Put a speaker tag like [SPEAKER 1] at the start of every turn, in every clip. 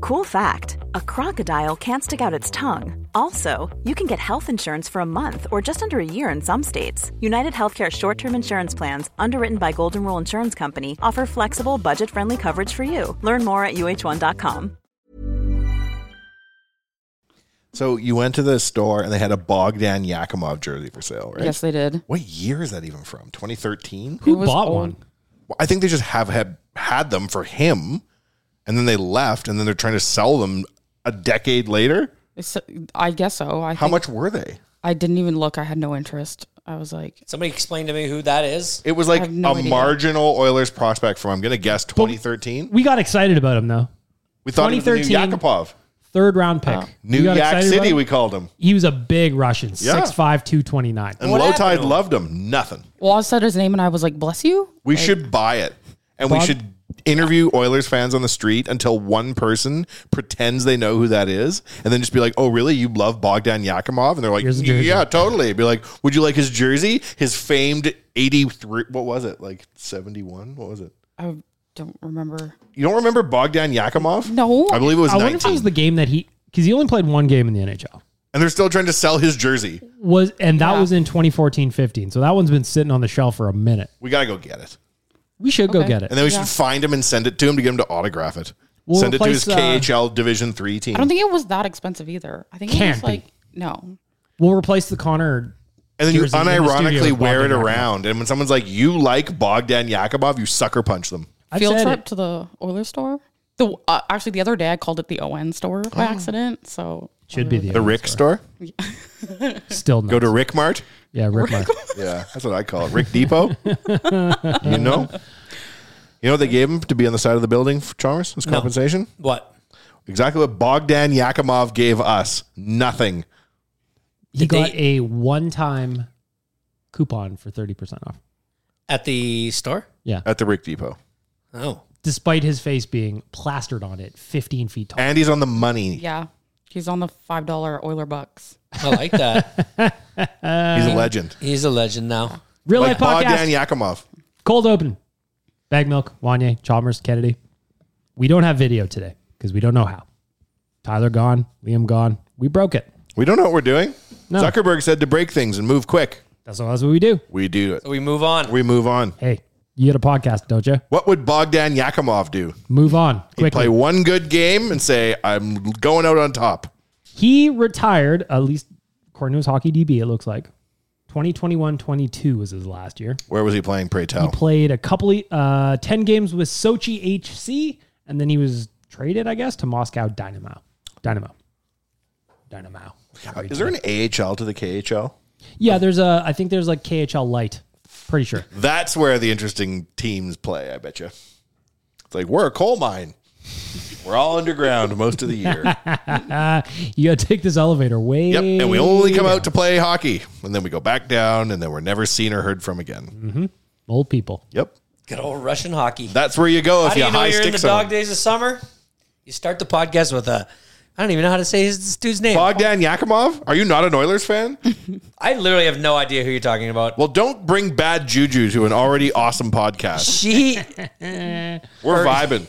[SPEAKER 1] Cool fact a crocodile can't stick out its tongue. Also, you can get health insurance for a month or just under a year in some states. United Healthcare short term insurance plans, underwritten by Golden Rule Insurance Company, offer flexible, budget friendly coverage for you. Learn more at uh1.com.
[SPEAKER 2] So you went to the store and they had a Bogdan Yakimov jersey for sale, right?
[SPEAKER 3] Yes, they did.
[SPEAKER 2] What year is that even from? 2013?
[SPEAKER 3] Who
[SPEAKER 4] bought one?
[SPEAKER 2] Well, I think they just have had had them for him, and then they left, and then they're trying to sell them a decade later.
[SPEAKER 3] It's, I guess so. I
[SPEAKER 2] How
[SPEAKER 3] think-
[SPEAKER 2] much were they?
[SPEAKER 3] I didn't even look. I had no interest. I was like,
[SPEAKER 5] Somebody explain to me who that is.
[SPEAKER 2] It was like
[SPEAKER 3] have no
[SPEAKER 2] a
[SPEAKER 3] idea.
[SPEAKER 2] marginal Oilers prospect from I'm going to guess 2013.
[SPEAKER 4] We got excited about him though.
[SPEAKER 2] we thought he was the new
[SPEAKER 4] 2013.
[SPEAKER 2] Yakupov,
[SPEAKER 4] Third round pick. We
[SPEAKER 2] New
[SPEAKER 4] got
[SPEAKER 2] Yak
[SPEAKER 4] excited about
[SPEAKER 2] City.
[SPEAKER 4] him.
[SPEAKER 2] We called him,
[SPEAKER 4] he was a big Russian,
[SPEAKER 2] Yeah.
[SPEAKER 4] six five two twenty nine.
[SPEAKER 2] and
[SPEAKER 5] What
[SPEAKER 2] Low
[SPEAKER 5] happened
[SPEAKER 2] Tide
[SPEAKER 5] to him?
[SPEAKER 2] loved him. Nothing.
[SPEAKER 3] well, I said his name and I was like, bless you.
[SPEAKER 2] We should buy it, and we
[SPEAKER 4] Bob-
[SPEAKER 2] should interview Oilers fans on the street until one person pretends they know who that is, and then just be like, "Oh, really? You love Bogdan Yakimov?" And they're like,
[SPEAKER 4] Here's a jersey.
[SPEAKER 2] "Yeah, totally." Be like, "Would you like his jersey? His famed '83? What was it? Like '71? What was it?"
[SPEAKER 3] I don't remember.
[SPEAKER 2] You don't remember Bogdan Yakimov?
[SPEAKER 3] No.
[SPEAKER 2] I believe it was
[SPEAKER 4] I
[SPEAKER 2] 19.
[SPEAKER 4] wonder if it was the game that he because he only played one game in the NHL.
[SPEAKER 2] and they're still trying to sell his jersey.
[SPEAKER 4] Was and that
[SPEAKER 3] Yeah.
[SPEAKER 4] was in 2014-15. So that one's been sitting on the shelf for a minute.
[SPEAKER 2] We got to go get it.
[SPEAKER 4] We should go
[SPEAKER 3] Okay.
[SPEAKER 4] get it.
[SPEAKER 2] And then we should find him and send it to him to get him to autograph it.
[SPEAKER 4] We'll
[SPEAKER 2] send it to his
[SPEAKER 4] replace, uh,
[SPEAKER 2] KHL Division 3 team.
[SPEAKER 3] I don't think it was that expensive either. I think it
[SPEAKER 4] Can't
[SPEAKER 3] was
[SPEAKER 4] be.
[SPEAKER 3] like, no.
[SPEAKER 4] we'll replace the Connor.
[SPEAKER 2] And then you
[SPEAKER 4] jersey in the studio
[SPEAKER 2] unironically
[SPEAKER 4] with
[SPEAKER 2] wear it
[SPEAKER 4] Bogdan Yakimov.
[SPEAKER 2] around. And when someone's like, you like Bogdan Yakubov, you sucker punch them.
[SPEAKER 4] I've
[SPEAKER 3] Field
[SPEAKER 4] said
[SPEAKER 3] trip
[SPEAKER 4] it.
[SPEAKER 3] to the Oilers store. The uh, Actually, the other day I called it the ON store by
[SPEAKER 2] Oh.
[SPEAKER 3] accident. So
[SPEAKER 4] Should be the,
[SPEAKER 2] The Rick store?
[SPEAKER 4] Still no.
[SPEAKER 2] Go to Rick Mart?
[SPEAKER 4] yeah, Rick. Mark.
[SPEAKER 2] Yeah, that's what I call it. Rick Depot? you know? You know what they gave him to be on the side of the building for Chalmers as compensation?
[SPEAKER 5] What?
[SPEAKER 2] Exactly what Bogdan Yakimov gave us. Nothing.
[SPEAKER 4] He
[SPEAKER 5] Did
[SPEAKER 4] got
[SPEAKER 5] they-
[SPEAKER 4] a one-time coupon for thirty percent off.
[SPEAKER 5] At the store?
[SPEAKER 4] Yeah,
[SPEAKER 2] At the Rick Depot.
[SPEAKER 5] Oh.
[SPEAKER 4] despite his face being plastered on it, fifteen feet tall.
[SPEAKER 2] And he's on the money.
[SPEAKER 3] yeah, he's on the $5 Oiler Bucks.
[SPEAKER 5] I like that.
[SPEAKER 2] He's a legend.
[SPEAKER 5] He's a legend now.
[SPEAKER 4] Real
[SPEAKER 2] like
[SPEAKER 4] life podcast.
[SPEAKER 2] Bogdan Yakimov.
[SPEAKER 4] Cold open. Bag milk, Wanye, Chalmers, Kennedy. We don't have video today because we don't know how. Tyler gone, Liam gone. We broke it.
[SPEAKER 2] We don't know what we're doing.
[SPEAKER 4] No.
[SPEAKER 2] Zuckerberg said to break things and move quick.
[SPEAKER 4] That's all. That's what we do.
[SPEAKER 2] We do it.
[SPEAKER 5] So we move on.
[SPEAKER 2] We move on.
[SPEAKER 4] Hey, you get a podcast, don't you?
[SPEAKER 2] What would Bogdan Yakimov do?
[SPEAKER 4] Move on
[SPEAKER 2] He'd
[SPEAKER 4] quickly.
[SPEAKER 2] play one good game and say, I'm going out on top.
[SPEAKER 4] He retired, at least according to his hockey DB, it looks like. 2021-22 was his last year.
[SPEAKER 2] Where was he playing, pray
[SPEAKER 4] He
[SPEAKER 2] tell?
[SPEAKER 4] played a couple, uh, 10 games with Sochi HC, and then he was traded, I guess, to Moscow Dynamo. Dynamo. Dynamo.
[SPEAKER 2] Is there an AHL to the KHL?
[SPEAKER 4] Yeah, there's a. I think there's like KHL Light. Pretty sure.
[SPEAKER 2] That's where the interesting teams play, I bet you. It's like, we're a coal mine. We're all underground most of the year. yep.
[SPEAKER 4] You gotta take this elevator way.
[SPEAKER 2] And we only come out to play hockey. And then we go back down, and then we're never seen or heard from again.
[SPEAKER 4] old people.
[SPEAKER 2] Yep.
[SPEAKER 5] Good old Russian hockey.
[SPEAKER 2] That's where you go
[SPEAKER 5] How
[SPEAKER 2] if
[SPEAKER 5] do
[SPEAKER 2] you
[SPEAKER 5] you know
[SPEAKER 2] high
[SPEAKER 5] you're in
[SPEAKER 2] stick
[SPEAKER 5] the dog
[SPEAKER 2] someone.
[SPEAKER 5] days of summer? You start the podcast with a I don't even know how to say his this dude's name.
[SPEAKER 2] Bogdan Yakimov? Are you not an Oilers fan?
[SPEAKER 5] I literally have no idea who you're talking about.
[SPEAKER 2] Well, don't bring bad juju to an already awesome podcast.
[SPEAKER 5] She,
[SPEAKER 2] We're vibing.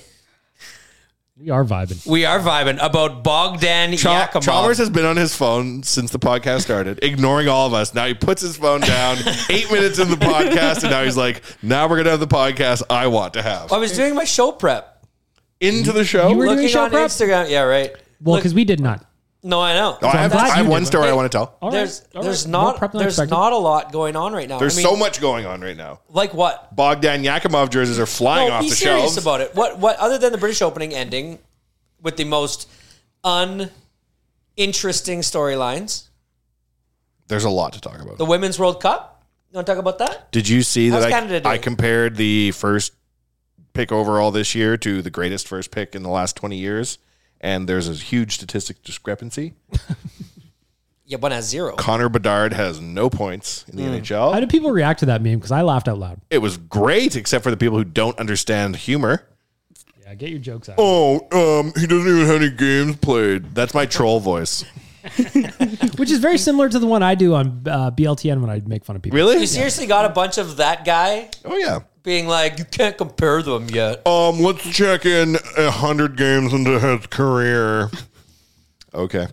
[SPEAKER 4] We are vibing.
[SPEAKER 5] we are vibing about Bogdan
[SPEAKER 2] Chal-
[SPEAKER 5] Yakimov.
[SPEAKER 2] Chalmers has been on his phone since the podcast started, ignoring all of us. Now he puts his phone down eight minutes in the podcast, and now he's like, now we're going to have the podcast I want to have.
[SPEAKER 5] I was doing my show prep,
[SPEAKER 2] Into the show.
[SPEAKER 4] You were doing
[SPEAKER 5] looking
[SPEAKER 4] show
[SPEAKER 5] on
[SPEAKER 4] prep?
[SPEAKER 5] Instagram. Yeah, right.
[SPEAKER 4] Well,
[SPEAKER 5] Look-
[SPEAKER 4] because we did not.
[SPEAKER 5] no, I know.
[SPEAKER 2] Oh, I have,
[SPEAKER 4] glad
[SPEAKER 2] I
[SPEAKER 4] you
[SPEAKER 2] have
[SPEAKER 4] did
[SPEAKER 2] one
[SPEAKER 4] that.
[SPEAKER 2] story I want to tell.
[SPEAKER 4] All right,
[SPEAKER 5] there's
[SPEAKER 4] all
[SPEAKER 5] there's
[SPEAKER 4] right. More prep
[SPEAKER 5] not
[SPEAKER 4] than
[SPEAKER 5] there's
[SPEAKER 4] expected.
[SPEAKER 5] not a lot going on right now.
[SPEAKER 2] There's
[SPEAKER 5] I mean,
[SPEAKER 2] so much going on right now.
[SPEAKER 5] like what?
[SPEAKER 2] Bogdan Yakimov jerseys are flying
[SPEAKER 5] No,
[SPEAKER 2] off
[SPEAKER 5] be
[SPEAKER 2] the
[SPEAKER 5] serious
[SPEAKER 2] shelves.
[SPEAKER 5] about it. What what other than the British opening ending with the most uninteresting storylines?
[SPEAKER 2] There's a lot to talk about.
[SPEAKER 5] The Women's World Cup. You want to talk about that?
[SPEAKER 2] Did you see
[SPEAKER 5] How's
[SPEAKER 2] that
[SPEAKER 5] Canada
[SPEAKER 2] I,
[SPEAKER 5] doing?
[SPEAKER 2] I compared the first pick overall this year to the greatest first pick in the last 20 years? And there's a huge statistic discrepancy.
[SPEAKER 5] Yeah, one has zero.
[SPEAKER 2] Connor Bedard has no points in the NHL.
[SPEAKER 4] How did people react to that meme? Because I laughed out loud.
[SPEAKER 2] it was great, except for the people who don't understand humor.
[SPEAKER 4] Yeah, get your jokes out.
[SPEAKER 2] Oh, um, he doesn't even have any games played. That's my troll voice.
[SPEAKER 4] Which is very similar to the one I do on uh, BLTN when I make fun of people.
[SPEAKER 2] Really?
[SPEAKER 5] You seriously got a bunch of that guy
[SPEAKER 2] Oh yeah.
[SPEAKER 5] being like, you can't compare them yet.
[SPEAKER 2] Um, let's check in a hundred games into his career. okay.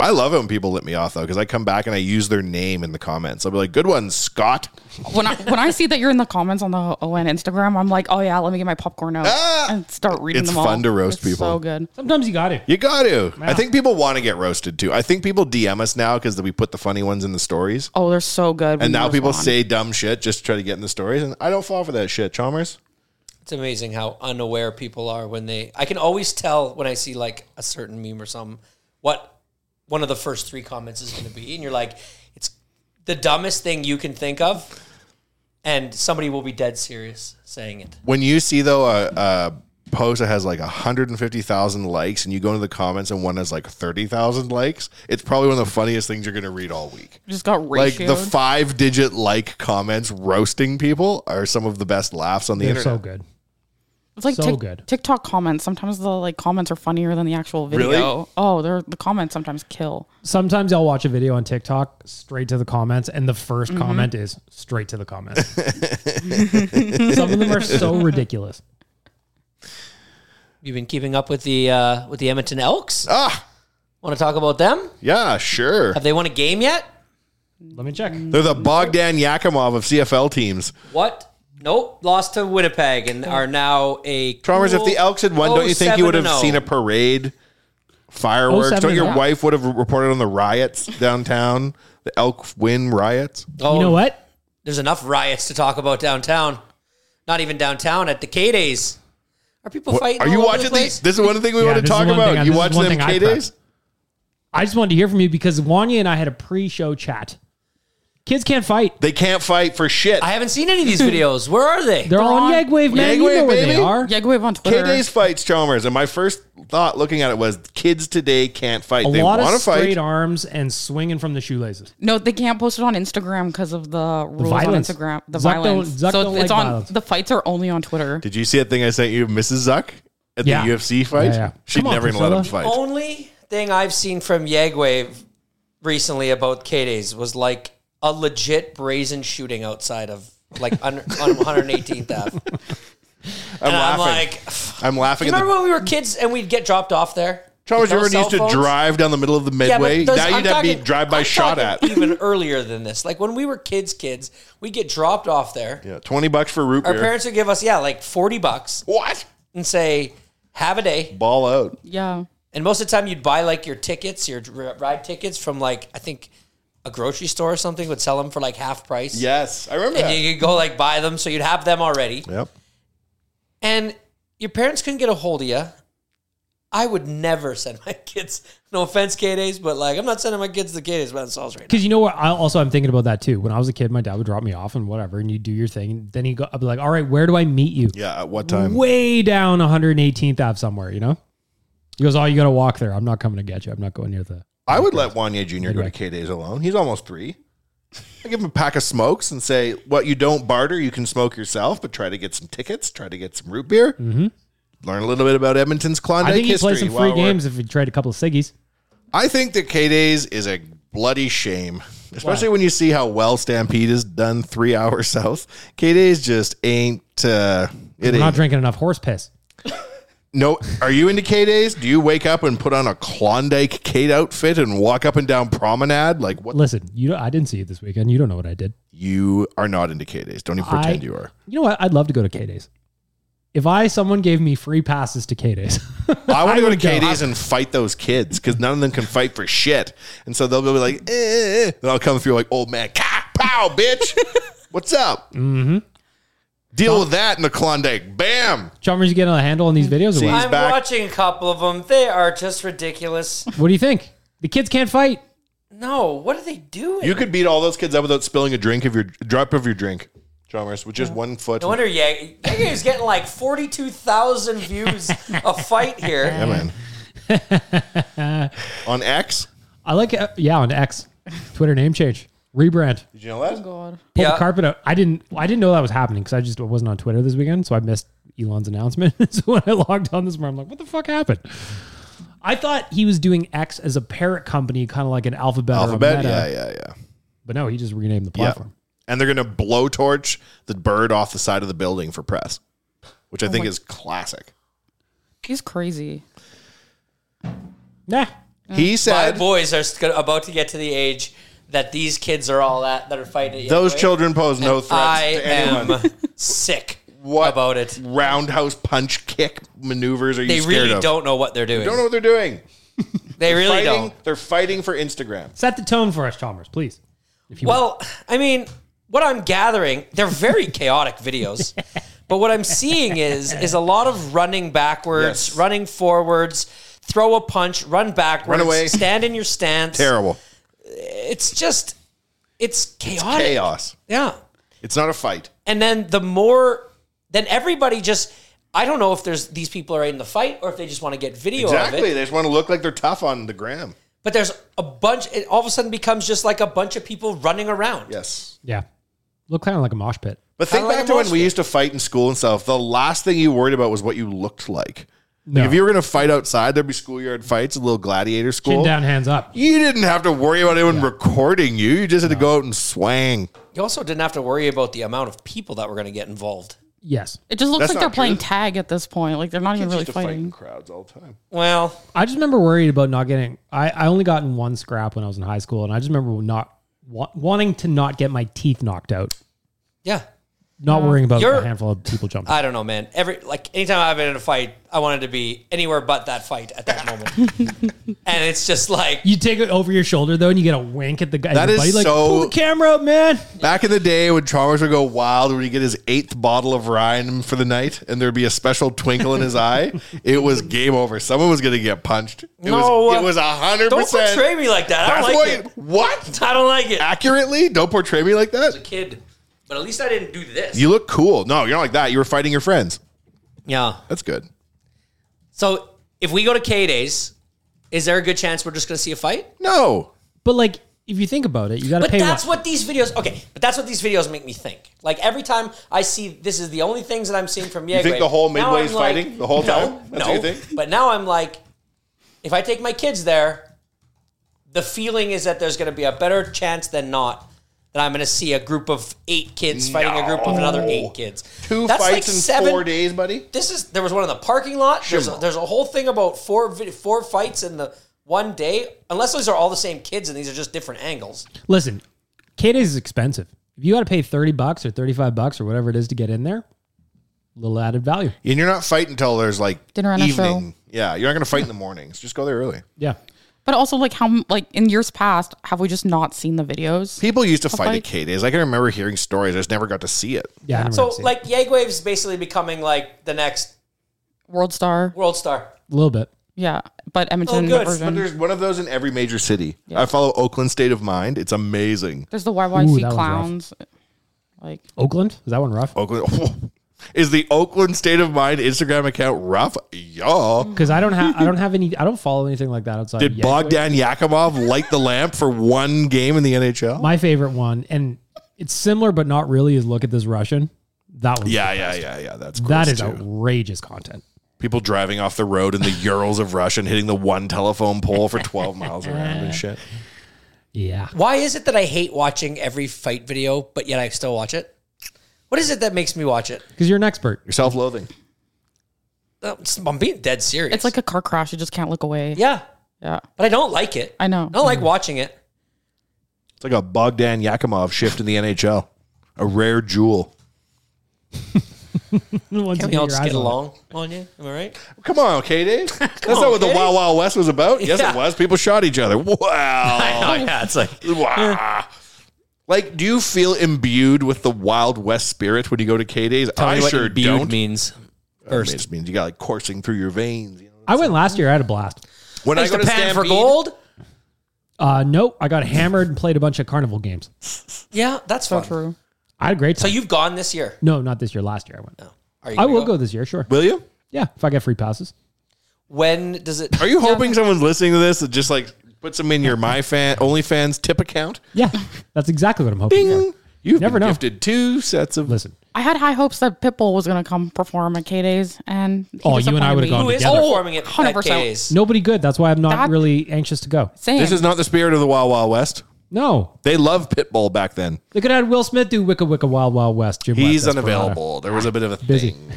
[SPEAKER 2] I love it when people let me off though, because I come back and I use their name in the comments. I'll be like, "Good one, Scott."
[SPEAKER 3] When I when I see that you're in the comments on the ON Instagram, I'm like, oh yeah, let me get my popcorn out
[SPEAKER 2] Ah!
[SPEAKER 3] and start reading
[SPEAKER 2] It's
[SPEAKER 3] them all.
[SPEAKER 2] fun to roast
[SPEAKER 3] It's
[SPEAKER 2] people.
[SPEAKER 3] So good.
[SPEAKER 4] Sometimes you got to.
[SPEAKER 2] You got to. I think people want to get roasted too. I think people DM us now because we put the funny ones in the stories,
[SPEAKER 3] Oh, they're so good. when
[SPEAKER 2] and now
[SPEAKER 3] you
[SPEAKER 2] people
[SPEAKER 3] respond.
[SPEAKER 2] say dumb shit just to try to get in the stories. And I don't fall for that shit, Chalmers.
[SPEAKER 5] It's amazing how unaware people are when they. I can always tell when I see like a certain meme or something what one of the first three comments is going to be, and you're like, it's the dumbest thing you can think of, and somebody will be dead serious saying it.
[SPEAKER 2] When you see though a, a post that has like 150,000 likes and you go into the comments and one has like 30,000 likes, it's probably one of the funniest things you're going to read all week.
[SPEAKER 3] just got
[SPEAKER 2] Like
[SPEAKER 3] ratioed.
[SPEAKER 2] the five digit like comments roasting people are some of the best laughs on the
[SPEAKER 4] They're so
[SPEAKER 2] internet.
[SPEAKER 4] good.
[SPEAKER 3] It's like
[SPEAKER 4] So
[SPEAKER 3] Tik-
[SPEAKER 4] good.
[SPEAKER 3] TikTok comments. Sometimes the like comments are funnier than the actual video.
[SPEAKER 2] Really?
[SPEAKER 3] Oh, they're the comments sometimes kill.
[SPEAKER 4] Sometimes I'll watch a video on TikTok straight to the comments, and the 1st
[SPEAKER 2] Mm-hmm.
[SPEAKER 4] comment is straight to the comments. Some of them are so ridiculous.
[SPEAKER 5] You've been keeping up with the uh, with the Edmonton Elks.
[SPEAKER 2] ah,
[SPEAKER 5] Want to talk about them?
[SPEAKER 2] yeah, sure.
[SPEAKER 5] Have they won a game yet?
[SPEAKER 4] Let me check.
[SPEAKER 2] They're the Bogdan Yakimov of CFL teams.
[SPEAKER 5] What? Nope, lost to Winnipeg and are now a.
[SPEAKER 2] Chalmers, if
[SPEAKER 5] cool
[SPEAKER 2] the Elks had won, don't you think
[SPEAKER 5] 07
[SPEAKER 2] you would have
[SPEAKER 5] and 0.
[SPEAKER 2] seen a parade, fireworks?
[SPEAKER 4] 07
[SPEAKER 2] don't your
[SPEAKER 4] and-
[SPEAKER 2] wife would have reported on the riots downtown, the Elk Win riots?
[SPEAKER 5] Oh,
[SPEAKER 4] You know what?
[SPEAKER 5] There's enough riots to talk about downtown. Not even downtown at the K days. Are people
[SPEAKER 2] What-
[SPEAKER 5] fighting?
[SPEAKER 2] are
[SPEAKER 5] all
[SPEAKER 2] you
[SPEAKER 5] over
[SPEAKER 2] watching
[SPEAKER 5] the
[SPEAKER 2] these?
[SPEAKER 5] place?
[SPEAKER 2] This is one thing we
[SPEAKER 4] Yeah,
[SPEAKER 2] want to
[SPEAKER 4] this is
[SPEAKER 2] talk
[SPEAKER 4] one
[SPEAKER 2] about.
[SPEAKER 4] thing I-
[SPEAKER 2] you
[SPEAKER 4] this is
[SPEAKER 2] watch
[SPEAKER 4] one
[SPEAKER 2] them
[SPEAKER 4] thing I
[SPEAKER 2] K days?
[SPEAKER 4] I just wanted to hear from you because Wanya and I had a pre-show chat. Kids can't fight.
[SPEAKER 2] They can't fight for shit.
[SPEAKER 5] I haven't seen any of these videos. Where are they?
[SPEAKER 4] They're on
[SPEAKER 3] on
[SPEAKER 4] Yagwave, man. you
[SPEAKER 2] Yagwave,
[SPEAKER 4] know where
[SPEAKER 2] baby.
[SPEAKER 4] they are.
[SPEAKER 3] Yeah, go wave on
[SPEAKER 2] K
[SPEAKER 3] Twitter.
[SPEAKER 2] days fights Chalmers, and my first thought looking at it was kids today can't fight.
[SPEAKER 4] A
[SPEAKER 2] they
[SPEAKER 4] lot
[SPEAKER 2] want
[SPEAKER 4] of
[SPEAKER 2] to
[SPEAKER 4] straight
[SPEAKER 2] fight.
[SPEAKER 4] arms and swinging from the shoelaces.
[SPEAKER 3] No, they can't post it on Instagram because of the rules
[SPEAKER 4] violence.
[SPEAKER 3] on Instagram. The
[SPEAKER 4] Zuck don't-
[SPEAKER 3] violence.
[SPEAKER 4] Zuck
[SPEAKER 3] so
[SPEAKER 4] don't
[SPEAKER 3] it's
[SPEAKER 4] like
[SPEAKER 3] on.
[SPEAKER 4] violence.
[SPEAKER 3] The fights are only on Twitter.
[SPEAKER 2] Did you see that thing I sent you, Mrs. Zuck, at
[SPEAKER 4] Yeah.
[SPEAKER 2] the UFC fight?
[SPEAKER 4] Yeah, yeah.
[SPEAKER 2] She's
[SPEAKER 4] Come on,
[SPEAKER 2] never going to let them
[SPEAKER 4] Priscilla.
[SPEAKER 5] Oh,
[SPEAKER 2] fight.
[SPEAKER 5] Only thing I've seen from Yagwave recently about K days was like a legit brazen shooting outside of like un- on 118th Ave.
[SPEAKER 2] I'm
[SPEAKER 5] And
[SPEAKER 2] laughing.
[SPEAKER 5] I'm like,
[SPEAKER 2] I'm laughing
[SPEAKER 5] you
[SPEAKER 2] at the
[SPEAKER 5] remember when we were kids and we'd get dropped off there?
[SPEAKER 2] Chalmers, you
[SPEAKER 5] With no
[SPEAKER 2] ever used
[SPEAKER 5] cell
[SPEAKER 2] to
[SPEAKER 5] phones?
[SPEAKER 2] drive down the middle of the midway?
[SPEAKER 5] but those-
[SPEAKER 2] now
[SPEAKER 5] I'm
[SPEAKER 2] you'd have to be
[SPEAKER 5] talking-
[SPEAKER 2] drive by
[SPEAKER 5] I'm
[SPEAKER 2] shot at.
[SPEAKER 5] talking Even earlier than this, like when we were kids, kids, we get dropped off there.
[SPEAKER 2] Yeah, twenty bucks for root
[SPEAKER 5] Our
[SPEAKER 2] beer.
[SPEAKER 5] parents would give us yeah, like forty bucks
[SPEAKER 2] what?
[SPEAKER 5] and say, "Have a day."
[SPEAKER 2] Ball out.
[SPEAKER 3] yeah.
[SPEAKER 5] And most of the time, you'd buy like your tickets, your r- ride tickets from like I think a grocery store or something would sell them for like half price.
[SPEAKER 2] Yes, I remember
[SPEAKER 5] and you could go like buy them, so you'd have them already.
[SPEAKER 2] Yep.
[SPEAKER 5] And your parents couldn't get a hold of you. I would never send my kids. No offense, K days, but like I'm not sending my kids to K days without Sauls right now.
[SPEAKER 4] Because you know what? I also I'm thinking about that too. When I was a kid, my dad would drop me off and whatever, and you do your thing. And then he go, I'd be like, "All right, where do I meet you?"
[SPEAKER 2] Yeah. At what time?
[SPEAKER 4] Way down 118th Ave somewhere. You know. He goes, "Oh, you got to walk there. I'm not coming to get you. I'm not going near the."
[SPEAKER 2] I would let Wanya Junior go to K days alone. He's almost three. I give him a pack of smokes and say,
[SPEAKER 5] Mm-hmm.
[SPEAKER 2] "What you don't barter, you can smoke yourself, but try to get some tickets. Try to get some root beer." learn a little bit about Edmonton's Klondike
[SPEAKER 4] I think you
[SPEAKER 2] history.
[SPEAKER 4] play some free
[SPEAKER 2] while we're-
[SPEAKER 4] games if you trade a couple of Siggies.
[SPEAKER 2] I think that K Days is a bloody shame, especially when you see how well Stampede is done three hours south. K Days just ain't. Uh, it
[SPEAKER 4] I'm not
[SPEAKER 2] ain't.
[SPEAKER 4] drinking enough horse piss.
[SPEAKER 2] No, are you into K Days? Do you wake up and put on a Klondike Kate outfit and walk up and down Promenade? Like what?
[SPEAKER 4] Listen, you. don't- I didn't see you this weekend. You don't know what I did.
[SPEAKER 2] You are not into K Days. Don't even pretend
[SPEAKER 4] I-
[SPEAKER 2] you are.
[SPEAKER 4] You know what? I'd love to go to K Days. If I someone gave me free passes to K Days,
[SPEAKER 2] I want to go to
[SPEAKER 4] would
[SPEAKER 2] K Days and fight those kids because none of them can fight for shit. And so they'll be like, eh, eh, eh. then I'll come through like old man, "Ka, pow, bitch. What's up? Mm-hmm. Deal with that in the Klondike. Bam.
[SPEAKER 4] Chalmers, you getting a handle on these videos? Or
[SPEAKER 2] See?
[SPEAKER 4] what?
[SPEAKER 2] He's
[SPEAKER 5] I'm
[SPEAKER 2] back.
[SPEAKER 5] watching a couple of them. They are just ridiculous.
[SPEAKER 4] what do you think? The kids can't fight.
[SPEAKER 5] No, what are they doing?
[SPEAKER 2] You could beat all those kids up without spilling a drink of your drop of your drink, Chalmers, with just one foot.
[SPEAKER 5] no wonder Yag- Yager's getting like 42,000 views a fight here.
[SPEAKER 2] Yeah, man. On X,
[SPEAKER 4] I like. Uh, yeah, on X, Twitter name change, rebrand,
[SPEAKER 2] did you know that?
[SPEAKER 3] God.
[SPEAKER 4] pull
[SPEAKER 5] Yeah.
[SPEAKER 4] the carpet out. I didn't. I didn't know that was happening because I just wasn't on Twitter this weekend, so I missed Elon's announcement. so when I logged on this morning, I'm like, what the fuck happened? I thought he was doing X as a parent company, kind of like an Alphabet, or a
[SPEAKER 2] Alphabet.
[SPEAKER 4] Meta,
[SPEAKER 2] Yeah, yeah, yeah.
[SPEAKER 4] but no, he just renamed the platform.
[SPEAKER 2] And they're going to blowtorch the bird off the side of the building for press, which I
[SPEAKER 4] Oh
[SPEAKER 2] think is classic.
[SPEAKER 3] He's crazy.
[SPEAKER 4] Nah,
[SPEAKER 2] He
[SPEAKER 5] My
[SPEAKER 2] said
[SPEAKER 5] boys are sc- about to get to the age that these kids are all at that are fighting it.
[SPEAKER 2] those children pose no threats
[SPEAKER 5] I
[SPEAKER 2] to anyone.
[SPEAKER 5] am sick
[SPEAKER 2] What
[SPEAKER 5] about it.
[SPEAKER 2] Roundhouse punch kick maneuvers are you
[SPEAKER 5] They
[SPEAKER 2] scared
[SPEAKER 5] really
[SPEAKER 2] of?
[SPEAKER 5] don't know what they're doing.
[SPEAKER 2] They don't know what they're doing.
[SPEAKER 5] they really
[SPEAKER 2] fighting,
[SPEAKER 5] don't.
[SPEAKER 2] They're fighting for Instagram.
[SPEAKER 4] set the tone for us, Chalmers, please. If you
[SPEAKER 5] Well, I mean, what I'm gathering, they're very chaotic videos. But what I'm seeing is is a lot of running backwards,
[SPEAKER 2] Yes.
[SPEAKER 5] running forwards, throw a punch, run backwards,
[SPEAKER 2] Run away.
[SPEAKER 5] stand in your stance.
[SPEAKER 2] Terrible.
[SPEAKER 5] It's just it's chaotic.
[SPEAKER 2] Chaos.
[SPEAKER 5] Yeah.
[SPEAKER 2] It's not a fight.
[SPEAKER 5] And then the more then everybody just I don't know if there's these people are in the fight or if they just want to get video of
[SPEAKER 2] Exactly.
[SPEAKER 5] it.
[SPEAKER 2] They just want to look like they're tough on the gram.
[SPEAKER 5] But there's a bunch it all of a sudden becomes just like a bunch of people running around.
[SPEAKER 2] Yes.
[SPEAKER 4] yeah, look kind of like a mosh pit.
[SPEAKER 2] But think
[SPEAKER 5] Kinda like
[SPEAKER 2] back
[SPEAKER 5] a
[SPEAKER 2] to when
[SPEAKER 5] mosh
[SPEAKER 2] we
[SPEAKER 5] pit.
[SPEAKER 2] used to fight in school and stuff. The last thing you worried about was what you looked like. Like if you were going to fight outside, there'd be schoolyard fights, a little gladiator
[SPEAKER 4] Chin
[SPEAKER 2] school.
[SPEAKER 4] down, hands up.
[SPEAKER 2] You didn't have to worry about anyone recording you. You just had to go out and swang.
[SPEAKER 5] You also didn't have to worry about the amount of people that were going to get involved.
[SPEAKER 4] Yes,
[SPEAKER 3] It just looks
[SPEAKER 2] That's
[SPEAKER 3] like they're
[SPEAKER 2] not
[SPEAKER 3] playing
[SPEAKER 2] true.
[SPEAKER 3] tag at this point. Like they're not even really
[SPEAKER 2] Used to fight in
[SPEAKER 3] fighting.
[SPEAKER 2] crowds all the time.
[SPEAKER 5] Well,
[SPEAKER 4] I just remember worried about not getting. I I only got in one scrap when I was in high school, and I just remember not wa- wanting to not get my teeth knocked out.
[SPEAKER 5] yeah.
[SPEAKER 4] Not worrying about
[SPEAKER 5] You're-
[SPEAKER 4] a handful of people jumping.
[SPEAKER 5] I don't know, man. Every like anytime I've been in a fight, I wanted to be anywhere but that fight at that moment. and it's just like
[SPEAKER 4] you take it over your shoulder though, and you get a wink at the guy.
[SPEAKER 2] That
[SPEAKER 4] That
[SPEAKER 2] is
[SPEAKER 4] is like,
[SPEAKER 2] so-
[SPEAKER 4] Pull the camera up, man.
[SPEAKER 2] Back in the day when Chalmers would go wild when he get his eighth bottle of Rhine for the night and there'd be a special twinkle in his eye, it was game over. Someone was going to get punched. It
[SPEAKER 5] No,
[SPEAKER 2] was
[SPEAKER 5] uh,
[SPEAKER 2] it was 100%.
[SPEAKER 5] don't portray me like that. I
[SPEAKER 2] That's
[SPEAKER 5] don't like
[SPEAKER 2] what,
[SPEAKER 5] it.
[SPEAKER 2] what?
[SPEAKER 5] I don't like it. I
[SPEAKER 2] Accurately? Don't portray me like
[SPEAKER 5] was a
[SPEAKER 2] that?
[SPEAKER 5] kid, but at least I didn't do this.
[SPEAKER 2] You look cool. No, you're not like that. You were fighting your friends.
[SPEAKER 5] yeah.
[SPEAKER 2] That's good.
[SPEAKER 5] So if we go to K days, is there a good chance we're just going to see a fight?
[SPEAKER 2] No.
[SPEAKER 4] But like, if you think about it, you got to
[SPEAKER 5] But
[SPEAKER 4] pay.
[SPEAKER 5] that's
[SPEAKER 4] one-
[SPEAKER 5] what these videos. Okay, but that's what these videos make me think. Like every time I see, this is the only things that I'm seeing from Yegway.
[SPEAKER 2] think the whole
[SPEAKER 5] Now
[SPEAKER 2] Midway's
[SPEAKER 5] I'm like,
[SPEAKER 2] fighting the whole
[SPEAKER 5] no,
[SPEAKER 2] time?
[SPEAKER 5] No,
[SPEAKER 2] That's what you think?
[SPEAKER 5] But now I'm like, if I take my kids there, the feeling is that there's going to be a better chance than not that I'm going to see a group of eight kids fighting a group of another eight kids.
[SPEAKER 2] Two
[SPEAKER 5] That's
[SPEAKER 2] fights
[SPEAKER 5] like
[SPEAKER 2] in
[SPEAKER 5] seven-
[SPEAKER 2] four days, buddy.
[SPEAKER 5] This is there was one in the parking lot. There's a,
[SPEAKER 2] Shimmer.
[SPEAKER 5] there's a whole thing about four vid- four fights in the one day. Unless those are all the same kids and these are just different angles.
[SPEAKER 4] Listen, K Days is expensive. If you got to pay thirty bucks or thirty five bucks or whatever it is to get in there, little added value.
[SPEAKER 2] And you're not fighting until there's like
[SPEAKER 3] Dinner and a show.
[SPEAKER 2] evening. Yeah, you're not going to fight in the mornings. Just go there early.
[SPEAKER 4] Yeah.
[SPEAKER 3] But also, like how m- like in years past, have we just not seen the videos?
[SPEAKER 2] People used to fight at
[SPEAKER 3] fight.
[SPEAKER 2] K days. I can remember hearing stories. I just never got to see it.
[SPEAKER 4] Yeah. I remember
[SPEAKER 5] So
[SPEAKER 4] that scene.
[SPEAKER 5] like Yagwave's basically becoming like the next
[SPEAKER 3] World Star,
[SPEAKER 5] world star.
[SPEAKER 4] a little bit.
[SPEAKER 3] yeah. But Edmonton
[SPEAKER 5] good, but
[SPEAKER 2] But
[SPEAKER 3] version.
[SPEAKER 2] there's one of those in every major city. I follow Oakland State of Mind. It's amazing.
[SPEAKER 3] There's the
[SPEAKER 4] Ooh,
[SPEAKER 3] YYC
[SPEAKER 4] that one's rough.
[SPEAKER 3] clowns. Like
[SPEAKER 4] Oakland is that one rough?
[SPEAKER 2] Oakland is the Oakland State of Mind Instagram account rough? Y'all.
[SPEAKER 4] Because I don't have I don't have any I don't follow anything like that outside.
[SPEAKER 2] Did
[SPEAKER 4] of Yahoo.
[SPEAKER 2] Bogdan Yakimov light the lamp for one game in the NHL?
[SPEAKER 4] My favorite one, and it's similar but not really, is look at this Russian. That one.
[SPEAKER 2] yeah, yeah, yeah, yeah. That's
[SPEAKER 4] That
[SPEAKER 2] gross
[SPEAKER 4] is
[SPEAKER 2] too.
[SPEAKER 4] outrageous content.
[SPEAKER 2] people driving off the road in the Urals of Russia and hitting the one telephone pole for 12 miles around and shit.
[SPEAKER 4] Yeah.
[SPEAKER 5] Why is it that I hate watching every fight video, but yet I still watch it? What is it that makes me watch it?
[SPEAKER 4] Because you're an expert.
[SPEAKER 2] You're self loathing.
[SPEAKER 5] Uh, I'm being dead serious.
[SPEAKER 3] It's like a car crash. You just can't look away.
[SPEAKER 5] yeah,
[SPEAKER 3] Yeah.
[SPEAKER 5] but I don't like it.
[SPEAKER 3] I know.
[SPEAKER 5] I don't like watching it.
[SPEAKER 2] It's like a Bogdan Yakimov shift in the NHL, a rare jewel.
[SPEAKER 4] Once
[SPEAKER 5] Can
[SPEAKER 4] you
[SPEAKER 5] we
[SPEAKER 4] get
[SPEAKER 5] all
[SPEAKER 4] your
[SPEAKER 5] just
[SPEAKER 4] eyes on it.
[SPEAKER 5] get along on you? Am I right?
[SPEAKER 2] Come on, okay, Dave. That's not what the
[SPEAKER 5] Katie.
[SPEAKER 2] Wild Wild West was about. Yes,
[SPEAKER 5] Yeah.
[SPEAKER 2] it was. People shot each other. Wow.
[SPEAKER 6] Oh, yeah, it's like
[SPEAKER 2] Wah. Like, do you feel imbued with the Wild West spirit when you go to K Days? I sure don't.
[SPEAKER 5] means.
[SPEAKER 2] First. It just means you got like coursing through your veins. You know?
[SPEAKER 4] I went last year. I had a blast.
[SPEAKER 2] When
[SPEAKER 5] I used to pan for
[SPEAKER 2] Stampede-
[SPEAKER 5] gold.
[SPEAKER 4] Uh, nope. I got hammered and played a bunch of carnival games.
[SPEAKER 5] Yeah, that's
[SPEAKER 3] So
[SPEAKER 5] fun.
[SPEAKER 3] true.
[SPEAKER 4] I had a great
[SPEAKER 5] So
[SPEAKER 4] time.
[SPEAKER 5] you've gone this year.
[SPEAKER 4] no, not this year. Last year I went.
[SPEAKER 5] No. Are you
[SPEAKER 4] I
[SPEAKER 5] gonna
[SPEAKER 4] will go this year. Sure.
[SPEAKER 2] will you?
[SPEAKER 4] Yeah. If I get free passes.
[SPEAKER 5] When does it?
[SPEAKER 2] Are you hoping someone's listening to this that just like puts them in your my fan OnlyFans tip account?
[SPEAKER 4] Yeah. That's exactly what I'm hoping
[SPEAKER 2] Ding.
[SPEAKER 4] for.
[SPEAKER 2] You've
[SPEAKER 4] Never
[SPEAKER 2] been
[SPEAKER 4] know.
[SPEAKER 2] gifted two sets of
[SPEAKER 4] Listen,
[SPEAKER 3] I had high hopes that Pitbull was going to come perform at K Days, and he
[SPEAKER 4] Oh, you and I
[SPEAKER 3] disappointed
[SPEAKER 4] would've
[SPEAKER 3] me.
[SPEAKER 4] gone
[SPEAKER 5] Who is
[SPEAKER 4] together.
[SPEAKER 5] performing it?
[SPEAKER 3] 100%.
[SPEAKER 5] 100 days?
[SPEAKER 4] nobody good. That's why I'm not
[SPEAKER 3] That-
[SPEAKER 4] really anxious to go.
[SPEAKER 3] Same.
[SPEAKER 2] This is not the spirit of the Wild Wild West.
[SPEAKER 4] No.
[SPEAKER 2] They love Pitbull back then.
[SPEAKER 4] They could have had Will Smith do Wicka Wicka Wild Wild West. Jim
[SPEAKER 2] He's
[SPEAKER 4] West, Desperado.
[SPEAKER 2] unavailable. There was a bit of a
[SPEAKER 4] Busy.
[SPEAKER 2] thing.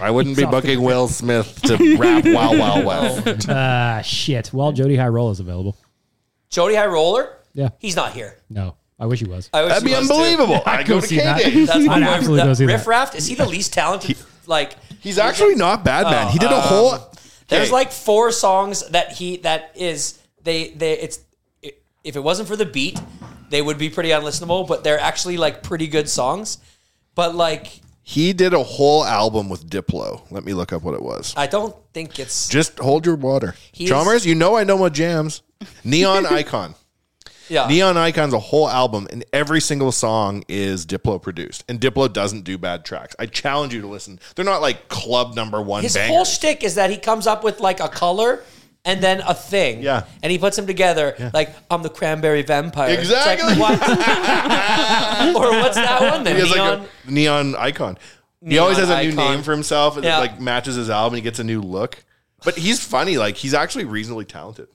[SPEAKER 2] I wouldn't
[SPEAKER 4] He's
[SPEAKER 2] be
[SPEAKER 4] off
[SPEAKER 2] bucking Will Smith to rap Wild Wild West.
[SPEAKER 4] Ah, shit. Well, Jody High Roll is available.
[SPEAKER 5] Jody High Roller.
[SPEAKER 4] Yeah.
[SPEAKER 5] He's not here.
[SPEAKER 4] No. I wish he was.
[SPEAKER 5] I wish
[SPEAKER 2] That'd
[SPEAKER 5] he
[SPEAKER 2] be
[SPEAKER 5] was, too.
[SPEAKER 2] unbelievable. I go to
[SPEAKER 4] see that.
[SPEAKER 2] K-Days.
[SPEAKER 5] That's
[SPEAKER 4] I'd
[SPEAKER 5] my
[SPEAKER 4] absolutely go see that.
[SPEAKER 5] Riff Raff. Is he the least talented? like
[SPEAKER 2] He's actually not bad, man. He did a whole.
[SPEAKER 5] There's
[SPEAKER 2] Okay.
[SPEAKER 5] like four songs that he that is they they it's if it wasn't for the beat, they would be pretty unlistenable, but they're actually like pretty good songs. But like
[SPEAKER 2] he did a whole album with Diplo. Let me look up what it was.
[SPEAKER 5] I don't think it's
[SPEAKER 2] Just hold your water,
[SPEAKER 5] He's-
[SPEAKER 2] Chalmers. You know I know my jams. Neon Icon.
[SPEAKER 5] yeah.
[SPEAKER 2] Neon Icon's a whole album, and every single song is Diplo produced. And Diplo doesn't do bad tracks. I challenge you to listen. They're not like club number one
[SPEAKER 5] His
[SPEAKER 2] bangers.
[SPEAKER 5] whole shtick is that he comes up with like a color and then a thing.
[SPEAKER 2] Yeah.
[SPEAKER 5] And he puts them together like I'm the cranberry vampire. It's like,
[SPEAKER 2] Exactly.
[SPEAKER 5] what? or what's that one then?
[SPEAKER 2] he has
[SPEAKER 5] Neon?
[SPEAKER 2] like a neon icon. he always has
[SPEAKER 5] Neon
[SPEAKER 2] a new
[SPEAKER 5] Icon.
[SPEAKER 2] name for himself, and
[SPEAKER 5] Yeah.
[SPEAKER 2] it like matches his album. He gets a new look, but he's funny. Like he's actually reasonably talented.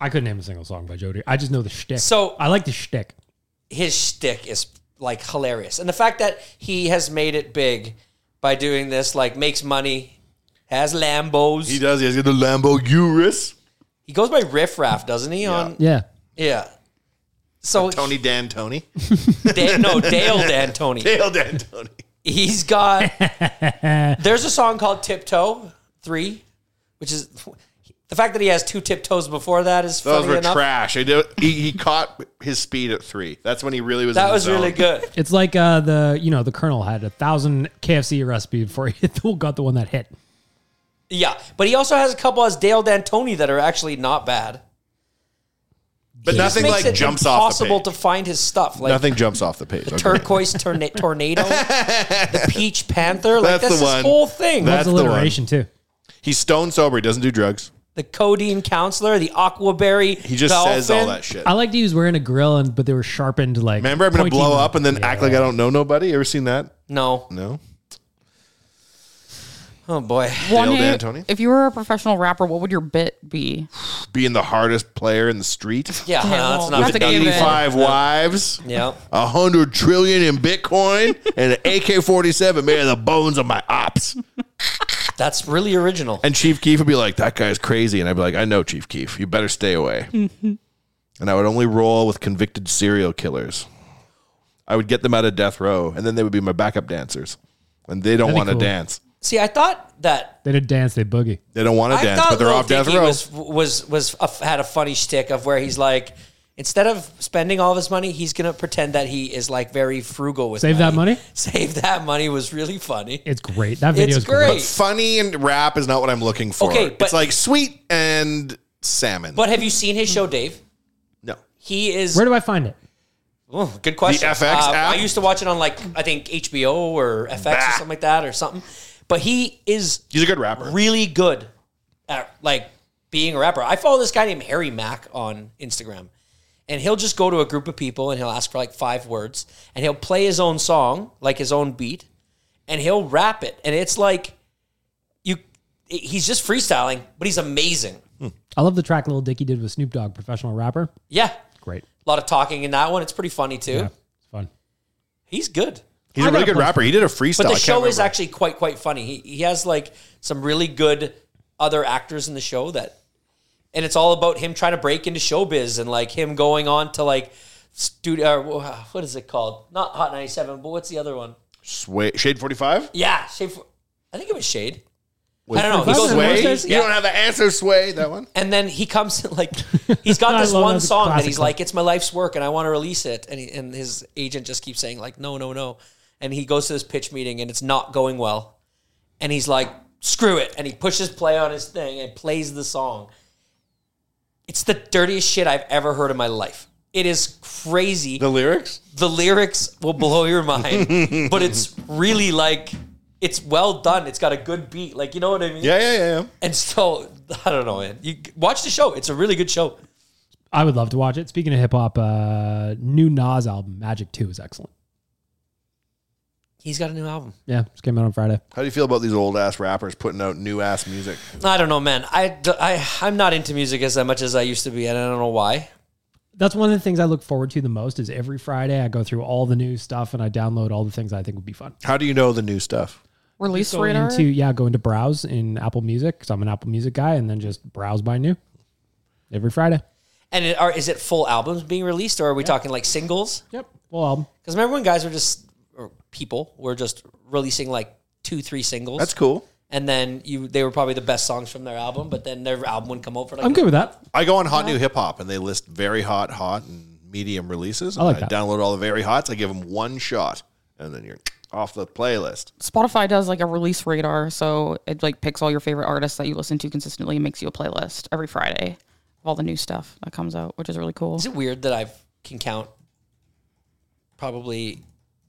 [SPEAKER 4] I couldn't name a single song by Jody. I just know the shtick.
[SPEAKER 5] So-
[SPEAKER 4] I like the shtick.
[SPEAKER 5] his shtick is like hilarious, and the fact that he has made it big by doing this, like makes money, has Lambos.
[SPEAKER 2] He
[SPEAKER 5] He,
[SPEAKER 2] does. He has the Lambo Urus,
[SPEAKER 5] goes by Riff Raff, doesn't he? On
[SPEAKER 4] Yeah.
[SPEAKER 5] yeah. So
[SPEAKER 2] Tony Dan Tony,
[SPEAKER 5] Da- no, Dale D'Antoni.
[SPEAKER 2] Dale Dan Tony.
[SPEAKER 5] He's got. There's a song called Tiptoe Three, which is the fact that he has two tiptoes before that is
[SPEAKER 2] Those
[SPEAKER 5] funny
[SPEAKER 2] were
[SPEAKER 5] enough.
[SPEAKER 2] trash. I did, he, he caught his speed at three. That's when he really was. in
[SPEAKER 5] That
[SPEAKER 2] the
[SPEAKER 5] was
[SPEAKER 2] zone.
[SPEAKER 5] really good.
[SPEAKER 4] It's like uh, the you know the Colonel had a thousand KFC recipe before he hit the, got the one that hit.
[SPEAKER 5] Yeah, but he also has a couple as Dale D'Antoni that are actually not bad.
[SPEAKER 2] but nothing
[SPEAKER 5] Makes
[SPEAKER 2] like
[SPEAKER 5] it
[SPEAKER 2] jumps off the
[SPEAKER 5] impossible
[SPEAKER 2] page.
[SPEAKER 5] to find his stuff. Like
[SPEAKER 2] nothing jumps off the page.
[SPEAKER 5] the
[SPEAKER 2] Okay.
[SPEAKER 5] turquoise torna- tornado, the peach panther. Like
[SPEAKER 2] That's
[SPEAKER 5] that's,
[SPEAKER 2] the
[SPEAKER 5] this
[SPEAKER 2] one.
[SPEAKER 5] whole thing.
[SPEAKER 2] That's
[SPEAKER 4] That's
[SPEAKER 2] the one.
[SPEAKER 4] alliteration too.
[SPEAKER 2] He's stone sober. He doesn't do drugs.
[SPEAKER 5] the codeine counselor, the aquaberry.
[SPEAKER 2] He just says all that shit.
[SPEAKER 4] I liked he was wearing a grill and but they were sharpened like.
[SPEAKER 2] Remember, I'm gonna
[SPEAKER 4] pointy-
[SPEAKER 2] blow up and then act like I don't know nobody. Ever seen that?
[SPEAKER 5] No,
[SPEAKER 2] No.
[SPEAKER 5] oh boy.
[SPEAKER 3] One
[SPEAKER 2] Dale
[SPEAKER 3] day,
[SPEAKER 2] D'Antoni?
[SPEAKER 3] If you were a professional rapper, what would your bit be?
[SPEAKER 2] being the hardest player in the street.
[SPEAKER 5] Yeah,
[SPEAKER 3] Damn,
[SPEAKER 5] no,
[SPEAKER 3] well,
[SPEAKER 5] that's not
[SPEAKER 3] that's
[SPEAKER 5] the
[SPEAKER 3] a given.
[SPEAKER 5] game.
[SPEAKER 2] 85 wives,
[SPEAKER 5] Yeah,
[SPEAKER 2] a hundred trillion in Bitcoin, and an AK-47 made of the bones of my ops.
[SPEAKER 5] that's really original.
[SPEAKER 2] And Chief Keef would be like, "That guy's crazy," and I'd be like, "I know, Chief Keef. You better stay away."
[SPEAKER 5] Mm-hmm.
[SPEAKER 2] and I would only roll with convicted serial killers. I would get them out of death row, and then they would be my backup dancers, and they don't
[SPEAKER 4] That'd be
[SPEAKER 2] want to
[SPEAKER 4] cool.
[SPEAKER 2] dance.
[SPEAKER 5] See, I thought that
[SPEAKER 4] They did dance. They boogie.
[SPEAKER 2] They don't want to
[SPEAKER 5] I
[SPEAKER 2] dance,
[SPEAKER 5] thought
[SPEAKER 2] but they're
[SPEAKER 5] Lil
[SPEAKER 2] off death
[SPEAKER 5] Dicky
[SPEAKER 2] row.
[SPEAKER 5] was was was a, had a funny shtick of where he's like. Instead of spending all of his money, he's gonna pretend that he is like very frugal with
[SPEAKER 4] Save that money?
[SPEAKER 5] Save that money was really funny.
[SPEAKER 4] It's great. That
[SPEAKER 5] It's
[SPEAKER 4] video is great.
[SPEAKER 5] great.
[SPEAKER 2] Funny and rap is not what I'm looking for.
[SPEAKER 5] Okay, but-
[SPEAKER 2] it's like sweet and salmon.
[SPEAKER 5] But have you seen his show, Dave?
[SPEAKER 2] no,
[SPEAKER 5] He is.
[SPEAKER 4] Where do I find it?
[SPEAKER 5] Oh, good question.
[SPEAKER 2] The FX app?
[SPEAKER 5] I used to watch it on like I think HBO or FX or
[SPEAKER 2] Bah.
[SPEAKER 5] something like that or something. But he is
[SPEAKER 2] he's a good rapper.
[SPEAKER 5] really good at like being a rapper. I follow this guy named Harry Mack on Instagram, and he'll just go to a group of people and he'll ask for like five words, and he'll play his own song, like his own beat, and he'll rap it, and it's like you. He's just freestyling, but he's amazing.
[SPEAKER 4] I love the track Little Dicky did with Snoop Dogg, professional rapper.
[SPEAKER 5] Yeah,
[SPEAKER 4] Great.
[SPEAKER 5] a lot of talking in that one. It's pretty funny too.
[SPEAKER 4] Yeah, it's fun.
[SPEAKER 5] He's good.
[SPEAKER 2] He's
[SPEAKER 4] I
[SPEAKER 2] a really
[SPEAKER 4] gotta
[SPEAKER 2] good
[SPEAKER 4] play-
[SPEAKER 2] rapper. He did a freestyle.
[SPEAKER 5] But
[SPEAKER 2] I
[SPEAKER 5] the
[SPEAKER 2] can't
[SPEAKER 5] show is
[SPEAKER 2] remember.
[SPEAKER 5] actually quite quite funny. He he has like some really good other actors in the show that, and it's all about him trying to break into showbiz and like him going on to like studio. Uh, what is it called? Not Hot ninety seven, but what's the other one?
[SPEAKER 2] Sway, Shade Forty Five.
[SPEAKER 5] Yeah, Shade. Fo- I think it was Shade. I don't know. He
[SPEAKER 4] Forty
[SPEAKER 5] goes
[SPEAKER 4] Five?
[SPEAKER 2] Sway.
[SPEAKER 4] Sway?
[SPEAKER 5] Yeah.
[SPEAKER 2] You don't have the answer, Sway. That one.
[SPEAKER 5] And then he comes like he's got
[SPEAKER 4] I
[SPEAKER 5] this
[SPEAKER 4] love
[SPEAKER 5] one
[SPEAKER 4] that's a
[SPEAKER 5] song that
[SPEAKER 4] classic
[SPEAKER 5] he's
[SPEAKER 4] one.
[SPEAKER 5] like, "It's my life's work, and I want to release it." And he, and his agent just keeps saying like, "No, no, no." And he goes to this pitch meeting, and it's not going well. And he's like, "Screw it!" And he pushes play on his thing and plays the song. It's the dirtiest shit I've ever heard in my life. It is crazy.
[SPEAKER 2] The lyrics.
[SPEAKER 5] the lyrics will blow your mind, but it's really like it's well done. It's got a good beat, like you know what I mean.
[SPEAKER 2] Yeah, yeah, yeah. yeah.
[SPEAKER 5] And so I don't know, man. You watch the show; it's a really good show.
[SPEAKER 4] I would love to watch it. Speaking of hip hop, uh, new Nas album Magic Two is excellent.
[SPEAKER 5] He's got a new album.
[SPEAKER 4] Yeah, just came out on Friday.
[SPEAKER 2] How do you feel about these old ass rappers putting out new ass music?
[SPEAKER 5] I don't know, man. I, I I'm not into music as much as I used to be, and I don't know why.
[SPEAKER 4] That's one of the things I look forward to the most. Is every Friday I go through all the new stuff and I download all the things I think would be fun.
[SPEAKER 2] How do you know the new stuff?
[SPEAKER 3] Release
[SPEAKER 4] Go
[SPEAKER 3] radar.
[SPEAKER 4] into yeah, go into browse in Apple Music because I'm an Apple Music guy, and then just browse by new every Friday.
[SPEAKER 5] And it, are is it full albums being released, or are we talking like singles?
[SPEAKER 4] Yep, full album.
[SPEAKER 5] Because remember when guys were just or people were just releasing like two, three singles.
[SPEAKER 2] That's cool.
[SPEAKER 5] And then you they were probably the best songs from their album, but then their album would come out for like
[SPEAKER 4] I'm good with that.
[SPEAKER 2] I go on Hot New Hip Hop and they list very hot, hot, and medium releases. And I,
[SPEAKER 4] like that.
[SPEAKER 2] download all the very hots. I give them one shot, and then you're off the playlist.
[SPEAKER 3] Spotify does like a release radar, so it like picks all your favorite artists that you listen to consistently and makes you a playlist every Friday of all the new stuff that comes out, which is really cool.
[SPEAKER 5] Is it weird that I can count probably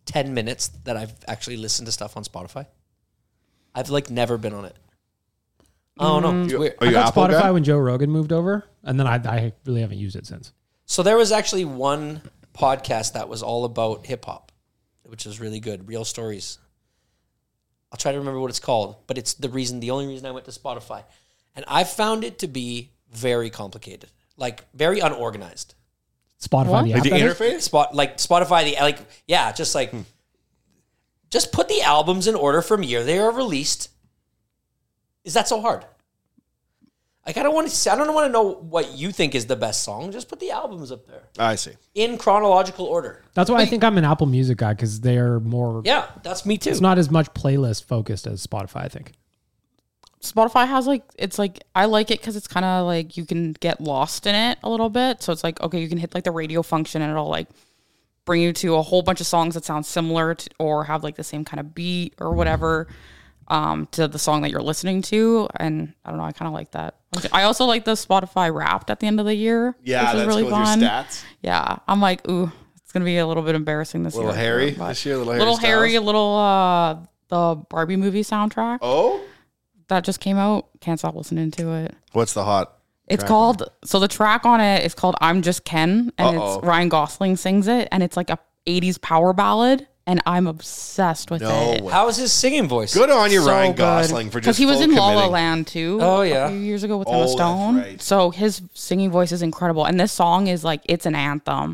[SPEAKER 5] 10 minutes that I've actually listened to stuff on Spotify? I've like never been on it. Oh no, it's weird.
[SPEAKER 2] Are you
[SPEAKER 4] I got
[SPEAKER 2] Apple
[SPEAKER 4] Spotify
[SPEAKER 2] guy?
[SPEAKER 4] when Joe Rogan moved over, and then I, I really haven't used it since.
[SPEAKER 5] So there was actually one podcast that was all about hip hop, which is really good, real stories. I'll try to remember what it's called, but it's the reason the only reason I went to Spotify. And I found it to be very complicated, like very unorganized.
[SPEAKER 4] Spotify
[SPEAKER 3] What?
[SPEAKER 4] the app.
[SPEAKER 2] Like the
[SPEAKER 4] that is?
[SPEAKER 2] interface.
[SPEAKER 5] spot like Spotify the like yeah just like
[SPEAKER 2] Hmm.
[SPEAKER 5] just put the albums in order from year they are released is that so hard like I don't want to I don't want to know what you think is the best song just put the albums up there
[SPEAKER 2] I see.
[SPEAKER 5] in chronological order
[SPEAKER 4] That's why I think I'm an Apple Music guy because they're more.
[SPEAKER 5] yeah that's me too
[SPEAKER 4] It's not as much playlist focused as Spotify. I think.
[SPEAKER 3] Spotify has like it's like I like it because it's kind of like you can get lost in it a little bit. So it's like okay, you can hit like the radio function and it'll like bring you to a whole bunch of songs that sound similar to, or have like the same kind of beat or whatever um, to the song that you're listening to. And I don't know, I kind of like that. I also like the Spotify Wrapped at the end of the year.
[SPEAKER 2] Yeah,
[SPEAKER 3] which is
[SPEAKER 2] that's
[SPEAKER 3] really
[SPEAKER 2] cool.
[SPEAKER 3] fun.
[SPEAKER 2] Your stats.
[SPEAKER 3] Yeah, I'm like ooh, it's gonna be a little bit embarrassing this
[SPEAKER 2] Little
[SPEAKER 3] year.
[SPEAKER 2] Harry
[SPEAKER 3] but-
[SPEAKER 2] this year, Little Harry
[SPEAKER 3] little
[SPEAKER 2] Styles.
[SPEAKER 3] Harry, little uh, the Barbie movie soundtrack
[SPEAKER 2] Oh,
[SPEAKER 3] that just came out. Can't stop listening to it.
[SPEAKER 2] what's the hot?
[SPEAKER 3] It's called so the track on it is called "I'm Just Ken" and
[SPEAKER 2] Uh-oh.
[SPEAKER 3] it's Ryan Gosling sings it, and it's like a '80s power ballad, and I'm obsessed with
[SPEAKER 2] No
[SPEAKER 3] it.
[SPEAKER 2] way.
[SPEAKER 5] how is his singing voice
[SPEAKER 2] Good on you,
[SPEAKER 3] So
[SPEAKER 2] Ryan
[SPEAKER 3] good.
[SPEAKER 2] Gosling, for just
[SPEAKER 3] he was
[SPEAKER 2] full
[SPEAKER 3] in La La
[SPEAKER 2] committing.
[SPEAKER 3] Land too.
[SPEAKER 5] Oh, yeah.
[SPEAKER 3] a few years ago with
[SPEAKER 2] Oh,
[SPEAKER 3] Emma
[SPEAKER 2] that's
[SPEAKER 3] Stone.
[SPEAKER 2] right.
[SPEAKER 3] So his singing voice is incredible, and this song is like it's an anthem.
[SPEAKER 2] Have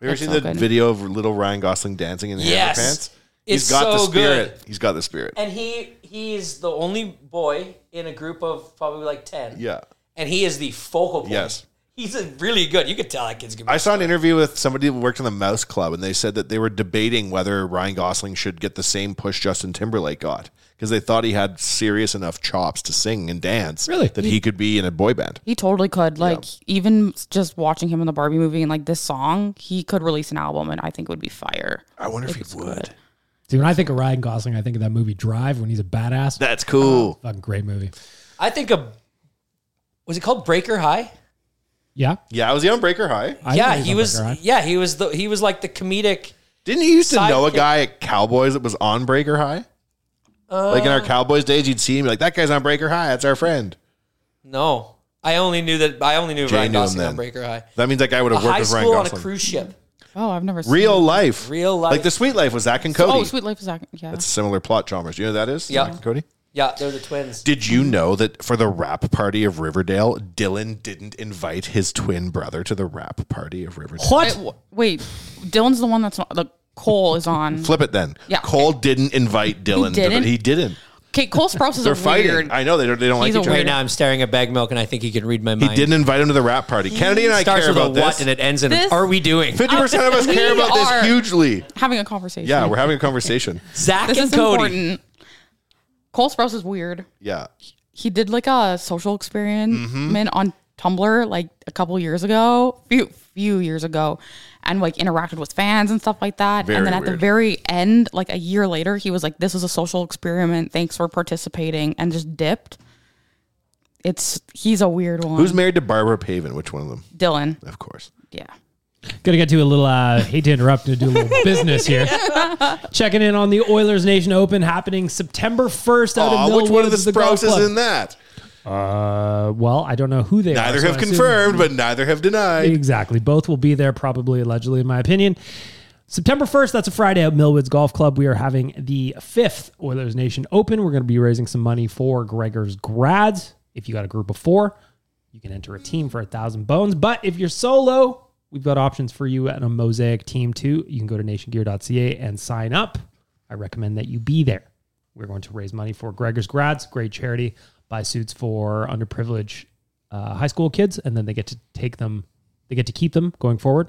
[SPEAKER 2] you ever
[SPEAKER 3] It's
[SPEAKER 2] seen
[SPEAKER 3] so
[SPEAKER 2] the
[SPEAKER 3] good.
[SPEAKER 2] video of little Ryan Gosling dancing in the
[SPEAKER 5] Yes.
[SPEAKER 2] pants?
[SPEAKER 5] It's
[SPEAKER 2] He's got the
[SPEAKER 5] so good.
[SPEAKER 2] spirit. He's got the spirit.
[SPEAKER 5] and he he is the only boy in a group of probably like 10
[SPEAKER 2] Yeah.
[SPEAKER 5] and he is the focal point
[SPEAKER 2] Yes.
[SPEAKER 5] he's a really good you could tell that kid's gonna be
[SPEAKER 2] I saw an interview with somebody who worked in the Mouse Club, and they said that they were debating whether Ryan Gosling should get the same push Justin Timberlake got because they thought he had serious enough chops to sing and dance,
[SPEAKER 4] Really?
[SPEAKER 2] that he could be in a boy band.
[SPEAKER 3] He totally could. Like even just watching him in the Barbie movie and like this song, he could release an album, and I think it would be fire.
[SPEAKER 2] I wonder if he would.
[SPEAKER 4] See, when I think of Ryan Gosling, I think of that movie Drive when he's a badass.
[SPEAKER 2] That's cool.
[SPEAKER 4] Fucking great movie.
[SPEAKER 5] I think a was it called Breaker High?
[SPEAKER 4] Yeah.
[SPEAKER 2] yeah, I was young Breaker High.
[SPEAKER 4] I
[SPEAKER 5] yeah,
[SPEAKER 4] think
[SPEAKER 5] he
[SPEAKER 4] on
[SPEAKER 5] was.
[SPEAKER 4] Breaker High.
[SPEAKER 5] Yeah, he was. The, he was like the comedic.
[SPEAKER 2] Didn't he used to know a
[SPEAKER 5] Sidekick.
[SPEAKER 2] guy at Cowboys that was on Breaker High? like in
[SPEAKER 5] Uh,
[SPEAKER 2] our Cowboys days, you'd see him like that guy's on Breaker High. That's our friend.
[SPEAKER 5] No, I only knew that. I only knew
[SPEAKER 2] Jay
[SPEAKER 5] Ryan
[SPEAKER 2] knew him
[SPEAKER 5] Gosling
[SPEAKER 2] then.
[SPEAKER 5] on Breaker High.
[SPEAKER 2] That means that guy would
[SPEAKER 5] A
[SPEAKER 2] have worked
[SPEAKER 5] high
[SPEAKER 2] with Ryan
[SPEAKER 5] school on a
[SPEAKER 2] Gosling.
[SPEAKER 5] cruise ship.
[SPEAKER 3] Oh, I've never seen
[SPEAKER 2] Real life.
[SPEAKER 5] Real life.
[SPEAKER 2] Like the Sweet Life with Zach and
[SPEAKER 3] it.
[SPEAKER 2] Cody.
[SPEAKER 3] Oh, Sweet Life is Zach. Yeah.
[SPEAKER 2] That's similar plot genres. You know who that is?
[SPEAKER 5] Yeah.
[SPEAKER 2] Zach and Cody.
[SPEAKER 5] Yeah, they're the twins.
[SPEAKER 2] Did you know that for the rap party of Riverdale, Dylan didn't invite his twin brother to the rap party of Riverdale?
[SPEAKER 3] Wait, w- wait, Dylan's the one that's not, the Cole is on.
[SPEAKER 2] Flip it then.
[SPEAKER 3] Yeah.
[SPEAKER 2] Cole didn't invite Dylan. to the-
[SPEAKER 3] didn't?
[SPEAKER 2] he didn't.
[SPEAKER 3] Okay, Cole Sprouse is
[SPEAKER 2] They're
[SPEAKER 3] a
[SPEAKER 2] fighting.
[SPEAKER 3] weird.
[SPEAKER 2] I know they don't, they don't
[SPEAKER 3] He's
[SPEAKER 2] like each other.
[SPEAKER 3] a
[SPEAKER 5] Right now, I'm staring at bag milk, and I think he can read my
[SPEAKER 2] He
[SPEAKER 5] mind.
[SPEAKER 2] didn't invite him to the rap party. Kennedy and I
[SPEAKER 5] Starts
[SPEAKER 2] care
[SPEAKER 5] with a
[SPEAKER 2] about
[SPEAKER 5] what
[SPEAKER 2] this.
[SPEAKER 5] and it ends in.
[SPEAKER 3] This-
[SPEAKER 5] Are we doing?
[SPEAKER 2] Fifty percent of us
[SPEAKER 3] We
[SPEAKER 2] care about
[SPEAKER 3] are-
[SPEAKER 2] this hugely.
[SPEAKER 3] having a conversation.
[SPEAKER 2] Yeah, we're having a conversation.
[SPEAKER 5] Zach
[SPEAKER 3] this
[SPEAKER 5] and
[SPEAKER 3] is
[SPEAKER 5] Cody.
[SPEAKER 3] important. Cole Sprouse is weird.
[SPEAKER 2] Yeah,
[SPEAKER 3] He did like a social experiment
[SPEAKER 2] Mm-hmm.
[SPEAKER 3] on Tumblr like a couple years ago, few few years ago, and like interacted with fans and stuff like that.
[SPEAKER 2] Very
[SPEAKER 3] and then at the
[SPEAKER 2] weird.
[SPEAKER 3] very end, like a year later, he was like, "This was a social experiment. Thanks for participating," and just dipped. It's he's a weird one.
[SPEAKER 2] who's married to Barbara Pavin? Which one of them?
[SPEAKER 3] Dylan?
[SPEAKER 2] Of course.
[SPEAKER 3] Yeah.
[SPEAKER 4] Gonna get to a little. Uh, hate to interrupt. To do a little business here. Checking in on the Oilers Nation Open happening September first out
[SPEAKER 2] Aw,
[SPEAKER 4] of Millwood.
[SPEAKER 2] which one of the
[SPEAKER 4] at golf
[SPEAKER 2] Sprouses
[SPEAKER 4] club.
[SPEAKER 2] is in that?
[SPEAKER 4] Uh, well, I don't know who they are.
[SPEAKER 2] Neither
[SPEAKER 4] so
[SPEAKER 2] have
[SPEAKER 4] I assume-
[SPEAKER 2] confirmed, but neither have denied.
[SPEAKER 4] Exactly. Both will be there, probably allegedly, in my opinion. September 1st, that's a Friday at Millwoods Golf Club. We are having the fifth Oilers Nation Open. We're going to be raising some money for Gregor's grads. If you got a group of four, you can enter a team for a thousand bones. But if you're solo, we've got options for you at a mosaic team too. You can go to nationgear.ca and sign up. I recommend that you be there. We're going to raise money for Gregor's grads, great charity, buy suits for underprivileged uh, high school kids, and then they get to take them, they get to keep them going forward.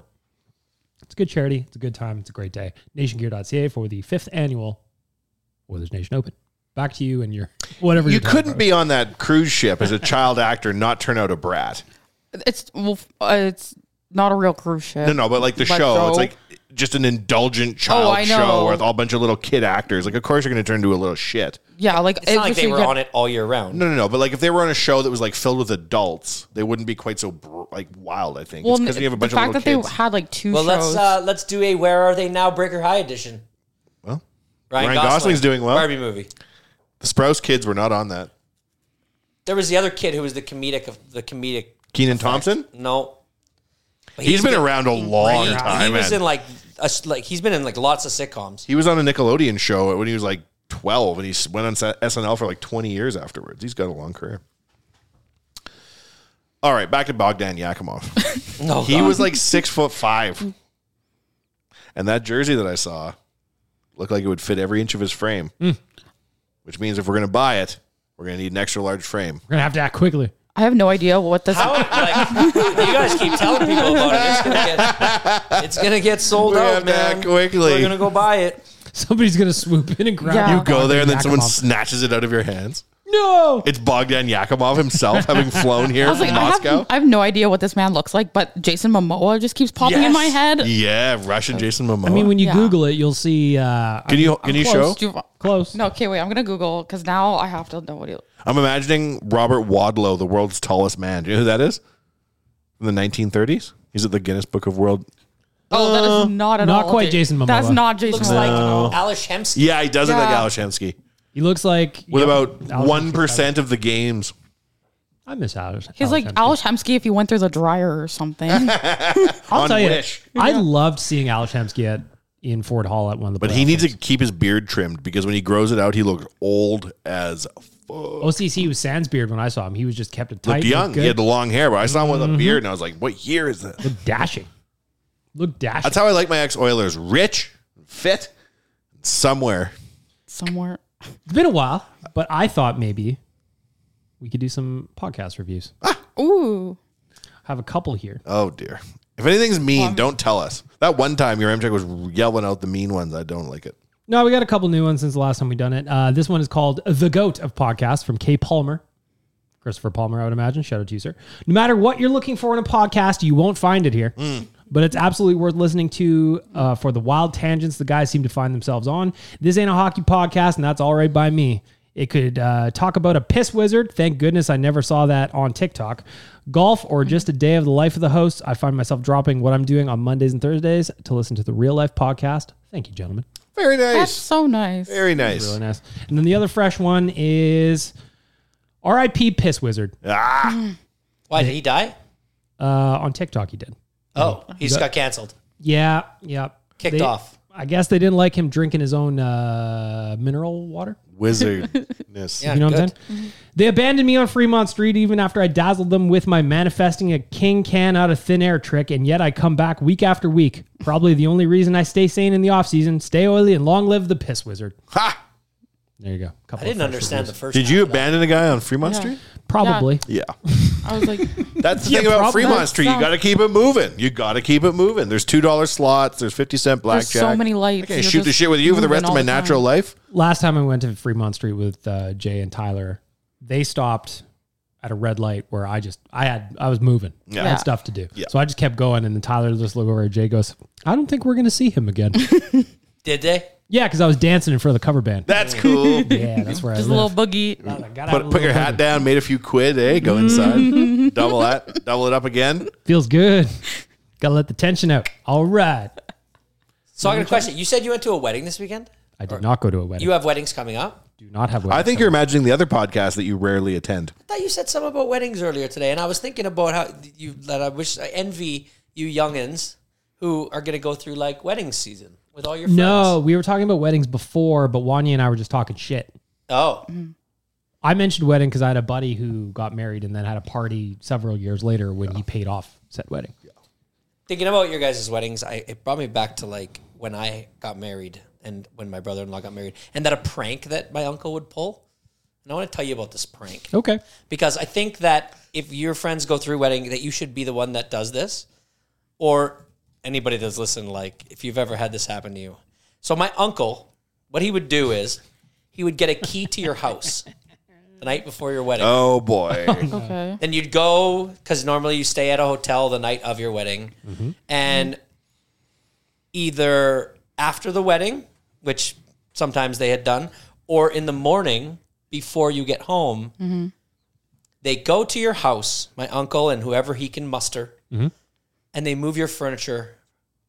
[SPEAKER 4] It's a good charity. It's a good time. It's a great day. Nationgear.ca for the fifth annual Oilers Nation Open. Back to you and your whatever
[SPEAKER 2] You
[SPEAKER 4] you're talking
[SPEAKER 2] couldn't
[SPEAKER 4] about.
[SPEAKER 2] be on that cruise ship as a child actor and not turn out a brat.
[SPEAKER 3] It's well, f- uh, it's not a real cruise ship.
[SPEAKER 2] No, no, but like the
[SPEAKER 3] But
[SPEAKER 2] show, it's
[SPEAKER 3] so-
[SPEAKER 2] like just an indulgent child
[SPEAKER 3] I
[SPEAKER 2] show
[SPEAKER 3] know.
[SPEAKER 2] with all a bunch of little kid actors. Like, of course, you're going to turn into a little shit.
[SPEAKER 3] yeah, like
[SPEAKER 5] It's not like
[SPEAKER 3] was
[SPEAKER 5] they
[SPEAKER 3] like
[SPEAKER 5] were
[SPEAKER 3] a-
[SPEAKER 5] on it all year round.
[SPEAKER 2] No, no, no. But like, if they were on a show that was like filled with adults, they wouldn't be quite so br- like wild. I think
[SPEAKER 3] Well,
[SPEAKER 2] it's because you have a bunch
[SPEAKER 3] the fact
[SPEAKER 2] of
[SPEAKER 3] that
[SPEAKER 2] little kids.
[SPEAKER 3] they had like two
[SPEAKER 5] Well, let's
[SPEAKER 3] shows.
[SPEAKER 5] uh, let's do a Where Are They Now Breaker High edition.
[SPEAKER 2] well,
[SPEAKER 5] Ryan,
[SPEAKER 2] Ryan Gosling's doing well.
[SPEAKER 5] Barbie movie.
[SPEAKER 2] the Sprouse kids were not on that.
[SPEAKER 5] There was the other kid who was the comedic of the comedic.
[SPEAKER 2] Keenan Thompson.
[SPEAKER 5] No, But
[SPEAKER 2] he's been around a long time.
[SPEAKER 5] He was
[SPEAKER 2] man.
[SPEAKER 5] in like a, s- like he's been in like lots of sitcoms.
[SPEAKER 2] He was on a Nickelodeon show when he was like 12 and he s- went on sa- SNL for like 20 years afterwards. He's got a long career. All right, back to Bogdan Yakimov.
[SPEAKER 5] No,
[SPEAKER 2] he was like six foot five. And that jersey that I saw looked like it would fit every inch of his frame,
[SPEAKER 5] Hmm.
[SPEAKER 2] which means if we're going to buy it, we're going to need an extra large frame.
[SPEAKER 4] We're going to have to act quickly.
[SPEAKER 3] I have no idea what this.
[SPEAKER 5] How, like, you guys keep telling people about it. It's gonna get, it's gonna get sold
[SPEAKER 2] We
[SPEAKER 5] out,
[SPEAKER 2] have to
[SPEAKER 5] man.
[SPEAKER 2] act quickly.
[SPEAKER 5] We're gonna go buy it.
[SPEAKER 4] Somebody's going to swoop in and grab
[SPEAKER 3] Yeah.
[SPEAKER 4] you.
[SPEAKER 3] You
[SPEAKER 2] Go there and then someone
[SPEAKER 4] Oh, Yakimov.
[SPEAKER 2] snatches it out of your hands.
[SPEAKER 4] No.
[SPEAKER 2] It's Bogdan Yakimov himself having flown here
[SPEAKER 3] I was
[SPEAKER 2] from
[SPEAKER 3] like, I have,
[SPEAKER 2] Moscow.
[SPEAKER 3] I have no idea what this man looks like, but Jason Momoa just keeps popping in
[SPEAKER 5] Yes.
[SPEAKER 3] my head.
[SPEAKER 2] yeah, Russian Jason Momoa.
[SPEAKER 4] I mean, when you
[SPEAKER 3] Yeah.
[SPEAKER 4] Google it, you'll see. Uh,
[SPEAKER 2] can you can you show?
[SPEAKER 3] Close. Do you-
[SPEAKER 4] close.
[SPEAKER 3] No, okay, wait. I'm gonna Google because now I have to know what he.
[SPEAKER 2] I'm imagining Robert Wadlow, the world's tallest man. Do you know who that is? From the 1930s? He's at the Guinness Book of World.
[SPEAKER 3] Oh,
[SPEAKER 2] Uh,
[SPEAKER 3] that is not at
[SPEAKER 4] not
[SPEAKER 3] all.
[SPEAKER 4] quite
[SPEAKER 3] Ja-
[SPEAKER 4] Jason Momoa.
[SPEAKER 3] That's not Jason.
[SPEAKER 5] Looks
[SPEAKER 3] Momoa.
[SPEAKER 5] like uh, Alice Hemsky.
[SPEAKER 2] Yeah, he does it like
[SPEAKER 3] Yeah.
[SPEAKER 2] Alashansky.
[SPEAKER 4] He looks like
[SPEAKER 2] With
[SPEAKER 4] yeah,
[SPEAKER 2] about
[SPEAKER 4] Alex
[SPEAKER 2] one
[SPEAKER 4] Hemsky.
[SPEAKER 2] percent of the games.
[SPEAKER 4] I miss Alex.
[SPEAKER 3] He's like
[SPEAKER 4] Hemsky.
[SPEAKER 3] Alish Hemsky if he went through the dryer or something.
[SPEAKER 4] I'll
[SPEAKER 2] on
[SPEAKER 4] tell you,
[SPEAKER 2] Wish.
[SPEAKER 4] I loved seeing Alex Hemsky at in Ford Hall at one of the.
[SPEAKER 2] But he needs to keep his beard trimmed because when he grows it out, he looks old as fuck.
[SPEAKER 4] OCC was sans beard when I saw him. He was just kept it tight.
[SPEAKER 2] Looked young.
[SPEAKER 4] Looked good, Mm-hmm.
[SPEAKER 2] He had the long hair, but I saw him with a beard and I was like, what year is that?
[SPEAKER 4] looked dashing. Looked dashing.
[SPEAKER 2] That's how I like my ex Oilers. Rich, fit, somewhere.
[SPEAKER 3] Somewhere.
[SPEAKER 4] it's been a while, but I thought maybe we could do some podcast reviews.
[SPEAKER 3] Ooh.
[SPEAKER 4] Have a couple here.
[SPEAKER 2] Oh dear. If anything's mean, don't tell us. That one time your MJ was yelling out the mean ones. I don't like it.
[SPEAKER 4] No, we got a couple new ones since the last time we done it. Uh, this one is called The Goat of Podcasts from Kay Palmer. Christopher Palmer, I would imagine. Shout out to you, sir. No matter what you're looking for in a podcast, you won't find it here. But it's absolutely worth listening to uh, for the wild tangents the guys seem to find themselves on. This ain't a hockey podcast, and that's all right by me. It could uh, talk about a piss wizard. Thank goodness I never saw that on TikTok. Golf or just a day of the life of the host. I find myself dropping what I'm doing on Mondays and Thursdays to listen to the real life podcast. Thank you, gentlemen.
[SPEAKER 2] Very nice.
[SPEAKER 3] That's so nice.
[SPEAKER 2] Very nice.
[SPEAKER 4] Really nice. And then the other fresh one is RIP Piss Wizard.
[SPEAKER 2] Ah,
[SPEAKER 5] Why did he die?
[SPEAKER 4] Uh, on TikTok, he did.
[SPEAKER 5] Oh, he just got canceled.
[SPEAKER 4] Yeah, yeah.
[SPEAKER 5] Kicked
[SPEAKER 4] They-
[SPEAKER 5] off.
[SPEAKER 4] I guess they didn't like him drinking his own uh, mineral water.
[SPEAKER 2] Wizardness.
[SPEAKER 5] Yeah,
[SPEAKER 4] You know
[SPEAKER 5] good.
[SPEAKER 4] what I'm saying? They abandoned me on Fremont Street even after I dazzled them with my manifesting a king can out of thin air trick, and yet I come back week after week. Probably the only reason I stay sane in the off season. Stay oily and long live the piss wizard.
[SPEAKER 2] Ha!
[SPEAKER 4] There you go. Couple
[SPEAKER 5] I
[SPEAKER 4] of
[SPEAKER 5] didn't
[SPEAKER 4] fresh
[SPEAKER 5] understand the
[SPEAKER 4] reviews.
[SPEAKER 5] first.
[SPEAKER 2] Did
[SPEAKER 5] half
[SPEAKER 2] you
[SPEAKER 5] of that.
[SPEAKER 2] abandon a guy on Fremont Street?
[SPEAKER 4] Probably.
[SPEAKER 2] Yeah.
[SPEAKER 3] I was like,
[SPEAKER 2] That's the thing about
[SPEAKER 4] probably.
[SPEAKER 2] Fremont Street. You
[SPEAKER 3] Sounds-
[SPEAKER 2] got to keep it moving. You got to keep it moving. There's two dollar slots. There's fifty cent blackjack.
[SPEAKER 3] There's so many lights.
[SPEAKER 2] I can
[SPEAKER 3] You're
[SPEAKER 2] shoot the
[SPEAKER 3] just
[SPEAKER 2] shit with you for the
[SPEAKER 3] moving
[SPEAKER 2] rest of
[SPEAKER 3] all
[SPEAKER 2] my
[SPEAKER 3] the time.
[SPEAKER 2] natural life.
[SPEAKER 4] Last time I went to Fremont Street with uh, Jay and Tyler, they stopped at a red light where I just I had I was moving. I
[SPEAKER 3] Yeah.
[SPEAKER 4] had stuff to do.
[SPEAKER 2] Yeah.
[SPEAKER 4] So I just kept going, and then Tyler just looked over at Jay. Goes, I don't think we're gonna see him again.
[SPEAKER 5] Did they?
[SPEAKER 4] yeah, because I was dancing in front of the cover band.
[SPEAKER 2] That's cool.
[SPEAKER 4] yeah, that's where
[SPEAKER 3] Just
[SPEAKER 4] I
[SPEAKER 3] a little
[SPEAKER 4] live.
[SPEAKER 3] boogie.
[SPEAKER 2] put put your hat down. Made a few quid. Hey, go inside. double that. Double it up again.
[SPEAKER 4] Feels good. Gotta let the tension out. All right.
[SPEAKER 5] So I got a question. You said you went to a wedding this weekend.
[SPEAKER 4] I did not go to a wedding.
[SPEAKER 5] You have weddings coming up.
[SPEAKER 4] do not have weddings.
[SPEAKER 2] I think you're imagining the other podcast that you rarely attend.
[SPEAKER 5] I thought you said something about weddings earlier today, and I was thinking about how you that I wish I envy you youngins who are going to go through like wedding season with all your friends.
[SPEAKER 4] No, we were talking about weddings before, but Wanya and I were just talking shit.
[SPEAKER 5] Oh,
[SPEAKER 4] I mentioned wedding because I had a buddy who got married and then had a party several years later when he paid off said wedding.
[SPEAKER 5] thinking about your guys' weddings, I, it brought me back to like when I got married and when my brother in law got married, and that a prank that my uncle would pull. And I want to tell you about this prank
[SPEAKER 4] Okay.
[SPEAKER 5] because I think that if your friends go through wedding, that you should be the one that does this, or anybody that's listening. Like if you've ever had this happen to you, so my uncle, what he would do is he would get a key to your house the night before your wedding.
[SPEAKER 2] Oh boy.
[SPEAKER 3] Okay.
[SPEAKER 5] Then you'd go because normally you stay at a hotel the night of your wedding, and either after the wedding, which sometimes they had done, or in the morning before you get home, they go to your house, my uncle and whoever he can muster, and they move your furniture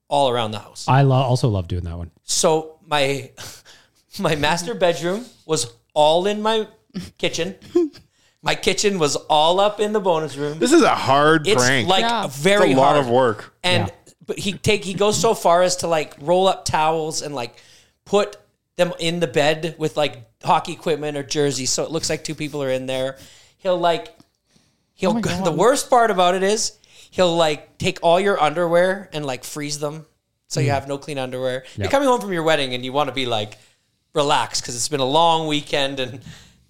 [SPEAKER 5] all around the house.
[SPEAKER 4] I lo- also love doing that one.
[SPEAKER 5] So my my master bedroom was all in my kitchen. My kitchen was all up in the bonus room.
[SPEAKER 2] this is a hard
[SPEAKER 5] It's
[SPEAKER 2] prank.
[SPEAKER 5] like
[SPEAKER 3] Yeah.
[SPEAKER 5] very
[SPEAKER 2] it's a lot
[SPEAKER 5] hard.
[SPEAKER 2] of work.
[SPEAKER 5] And but he take he goes so far as to like roll up towels and like put them in the bed with like hockey equipment or jerseys, so it looks like two people are in there. He'll like he'll the worst part about it is he'll like take all your underwear and like freeze them, so you have no clean underwear. You're coming home from your wedding and you want to be like relaxed because it's been a long weekend and.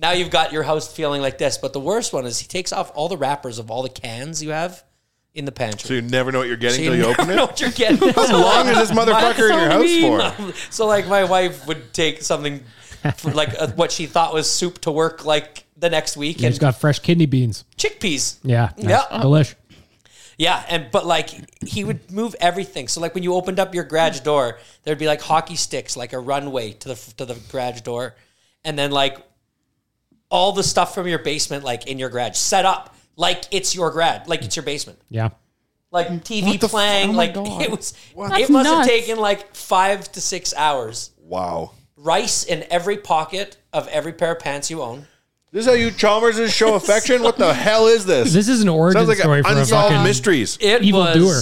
[SPEAKER 5] Now you've got your house feeling like this, but the worst one is he takes off all the wrappers of all the cans you have in the pantry.
[SPEAKER 2] So you never know what you're getting
[SPEAKER 5] So
[SPEAKER 2] until
[SPEAKER 5] you
[SPEAKER 2] you,
[SPEAKER 5] never
[SPEAKER 2] open it.
[SPEAKER 5] know what you're getting.
[SPEAKER 2] How long is this motherfucker in your house for?
[SPEAKER 5] so like my wife would take something for like uh, what she thought was soup to work like the next week
[SPEAKER 4] You
[SPEAKER 5] and
[SPEAKER 4] just got fresh kidney beans.
[SPEAKER 5] chickpeas.
[SPEAKER 4] Yeah.
[SPEAKER 5] Yeah.
[SPEAKER 4] Nice. Delish.
[SPEAKER 5] Yeah, and but like he would move everything. So like when you opened up your garage door, there'd be like hockey sticks, like a runway to the to the garage door, and then like all the stuff from your basement, like in your garage, set up like it's your garage, like it's your basement.
[SPEAKER 4] Yeah.
[SPEAKER 5] like TV
[SPEAKER 3] the fu-
[SPEAKER 5] playing.
[SPEAKER 3] oh my
[SPEAKER 5] like
[SPEAKER 3] God.
[SPEAKER 5] it was. It
[SPEAKER 3] That's
[SPEAKER 5] must have
[SPEAKER 3] nuts.
[SPEAKER 5] taken like five to six hours.
[SPEAKER 2] Wow.
[SPEAKER 5] Rice in every pocket of every pair of pants you own.
[SPEAKER 2] This is how you Chalmers show affection? What the hell is this?
[SPEAKER 4] This is an origin
[SPEAKER 2] Sounds like
[SPEAKER 4] story
[SPEAKER 2] an
[SPEAKER 4] for a
[SPEAKER 2] unsolved
[SPEAKER 4] fucking
[SPEAKER 2] mysteries.
[SPEAKER 5] It was
[SPEAKER 4] Evildoer.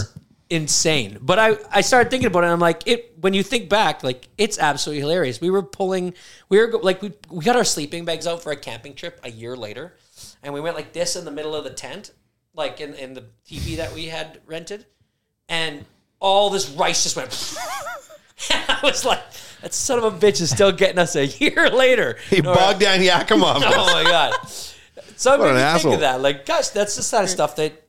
[SPEAKER 5] insane. But I I started thinking about it. and I'm like it when you think back, like it's absolutely hilarious. We were pulling. We were go- like we we got our sleeping bags out for a camping trip a year later, and we went like this in the middle of the tent, like in in the TV that we had rented, and all this rice just went. And I was like, that son of a bitch is still getting us a year later.
[SPEAKER 2] He bogged down Yakima.
[SPEAKER 5] Oh my god! So
[SPEAKER 2] What
[SPEAKER 5] what
[SPEAKER 2] an
[SPEAKER 5] made me
[SPEAKER 2] asshole.
[SPEAKER 5] think of that. Like, gosh, that's the kind of stuff that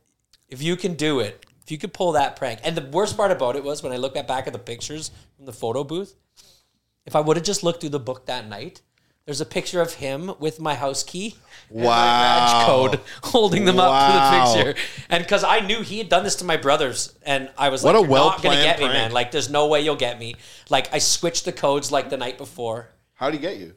[SPEAKER 5] if you can do it, if you could pull that prank. And the worst part about it was when I looked at back at the pictures from the photo booth. If I would have just looked through the book that night, there's a picture of him with my house key and
[SPEAKER 2] Wow.
[SPEAKER 5] my badge code, holding them up
[SPEAKER 2] Wow.
[SPEAKER 5] to the picture. And because I knew he had done this to my brothers, and I was
[SPEAKER 2] What
[SPEAKER 5] like,
[SPEAKER 2] a
[SPEAKER 5] "You're not gonna
[SPEAKER 2] well-planned
[SPEAKER 5] get me, man.
[SPEAKER 2] prank.
[SPEAKER 5] Like, there's no way you'll get me." Like, I switched the codes like the night before.
[SPEAKER 2] How'd he get you?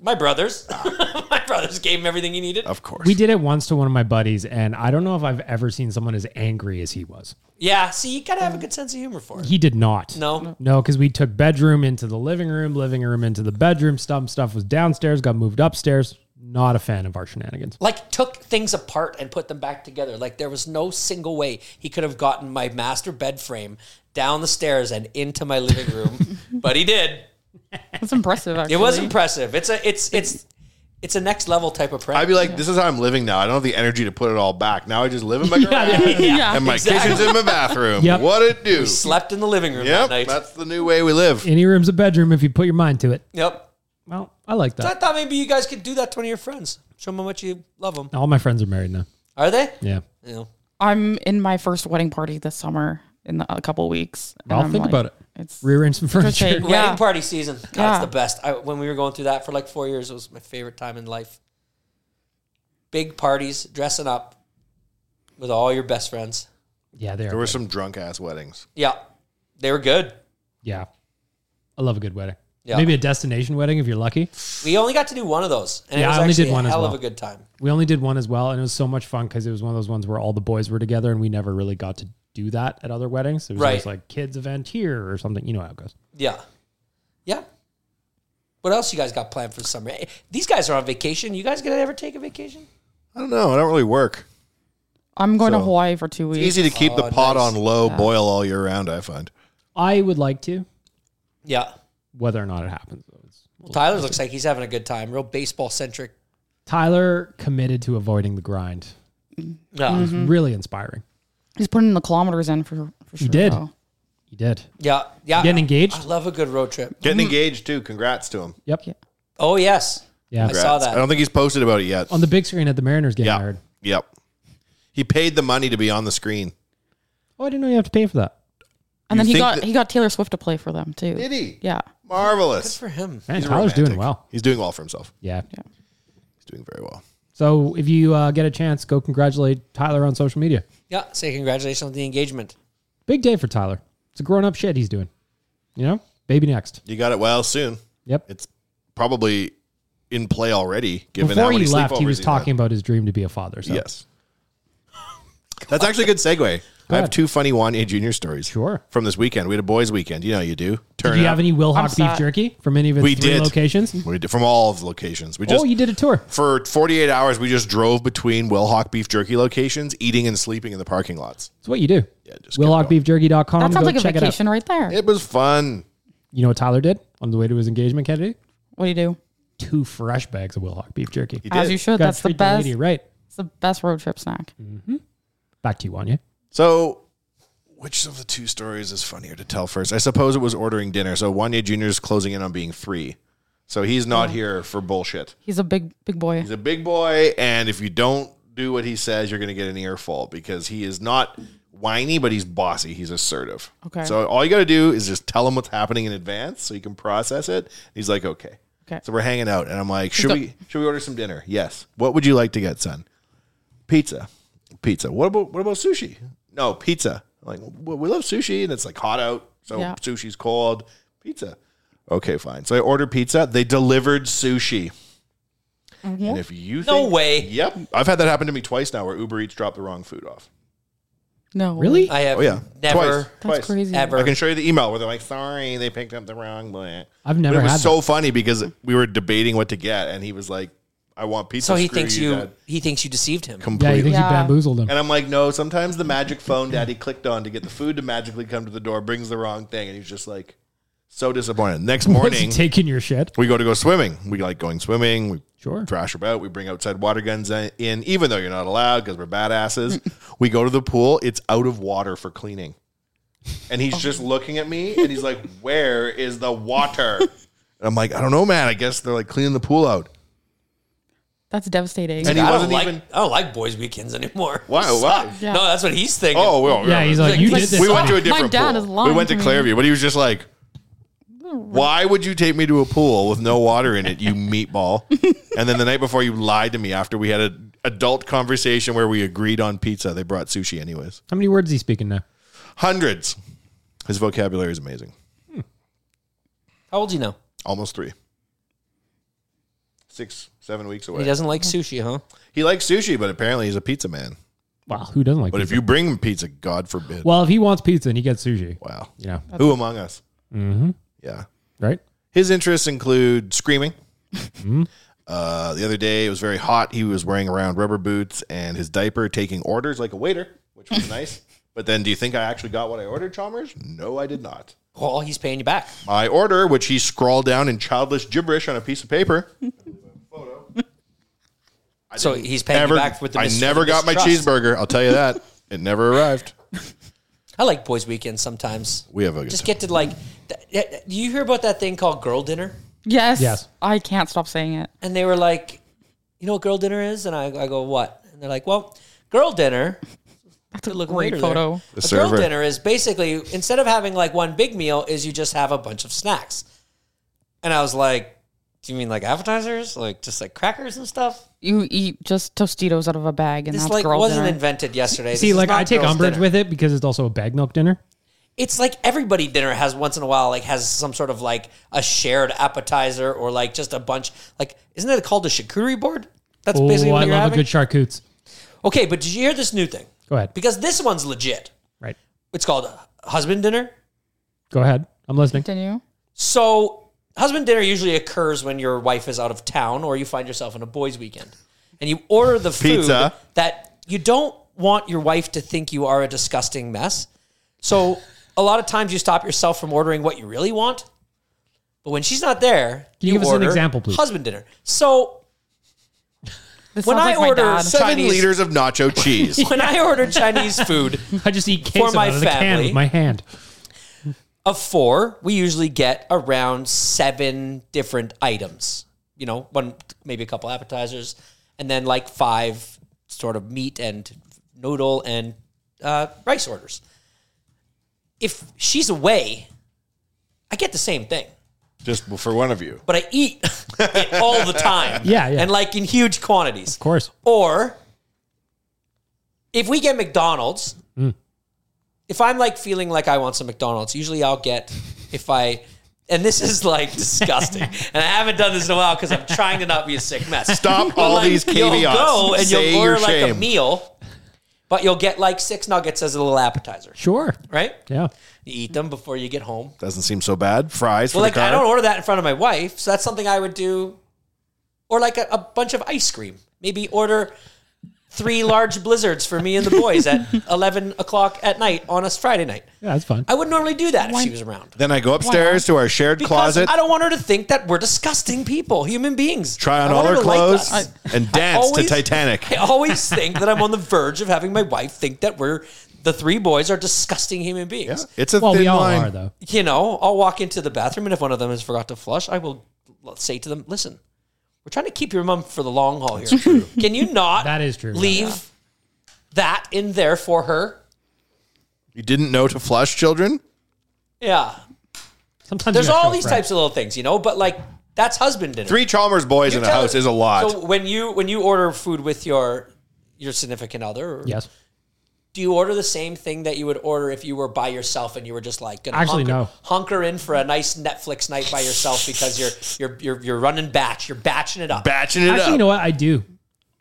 [SPEAKER 5] My brothers, my brothers gave him everything he needed.
[SPEAKER 2] Of course.
[SPEAKER 4] We did it once to one of my buddies, and I don't know if I've ever seen someone as angry as he was.
[SPEAKER 5] Yeah, see, you gotta have a good sense of humor for it.
[SPEAKER 4] He did not.
[SPEAKER 5] No,
[SPEAKER 4] No, because we took bedroom into the living room, living room into the bedroom. Some stuff was downstairs, got moved upstairs. Not a fan of our shenanigans.
[SPEAKER 5] like took things apart and put them back together. Like there was no single way he could have gotten my master bed frame down the stairs and into my living room, but he did.
[SPEAKER 3] That's impressive. Actually.
[SPEAKER 5] It was impressive. It's a it's it's it's a next level type of prank.
[SPEAKER 2] I'd be like, this is how I'm living now. I don't have the energy to put it all back. Now I just live in my garage
[SPEAKER 3] Yeah.
[SPEAKER 2] and my kitchen's in my bathroom.
[SPEAKER 4] Yep.
[SPEAKER 2] What it do?
[SPEAKER 5] slept in the living room
[SPEAKER 2] Yep,
[SPEAKER 5] that night.
[SPEAKER 2] that's the new way we live.
[SPEAKER 4] Any room's a bedroom if you put your mind to it.
[SPEAKER 5] yep.
[SPEAKER 4] Well, I like
[SPEAKER 5] So I
[SPEAKER 4] that.
[SPEAKER 5] thought maybe you guys could do that to one of your friends. Show them how much you love them.
[SPEAKER 4] All my friends are married now.
[SPEAKER 5] Are they?
[SPEAKER 4] Yeah.
[SPEAKER 5] No.
[SPEAKER 3] I'm in my first wedding party this summer in the, a couple weeks. and
[SPEAKER 4] I'll
[SPEAKER 3] I'm
[SPEAKER 4] think
[SPEAKER 3] like,
[SPEAKER 4] about it.
[SPEAKER 3] It's
[SPEAKER 4] Rearrange some furniture.
[SPEAKER 3] Interesting.
[SPEAKER 5] Wedding
[SPEAKER 3] Yeah.
[SPEAKER 5] party season. God,
[SPEAKER 3] Yeah.
[SPEAKER 5] it's the best. I, when we were going through that for like four years, it was my favorite time in life. Big parties, dressing up with all your best friends.
[SPEAKER 4] Yeah, they are.
[SPEAKER 2] There were
[SPEAKER 4] good.
[SPEAKER 2] some drunk ass weddings.
[SPEAKER 5] Yeah, they were good.
[SPEAKER 4] yeah. I love a good wedding.
[SPEAKER 5] Yeah.
[SPEAKER 4] Maybe a destination wedding if you're lucky.
[SPEAKER 5] We only got to do one of those, and
[SPEAKER 4] Yeah,
[SPEAKER 5] it was
[SPEAKER 4] I only
[SPEAKER 5] actually
[SPEAKER 4] did one
[SPEAKER 5] a
[SPEAKER 4] as
[SPEAKER 5] hell
[SPEAKER 4] well.
[SPEAKER 5] of a good time.
[SPEAKER 4] We only did one as well, and it was so much fun because it was one of those ones where all the boys were together, and we never really got to do that at other weddings. It was
[SPEAKER 5] Right.
[SPEAKER 4] always like kids event here or something. You know how it goes.
[SPEAKER 5] Yeah, yeah. What else you guys got planned for the summer? Eh, These guys are on vacation. You guys gonna ever take a vacation?
[SPEAKER 2] I don't know. I don't really work.
[SPEAKER 3] I'm going
[SPEAKER 2] So-
[SPEAKER 3] to Hawaii for two weeks.
[SPEAKER 2] Easy to keep the
[SPEAKER 5] Oh,
[SPEAKER 2] pot
[SPEAKER 5] nice.
[SPEAKER 2] on low, boil all year round. I find.
[SPEAKER 4] I would like to,
[SPEAKER 5] Yeah.
[SPEAKER 4] whether or not it happens. though. It's-
[SPEAKER 5] Well, Tyler looks like he's having a good time. Real baseball centric.
[SPEAKER 4] Tyler committed to avoiding the grind.
[SPEAKER 5] Yeah.
[SPEAKER 4] It was
[SPEAKER 3] Mm.
[SPEAKER 4] really inspiring.
[SPEAKER 3] He's putting the kilometers in for, for sure.
[SPEAKER 4] did.
[SPEAKER 3] though.
[SPEAKER 4] He did.
[SPEAKER 5] Yeah. Yeah.
[SPEAKER 4] Getting engaged?
[SPEAKER 5] I love a good road trip.
[SPEAKER 2] Getting engaged too. Congrats to him.
[SPEAKER 4] Yep.
[SPEAKER 5] Oh yes.
[SPEAKER 4] Yeah.
[SPEAKER 5] I saw
[SPEAKER 2] I
[SPEAKER 5] that.
[SPEAKER 2] don't think he's posted about it yet.
[SPEAKER 4] On the big screen at the Mariners game, I
[SPEAKER 2] yeah.
[SPEAKER 4] heard.
[SPEAKER 2] Yep. He paid the money to be on the screen.
[SPEAKER 4] Oh, I didn't know you have to pay for that.
[SPEAKER 3] And then
[SPEAKER 2] You
[SPEAKER 3] he
[SPEAKER 2] think
[SPEAKER 3] got
[SPEAKER 2] that-
[SPEAKER 3] he got Taylor Swift to play for them too.
[SPEAKER 2] Did he?
[SPEAKER 3] Yeah.
[SPEAKER 2] Marvelous.
[SPEAKER 5] For him.
[SPEAKER 4] Man, Tyler's doing
[SPEAKER 2] Romantic.
[SPEAKER 4] well.
[SPEAKER 2] He's doing well for himself.
[SPEAKER 4] Yeah.
[SPEAKER 2] He's doing very well.
[SPEAKER 4] So if you uh, get a chance, go congratulate Tyler on social media.
[SPEAKER 5] Yeah. Say congratulations on the engagement.
[SPEAKER 4] Big day for Tyler. It's a grown up shit he's doing. You know? Baby next.
[SPEAKER 2] You got it well soon.
[SPEAKER 4] Yep.
[SPEAKER 2] It's probably in play already. Given how
[SPEAKER 4] Before
[SPEAKER 2] many
[SPEAKER 4] he left, he
[SPEAKER 2] sleepovers
[SPEAKER 4] was
[SPEAKER 2] he's
[SPEAKER 4] talking
[SPEAKER 2] had.
[SPEAKER 4] about his dream to be a father. So.
[SPEAKER 2] Yes. That's actually a good segue. I have
[SPEAKER 4] ahead.
[SPEAKER 2] two funny Wanye Junior stories.
[SPEAKER 4] Sure.
[SPEAKER 2] From this weekend, we had a boys' weekend. You know how you do. Turn
[SPEAKER 4] Do you
[SPEAKER 2] up.
[SPEAKER 4] have any Will Hawk beef
[SPEAKER 3] sad.
[SPEAKER 4] jerky from any of its
[SPEAKER 2] We
[SPEAKER 4] three
[SPEAKER 2] did.
[SPEAKER 4] locations?
[SPEAKER 2] We did- from all of the locations. We just
[SPEAKER 4] oh, you did a tour.
[SPEAKER 2] for 48 hours we just drove between Wilhock beef jerky locations, eating and sleeping in the parking lots.
[SPEAKER 4] That's what you do.
[SPEAKER 2] Yeah, just kept going.
[SPEAKER 4] WillHawkBeefJerky.com.
[SPEAKER 3] That sounds
[SPEAKER 4] go
[SPEAKER 3] like a
[SPEAKER 4] check
[SPEAKER 3] vacation
[SPEAKER 4] It out.
[SPEAKER 3] right there.
[SPEAKER 2] It was fun.
[SPEAKER 4] You know what Tyler did on the way to his engagement, Kennedy?
[SPEAKER 3] What do you do?
[SPEAKER 4] Two fresh bags of Will Hawk beef jerky.
[SPEAKER 2] He
[SPEAKER 3] As
[SPEAKER 2] did.
[SPEAKER 3] you should.
[SPEAKER 4] Got
[SPEAKER 3] That's the
[SPEAKER 4] treat to
[SPEAKER 3] best.
[SPEAKER 4] lady, right?
[SPEAKER 3] It's the best road trip snack.
[SPEAKER 4] Mm-hmm. Back to you, Wanya.
[SPEAKER 2] So, which of the two stories is funnier to tell first? I suppose it was ordering dinner. So Wanye Jr. is closing in on being three. So he's not here for bullshit.
[SPEAKER 3] He's a big big boy.
[SPEAKER 2] He's a big boy, and if you don't do what he says, you're going to get an earful because he is not whiny, but he's bossy. He's assertive.
[SPEAKER 3] Okay.
[SPEAKER 2] So all you got to do is just tell him what's happening in advance so you can process it. He's like, okay.
[SPEAKER 3] Okay.
[SPEAKER 2] So we're hanging out, and I'm like, should
[SPEAKER 3] go.
[SPEAKER 2] we should we order some dinner? Yes. What would you like to get, son? Pizza. Pizza. What about what about sushi? No, pizza. I'm like, well, we love sushi, and it's like hot out, so
[SPEAKER 3] Yeah.
[SPEAKER 2] sushi's cold. Pizza. Okay, fine. So I ordered pizza. They delivered sushi.
[SPEAKER 3] Mm-hmm.
[SPEAKER 2] And if you
[SPEAKER 5] No
[SPEAKER 2] think-
[SPEAKER 5] way.
[SPEAKER 2] Yep, I've had that happen to me twice now, where Uber Eats dropped the wrong food off.
[SPEAKER 3] No.
[SPEAKER 4] Really?
[SPEAKER 5] I have
[SPEAKER 2] Oh yeah,
[SPEAKER 5] never
[SPEAKER 2] twice.
[SPEAKER 3] That's
[SPEAKER 2] twice.
[SPEAKER 3] crazy.
[SPEAKER 5] ever
[SPEAKER 2] I can show you the email where they're like, "Sorry, they picked up the wrong." Blah.
[SPEAKER 4] I've
[SPEAKER 2] But
[SPEAKER 4] never
[SPEAKER 2] it was
[SPEAKER 4] had
[SPEAKER 2] so
[SPEAKER 4] that.
[SPEAKER 2] funny because we were debating what to get, and he was like, "I want pizza."
[SPEAKER 5] So he
[SPEAKER 2] screw
[SPEAKER 5] thinks you,
[SPEAKER 2] Dad."
[SPEAKER 5] he thinks you deceived him.
[SPEAKER 4] Yeah,
[SPEAKER 2] completely.
[SPEAKER 4] you think you
[SPEAKER 3] Yeah.
[SPEAKER 4] bamboozled him.
[SPEAKER 2] and I'm like, "No." Sometimes the magic phone daddy clicked on to get the food to magically come to the door brings the wrong thing, and he's just like, so disappointed. Next morning,
[SPEAKER 4] taking your shit.
[SPEAKER 2] we go to go swimming. We like going swimming. We
[SPEAKER 4] Sure.
[SPEAKER 2] thrash about. We bring outside water guns in, even though you're not allowed because we're badasses. we go to the pool. It's out of water for cleaning. And he's just
[SPEAKER 5] Oh.
[SPEAKER 2] looking at me and he's like, Where is the water? And I'm like, I don't know, man. I guess they're like cleaning the pool out.
[SPEAKER 3] That's devastating.
[SPEAKER 2] And he
[SPEAKER 5] I don't
[SPEAKER 2] wasn't
[SPEAKER 5] like
[SPEAKER 2] even.
[SPEAKER 5] I don't like boys weekends anymore.
[SPEAKER 2] Why? Why?
[SPEAKER 5] Suck. No, that's what he's thinking.
[SPEAKER 2] Oh, well,
[SPEAKER 4] Yeah, he's like,
[SPEAKER 5] Like,
[SPEAKER 4] you
[SPEAKER 5] like,
[SPEAKER 4] did this.
[SPEAKER 2] we
[SPEAKER 4] to
[SPEAKER 2] went
[SPEAKER 4] me."
[SPEAKER 2] to a different
[SPEAKER 3] My dad
[SPEAKER 2] pool.
[SPEAKER 3] is lying
[SPEAKER 2] we went to
[SPEAKER 3] to me.
[SPEAKER 2] Clearview, but he was just like, "Why would you take me to a pool with no water in it, you meatball?" and then the night before, you lied to me after we had an adult conversation where we agreed on pizza. They brought sushi anyways.
[SPEAKER 4] How many words is he speaking now?
[SPEAKER 2] Hundreds. His vocabulary is amazing.
[SPEAKER 5] How old do you know?
[SPEAKER 2] Almost three. Six, seven weeks away.
[SPEAKER 5] He
[SPEAKER 2] He,
[SPEAKER 5] doesn't like sushi, huh?
[SPEAKER 2] likes sushi, but apparently he's a pizza man.
[SPEAKER 4] Wow, who doesn't like
[SPEAKER 2] But if
[SPEAKER 4] pizza?
[SPEAKER 2] you bring him pizza, God forbid.
[SPEAKER 4] well, if he wants pizza and he gets sushi,
[SPEAKER 2] wow.
[SPEAKER 4] you know,
[SPEAKER 2] Who among us?
[SPEAKER 4] mm-hmm,
[SPEAKER 2] Yeah.
[SPEAKER 4] right? Mm-hmm.
[SPEAKER 2] His interests include screaming, Uh, the other day, it was very hot. He was wearing around rubber boots and his diaper, taking orders like a waiter, which was nice. But then, do you think I actually got what I ordered, Chalmers? No, I did not.
[SPEAKER 5] Well, he's paying you back.
[SPEAKER 2] My order, which he scrawled down in childish gibberish on a piece of paper,
[SPEAKER 5] so he's paying
[SPEAKER 2] never,
[SPEAKER 5] you back with the.
[SPEAKER 2] I
[SPEAKER 5] mis-
[SPEAKER 2] never
[SPEAKER 5] for the
[SPEAKER 2] got my
[SPEAKER 5] mistrust.
[SPEAKER 2] cheeseburger. I'll tell you that. It never arrived.
[SPEAKER 5] I like boys' weekends sometimes.
[SPEAKER 2] We have a good
[SPEAKER 5] just
[SPEAKER 2] time.
[SPEAKER 5] get to like. th- th- Do you hear about that thing called girl dinner?
[SPEAKER 3] Yes.
[SPEAKER 4] Yes.
[SPEAKER 3] I can't stop saying it.
[SPEAKER 5] And they were like, "You know what girl dinner is?" And I, I go, "What?" And they're like, "Well, girl dinner." That's a
[SPEAKER 3] Great photo.
[SPEAKER 5] A
[SPEAKER 2] server.
[SPEAKER 5] girl dinner is basically instead of having like one big meal, is you just have a bunch of snacks. And I was like, "Do you mean like appetizers, like just like crackers and stuff?"
[SPEAKER 3] You eat just Tostitos out of a bag, and
[SPEAKER 5] This
[SPEAKER 3] that's
[SPEAKER 5] like
[SPEAKER 3] girl
[SPEAKER 5] wasn't
[SPEAKER 3] dinner.
[SPEAKER 5] invented yesterday.
[SPEAKER 4] See,
[SPEAKER 5] This is
[SPEAKER 4] like
[SPEAKER 5] not
[SPEAKER 4] I take
[SPEAKER 5] girls'
[SPEAKER 4] umbrage
[SPEAKER 5] dinner.
[SPEAKER 4] with it because it's also a bag milk dinner.
[SPEAKER 5] it's like everybody dinner has once in a while like has some sort of like a shared appetizer or like just a bunch like isn't that called a charcuterie board? That's
[SPEAKER 4] Oh,
[SPEAKER 5] basically what
[SPEAKER 4] I
[SPEAKER 5] you're
[SPEAKER 4] love
[SPEAKER 5] having.
[SPEAKER 4] a good charcutes.
[SPEAKER 5] okay, but did you hear this new thing?
[SPEAKER 4] Go ahead.
[SPEAKER 5] Because this one's legit.
[SPEAKER 4] Right.
[SPEAKER 5] It's called husband dinner.
[SPEAKER 4] Go ahead. I'm listening.
[SPEAKER 3] Continue.
[SPEAKER 5] So, husband dinner usually occurs when your wife is out of town or you find yourself on a boys' weekend. And you order the food
[SPEAKER 2] Pizza.
[SPEAKER 5] that you don't want your wife to think you are a disgusting mess. So, a lot of times you stop yourself from ordering what you really want. But when she's not there,
[SPEAKER 4] Can you give us an
[SPEAKER 5] order
[SPEAKER 4] example, please?
[SPEAKER 5] husband dinner. So,
[SPEAKER 3] This
[SPEAKER 5] When
[SPEAKER 3] sounds
[SPEAKER 5] I
[SPEAKER 3] like my
[SPEAKER 5] order
[SPEAKER 3] dad.
[SPEAKER 5] some-
[SPEAKER 2] Seven
[SPEAKER 5] Chinese-
[SPEAKER 2] liters of nacho cheese.
[SPEAKER 5] when I order Chinese food
[SPEAKER 4] I just eat queso
[SPEAKER 5] my
[SPEAKER 4] out of the can
[SPEAKER 5] family.
[SPEAKER 4] with my hand.
[SPEAKER 5] of four, we usually get around seven different items. You know, one maybe a couple appetizers, and then like five sort of meat and noodle and uh, rice orders. If she's away, I get the same thing,
[SPEAKER 2] Just for one of you.
[SPEAKER 5] but I eat it all the time.
[SPEAKER 4] Yeah, yeah.
[SPEAKER 5] and like in huge quantities.
[SPEAKER 4] Of course.
[SPEAKER 5] Or if we get McDonald's,
[SPEAKER 2] Mm.
[SPEAKER 5] if I'm like feeling like I want some McDonald's, usually I'll get if I and this is like disgusting. and I haven't done this in a while because I'm trying to not be a sick mess.
[SPEAKER 2] Stop
[SPEAKER 5] But,
[SPEAKER 2] all
[SPEAKER 5] like,
[SPEAKER 2] these
[SPEAKER 5] You'll
[SPEAKER 2] caveats.
[SPEAKER 5] go and
[SPEAKER 2] Say
[SPEAKER 5] you'll order
[SPEAKER 2] your
[SPEAKER 5] like a
[SPEAKER 2] shame.
[SPEAKER 5] meal, but you'll get like six nuggets as a little appetizer,
[SPEAKER 4] Sure.
[SPEAKER 5] right?
[SPEAKER 4] Yeah.
[SPEAKER 5] You eat them before you get home.
[SPEAKER 2] Doesn't seem so bad. Fries for
[SPEAKER 5] Well, like
[SPEAKER 2] the car.
[SPEAKER 5] I don't order that in front of my wife, so that's something I would do, or like a, a bunch of ice cream. Maybe order three large blizzards for me and the boys at eleven o'clock at night on a Friday night.
[SPEAKER 4] Yeah, that's fun.
[SPEAKER 5] I would normally do that if she was around
[SPEAKER 2] Then I go upstairs to our shared
[SPEAKER 5] because
[SPEAKER 2] closet,
[SPEAKER 5] I don't want her to think that we're disgusting people, human beings.
[SPEAKER 2] try on
[SPEAKER 5] I
[SPEAKER 2] all
[SPEAKER 5] want
[SPEAKER 2] her
[SPEAKER 5] her to like
[SPEAKER 2] clothes,
[SPEAKER 5] us.
[SPEAKER 2] and dance
[SPEAKER 5] always-
[SPEAKER 2] to Titanic.
[SPEAKER 5] I always think that I'm on the verge of having my wife think that we're the three boys are disgusting human
[SPEAKER 2] Yeah,
[SPEAKER 5] beings.
[SPEAKER 2] it's a
[SPEAKER 4] well,
[SPEAKER 2] thin
[SPEAKER 4] we all
[SPEAKER 2] line.
[SPEAKER 4] are though.
[SPEAKER 5] you know, I'll walk into the bathroom, and if one of them has forgot to flush, I will l- say to them, "Listen, we're trying to keep your mom for the long haul here. Can you not?
[SPEAKER 4] That is true, yeah.
[SPEAKER 5] Leave that in there for her.
[SPEAKER 2] You didn't know to flush children?
[SPEAKER 5] Yeah.
[SPEAKER 4] Sometimes
[SPEAKER 5] There's
[SPEAKER 4] you have
[SPEAKER 5] all
[SPEAKER 4] to
[SPEAKER 5] these
[SPEAKER 4] go
[SPEAKER 5] types of little things, you know. But like, that's husband dinner.
[SPEAKER 2] Three Chalmers boys
[SPEAKER 5] You
[SPEAKER 2] in a
[SPEAKER 5] tell-
[SPEAKER 2] house is a lot.
[SPEAKER 5] So when you when you order food with your your significant other,
[SPEAKER 4] for it. Yes.
[SPEAKER 5] do you order the same thing that you would order if you were by yourself and you were just like gonna
[SPEAKER 4] Actually,
[SPEAKER 5] hunker,
[SPEAKER 4] no.
[SPEAKER 5] hunker in for a nice Netflix night by yourself because you're you're you're, you're running batch, you're batching it up.
[SPEAKER 2] Batching it
[SPEAKER 4] Actually,
[SPEAKER 2] up.
[SPEAKER 4] you know what? I do.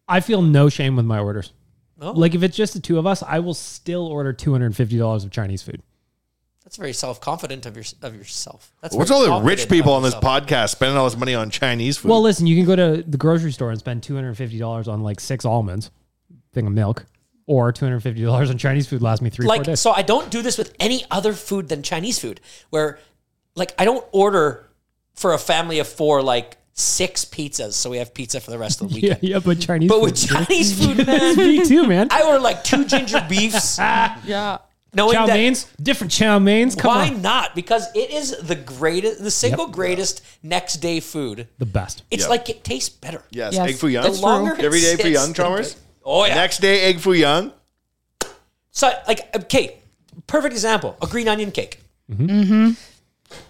[SPEAKER 4] I feel no shame with my orders. Like if it's just the two of us, I will still order two hundred and fifty dollars of Chinese food.
[SPEAKER 5] That's very self confident of your of yourself. That's
[SPEAKER 2] What's
[SPEAKER 5] very
[SPEAKER 2] all the
[SPEAKER 5] confident
[SPEAKER 2] rich people
[SPEAKER 5] of
[SPEAKER 2] on this
[SPEAKER 5] yourself.
[SPEAKER 2] podcast spending all this money on Chinese food?
[SPEAKER 4] Well, listen, you can go to the grocery store and spend two hundred and fifty dollars on like six almonds, thing of milk, or two hundred and fifty dollars on Chinese food lasts me three four
[SPEAKER 5] Like
[SPEAKER 4] days.
[SPEAKER 5] so, I don't do this with any other food than Chinese food. Where, like, I don't order for a family of four like six pizzas, so we have pizza for the rest of the
[SPEAKER 4] yeah,
[SPEAKER 5] weekend.
[SPEAKER 4] yeah, but Chinese.
[SPEAKER 5] But
[SPEAKER 4] food
[SPEAKER 5] with
[SPEAKER 4] is good.
[SPEAKER 5] Chinese food,
[SPEAKER 4] That's
[SPEAKER 5] man,
[SPEAKER 4] me too, man.
[SPEAKER 5] I order like two ginger beefs,
[SPEAKER 3] yeah.
[SPEAKER 5] knowing
[SPEAKER 4] chow
[SPEAKER 5] that
[SPEAKER 4] mains, different chow mains. Come
[SPEAKER 5] why
[SPEAKER 4] on,
[SPEAKER 5] not? Because it is the greatest, the single greatest next day food.
[SPEAKER 4] the best.
[SPEAKER 5] It's
[SPEAKER 2] Yep.
[SPEAKER 5] like it tastes better.
[SPEAKER 2] yes,
[SPEAKER 3] Yes.
[SPEAKER 2] egg foo young.
[SPEAKER 5] The longer
[SPEAKER 2] Every day
[SPEAKER 5] for
[SPEAKER 2] foo young, Chalmers?
[SPEAKER 5] Oh yeah.
[SPEAKER 2] Next day, egg foo young.
[SPEAKER 5] So, like, okay, perfect example: a green onion cake. Mm-hmm.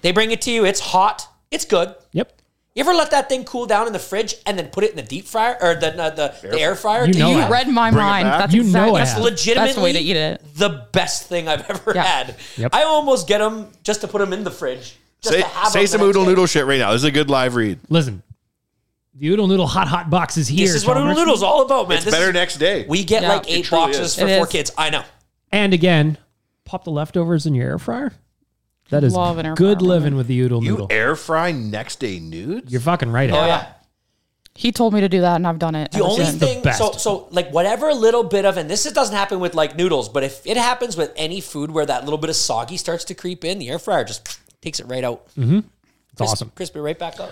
[SPEAKER 5] They bring it to you. It's hot. It's good.
[SPEAKER 4] Yep.
[SPEAKER 5] You ever let that thing cool down in the fridge and then put it in the deep fryer or the uh, the, the air fryer?
[SPEAKER 4] You know
[SPEAKER 3] You
[SPEAKER 4] I have.
[SPEAKER 3] read my
[SPEAKER 2] Bring it
[SPEAKER 3] mind.
[SPEAKER 2] back.
[SPEAKER 3] That's
[SPEAKER 4] You
[SPEAKER 3] exactly
[SPEAKER 4] know I
[SPEAKER 3] that's
[SPEAKER 4] have.
[SPEAKER 5] legitimately
[SPEAKER 3] That's the way to eat it.
[SPEAKER 5] The best thing I've ever
[SPEAKER 3] Yeah.
[SPEAKER 5] had.
[SPEAKER 4] Yep.
[SPEAKER 5] I almost get them just to put them in the fridge. Just
[SPEAKER 2] Say,
[SPEAKER 5] to have
[SPEAKER 2] say
[SPEAKER 5] 'em
[SPEAKER 2] some
[SPEAKER 5] the next
[SPEAKER 2] oodle
[SPEAKER 5] day.
[SPEAKER 2] noodle shit right now. This is a good live read.
[SPEAKER 4] Listen, the oodle noodle hot hot box is here.
[SPEAKER 5] This is what
[SPEAKER 4] Chalmers.
[SPEAKER 5] Oodle Noodle's all about, man.
[SPEAKER 2] It's
[SPEAKER 5] This
[SPEAKER 2] better
[SPEAKER 5] is-
[SPEAKER 2] next day.
[SPEAKER 5] We get
[SPEAKER 3] Yeah.
[SPEAKER 5] like
[SPEAKER 3] It
[SPEAKER 5] eight
[SPEAKER 2] truly
[SPEAKER 5] boxes
[SPEAKER 2] is.
[SPEAKER 5] for
[SPEAKER 3] It
[SPEAKER 5] four
[SPEAKER 3] is.
[SPEAKER 5] kids. I know.
[SPEAKER 4] And again, pop the leftovers in your air fryer. That is
[SPEAKER 3] Love an air
[SPEAKER 4] good
[SPEAKER 3] fryer,
[SPEAKER 4] living with the oodle
[SPEAKER 2] you
[SPEAKER 4] noodle.
[SPEAKER 2] air fry next day nudes?
[SPEAKER 4] You're fucking right. Oh,
[SPEAKER 5] yeah.
[SPEAKER 3] He told me to do that, and I've done it.
[SPEAKER 5] The
[SPEAKER 3] ever
[SPEAKER 5] only
[SPEAKER 3] since.
[SPEAKER 5] thing, so
[SPEAKER 4] best.
[SPEAKER 5] so like whatever little bit of, and this is, doesn't happen with like noodles, but if it happens with any food where that little bit of soggy starts to creep in, the air fryer just takes it right out.
[SPEAKER 4] Mm-hmm. It's awesome.
[SPEAKER 5] Crisp it right back up.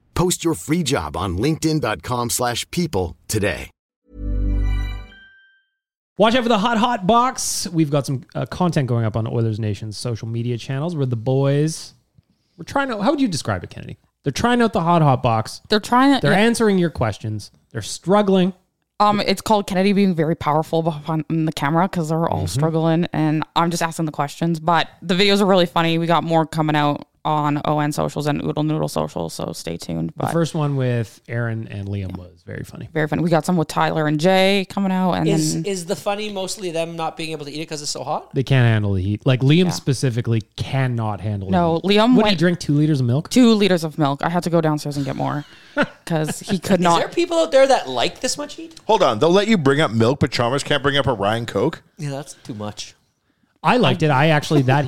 [SPEAKER 7] Post your free job on linkedin.com/people slash people today.
[SPEAKER 4] Watch out for the Hot Hot Box. We've got some uh, content going up on Oilers Nation's social media channels where the boys, we're trying out, how would you describe it, Kennedy? They're trying out the Hot Hot Box.
[SPEAKER 3] They're trying to.
[SPEAKER 4] They're answering your questions. They're struggling.
[SPEAKER 3] Um, it's called Kennedy being very powerful behind in the camera because they're
[SPEAKER 4] Mm-hmm.
[SPEAKER 3] all struggling, and I'm just asking the questions. But the videos are really funny. We got more coming out on ON socials and Oodle Noodle socials, so stay tuned.
[SPEAKER 4] The
[SPEAKER 3] But
[SPEAKER 4] first one with Aaron and Liam was very funny.
[SPEAKER 3] very funny. We got some with Tyler and Jay coming out, and
[SPEAKER 5] Is
[SPEAKER 3] then
[SPEAKER 5] is the funny mostly them not being able to eat it because it's so hot?
[SPEAKER 4] They can't handle the heat. Like Liam specifically cannot handle
[SPEAKER 3] No,
[SPEAKER 4] the heat.
[SPEAKER 3] Liam
[SPEAKER 4] What did he
[SPEAKER 3] went-
[SPEAKER 4] drink? Two liters of milk?
[SPEAKER 3] two liters of milk. I had to go downstairs and get more because he could
[SPEAKER 5] Is there
[SPEAKER 3] not.
[SPEAKER 5] people out there that like this much heat?
[SPEAKER 2] Hold on. They'll let you bring up milk, but Chalmers can't bring up a Ryan Coke.
[SPEAKER 5] Yeah, that's too much.
[SPEAKER 4] I liked it. I actually, that,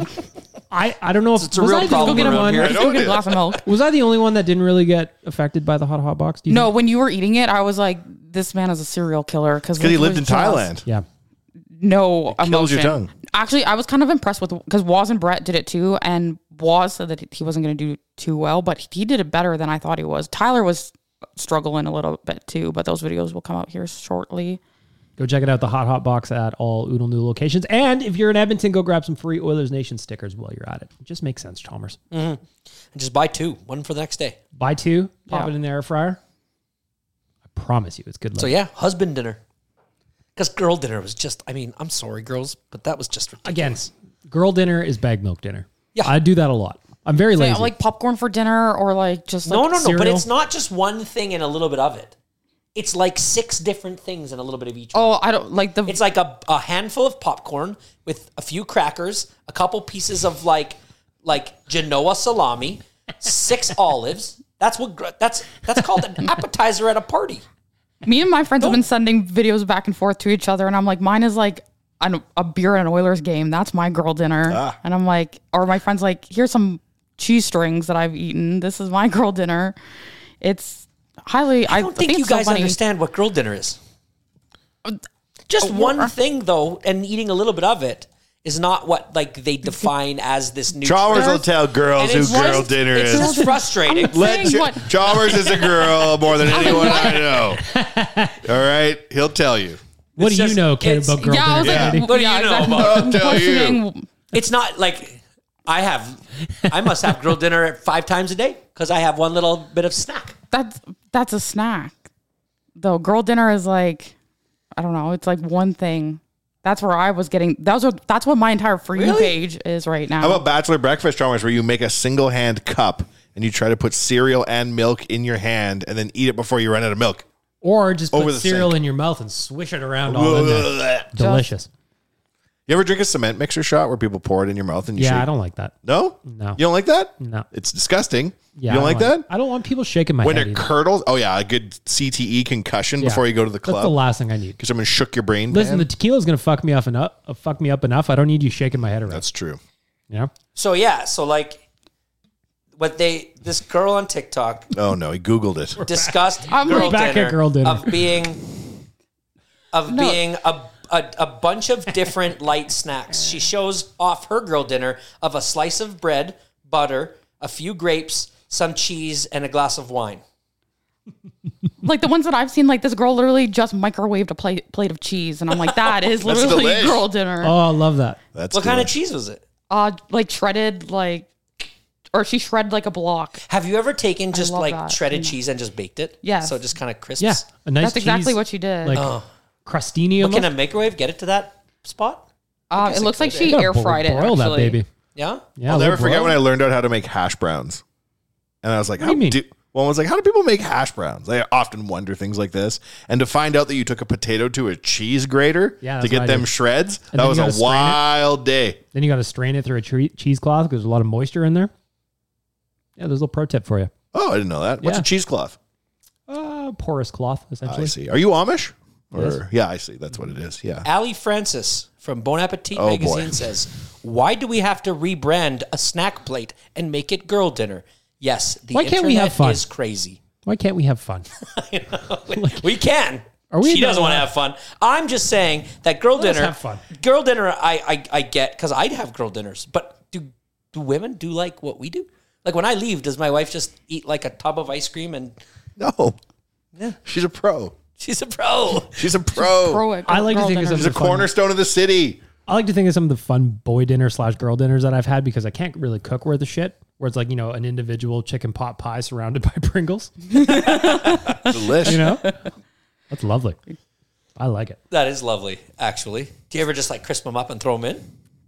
[SPEAKER 4] I, I don't know if
[SPEAKER 5] It's a
[SPEAKER 4] was
[SPEAKER 5] real
[SPEAKER 4] I the
[SPEAKER 5] problem
[SPEAKER 4] only
[SPEAKER 5] around
[SPEAKER 4] one-
[SPEAKER 5] here.
[SPEAKER 3] Just go get a glass of milk.
[SPEAKER 4] Was I the only one that didn't really get affected by the Hot Hot Box? Do you
[SPEAKER 3] No,
[SPEAKER 4] think?
[SPEAKER 3] when you were eating it, I was like, "This man is a serial killer." Because
[SPEAKER 2] Because he lived in Thailand.
[SPEAKER 4] Yeah.
[SPEAKER 3] no
[SPEAKER 2] It kills your
[SPEAKER 3] emotion.
[SPEAKER 2] tongue.
[SPEAKER 3] Actually, I was kind of impressed with because Waz and Brett did it too, and Waz said that he wasn't going to do too well, but he did it better than I thought he was. Tyler was struggling a little bit too, but those videos will come out here shortly.
[SPEAKER 4] Go check it out, the Hot Hot Box at all Oodle New locations. And if you're in Edmonton, go grab some free Oilers Nation stickers while you're at it. It just makes sense, Chalmers.
[SPEAKER 5] And just buy two, one for the next day.
[SPEAKER 4] Buy two, pop
[SPEAKER 3] Yeah.
[SPEAKER 4] it in the air fryer. I promise you, it's good.
[SPEAKER 5] So yeah, husband dinner. Because girl dinner was just, I mean, I'm sorry, girls, but that was just ridiculous.
[SPEAKER 4] Again, girl dinner is bag milk dinner.
[SPEAKER 5] Yeah.
[SPEAKER 4] I do that a lot. I'm very
[SPEAKER 3] So,
[SPEAKER 4] lazy.
[SPEAKER 3] yeah, like popcorn for dinner or like just
[SPEAKER 5] no,
[SPEAKER 3] like
[SPEAKER 5] no, no. But
[SPEAKER 3] cereal.
[SPEAKER 5] it's not just one thing and a little bit of it. It's like six different things and a little bit of each. one.
[SPEAKER 3] Oh, I don't like the.
[SPEAKER 5] It's like a, a handful of popcorn with a few crackers, a couple pieces of like like Genoa salami, six olives. That's what gr- that's that's called an appetizer at a party.
[SPEAKER 3] Me and my friends have been sending videos back and forth to each other, and I'm like, mine is like an, a beer and an Oilers game. That's my girl dinner.
[SPEAKER 5] Ah.
[SPEAKER 3] And I'm like, or my friend's like, here's some cheese strings that I've eaten. This is my girl dinner. It's highly. I,
[SPEAKER 5] I don't think, you
[SPEAKER 3] it's so
[SPEAKER 5] guys
[SPEAKER 3] funny.
[SPEAKER 5] understand what girl dinner is. Just one thing though, and eating a little bit of it is not what like they define as this new.
[SPEAKER 2] Chalmers will tell girls
[SPEAKER 5] And
[SPEAKER 2] who
[SPEAKER 5] it's
[SPEAKER 2] girl
[SPEAKER 5] just-
[SPEAKER 2] dinner
[SPEAKER 5] it's
[SPEAKER 2] is.
[SPEAKER 5] just frustrating.
[SPEAKER 3] I'm saying
[SPEAKER 2] Ch-
[SPEAKER 3] what
[SPEAKER 2] Chalmers is a girl more than anyone I know. All right, he'll tell you.
[SPEAKER 4] what do
[SPEAKER 5] it's
[SPEAKER 4] you
[SPEAKER 5] just-
[SPEAKER 4] know, Ken,
[SPEAKER 5] it's-
[SPEAKER 4] about girl
[SPEAKER 3] yeah, I was
[SPEAKER 4] dinner?
[SPEAKER 3] like,
[SPEAKER 4] Kennedy?
[SPEAKER 3] w-
[SPEAKER 5] What do
[SPEAKER 3] yeah,
[SPEAKER 5] you know
[SPEAKER 3] exactly.
[SPEAKER 5] about-
[SPEAKER 2] I'll tell you.
[SPEAKER 3] Questioning-
[SPEAKER 5] It's not like I have. I must have grill dinner five times a day because I have one little bit of snack.
[SPEAKER 3] That's that's a snack, though. Girl dinner is like, I don't know. It's like one thing. That's where I was getting. Those are that's what my entire free
[SPEAKER 5] Really?
[SPEAKER 3] page is right now.
[SPEAKER 2] How about bachelor breakfast Chalmers, where you make a single hand cup and you try to put cereal and milk in your hand and then eat it before you run out of milk?
[SPEAKER 4] Or just
[SPEAKER 2] Over
[SPEAKER 4] put
[SPEAKER 2] the
[SPEAKER 4] cereal
[SPEAKER 2] sink.
[SPEAKER 4] in your mouth and swish it around all in there. Delicious.
[SPEAKER 2] You ever drink a cement mixer shot where people pour it in your mouth and you
[SPEAKER 4] yeah,
[SPEAKER 2] shake?
[SPEAKER 4] I don't like that.
[SPEAKER 2] No?
[SPEAKER 4] No.
[SPEAKER 2] You don't like that?
[SPEAKER 4] No.
[SPEAKER 2] It's disgusting.
[SPEAKER 4] Yeah,
[SPEAKER 2] you don't
[SPEAKER 4] I
[SPEAKER 2] like, that?
[SPEAKER 4] I don't want people shaking my
[SPEAKER 2] when
[SPEAKER 4] head.
[SPEAKER 2] it
[SPEAKER 4] either.
[SPEAKER 2] curdles? Oh, yeah. A good CTE concussion
[SPEAKER 4] Yeah.
[SPEAKER 2] before you go to the club.
[SPEAKER 4] That's the last thing I need.
[SPEAKER 2] Because someone shook your brain.
[SPEAKER 4] Listen, the
[SPEAKER 2] man.
[SPEAKER 4] tequila's gonna fuck me up enough. Uh, fuck me up enough. I don't need you shaking my head around.
[SPEAKER 2] That's true.
[SPEAKER 4] You know?
[SPEAKER 5] So yeah, so like what they this girl on TikTok
[SPEAKER 2] Oh, no. He Googled it.
[SPEAKER 5] discussed
[SPEAKER 4] I'm
[SPEAKER 5] girl,
[SPEAKER 4] right back
[SPEAKER 5] dinner
[SPEAKER 4] at girl dinner.
[SPEAKER 5] of being of
[SPEAKER 3] No.
[SPEAKER 5] being a, a a bunch of different light snacks. She shows off her girl dinner of a slice of bread, butter, a few grapes, some cheese, and a glass of wine.
[SPEAKER 3] like the ones that I've seen, like this girl literally just microwaved a plate plate of cheese, and I'm like, that is
[SPEAKER 2] That's
[SPEAKER 3] literally
[SPEAKER 2] delish.
[SPEAKER 3] girl dinner.
[SPEAKER 4] Oh, I love that.
[SPEAKER 2] That's
[SPEAKER 5] what kind of
[SPEAKER 2] good.
[SPEAKER 5] cheese was it?
[SPEAKER 3] Uh, like shredded, like, or she shredded like a block.
[SPEAKER 5] Have you ever taken just
[SPEAKER 3] love
[SPEAKER 5] like
[SPEAKER 3] that.
[SPEAKER 5] shredded cheese and just baked it?
[SPEAKER 3] Yes.
[SPEAKER 5] So it just kind of crisps.
[SPEAKER 4] Yeah, a nice.
[SPEAKER 3] That's exactly
[SPEAKER 4] cheese,
[SPEAKER 3] what she did. Uh,
[SPEAKER 4] Like
[SPEAKER 5] Oh.
[SPEAKER 4] crustini.
[SPEAKER 5] But
[SPEAKER 4] almost.
[SPEAKER 5] can a microwave get it to that spot?
[SPEAKER 3] Uh,
[SPEAKER 5] guess
[SPEAKER 3] it
[SPEAKER 5] it
[SPEAKER 3] looks like
[SPEAKER 5] could.
[SPEAKER 3] she
[SPEAKER 4] You gotta
[SPEAKER 3] air
[SPEAKER 4] bo-
[SPEAKER 3] fried it.
[SPEAKER 4] Broil that
[SPEAKER 3] actually.
[SPEAKER 4] baby.
[SPEAKER 5] Yeah.
[SPEAKER 4] Yeah,
[SPEAKER 2] I'll
[SPEAKER 4] let
[SPEAKER 2] never
[SPEAKER 4] it
[SPEAKER 2] forget
[SPEAKER 4] broil.
[SPEAKER 2] when I learned out how to make hash browns. And I was like,
[SPEAKER 4] What do
[SPEAKER 2] how
[SPEAKER 4] you mean?
[SPEAKER 2] do well, I was like, how do people make hash browns? I often wonder things like this. And to find out that you took a potato to a cheese grater
[SPEAKER 4] Yeah,
[SPEAKER 2] to
[SPEAKER 4] that's what
[SPEAKER 2] get
[SPEAKER 4] I
[SPEAKER 2] them
[SPEAKER 4] did.
[SPEAKER 2] shreds,
[SPEAKER 4] And
[SPEAKER 2] that
[SPEAKER 4] then
[SPEAKER 2] was
[SPEAKER 4] you
[SPEAKER 2] a
[SPEAKER 4] gotta strain it.
[SPEAKER 2] wild day.
[SPEAKER 4] Then you got to strain it through a tre- cheesecloth because there's a lot of moisture in there. Yeah, there's a little pro tip for you.
[SPEAKER 2] Oh, I didn't know that. What's
[SPEAKER 4] Yeah.
[SPEAKER 2] a cheesecloth?
[SPEAKER 4] Uh, porous cloth, essentially.
[SPEAKER 2] I see. Are you Amish? Or
[SPEAKER 4] Yes.
[SPEAKER 2] yeah, I see. That's what it is. Yeah.
[SPEAKER 5] Ali Francis from Bon Appetit
[SPEAKER 2] Oh, boy.
[SPEAKER 5] magazine says, "Why do we have to rebrand a snack plate and make it girl dinner?" Yes, the
[SPEAKER 4] Why
[SPEAKER 5] internet
[SPEAKER 4] can't we have fun?
[SPEAKER 5] is crazy.
[SPEAKER 4] Why can't we have fun?
[SPEAKER 5] we can.
[SPEAKER 4] Are we
[SPEAKER 5] she
[SPEAKER 4] not
[SPEAKER 5] doesn't want to
[SPEAKER 4] allowed-
[SPEAKER 5] have fun. I'm just saying that girl
[SPEAKER 4] Let us
[SPEAKER 5] dinner.
[SPEAKER 4] have fun.
[SPEAKER 5] Girl dinner, I I, I get because I'd have girl dinners, but do do women do like what we do? Like when I leave, does my wife just eat like a tub of ice cream and
[SPEAKER 2] No. She's a pro.
[SPEAKER 5] she's a pro?
[SPEAKER 2] She's a pro.
[SPEAKER 3] Pro at
[SPEAKER 4] I like to
[SPEAKER 3] girl
[SPEAKER 4] think of
[SPEAKER 3] dinner.
[SPEAKER 2] She's a
[SPEAKER 4] Those are fun.
[SPEAKER 2] cornerstone of the city.
[SPEAKER 4] I like to think of some of the fun boy dinner slash girl dinners that I've had because I can't really cook worth a shit. Where it's like you know an individual chicken pot pie surrounded by Pringles.
[SPEAKER 2] Delish.
[SPEAKER 4] You know, that's lovely. I like it.
[SPEAKER 5] That is lovely, actually. Do you ever just like crisp them up and throw them in?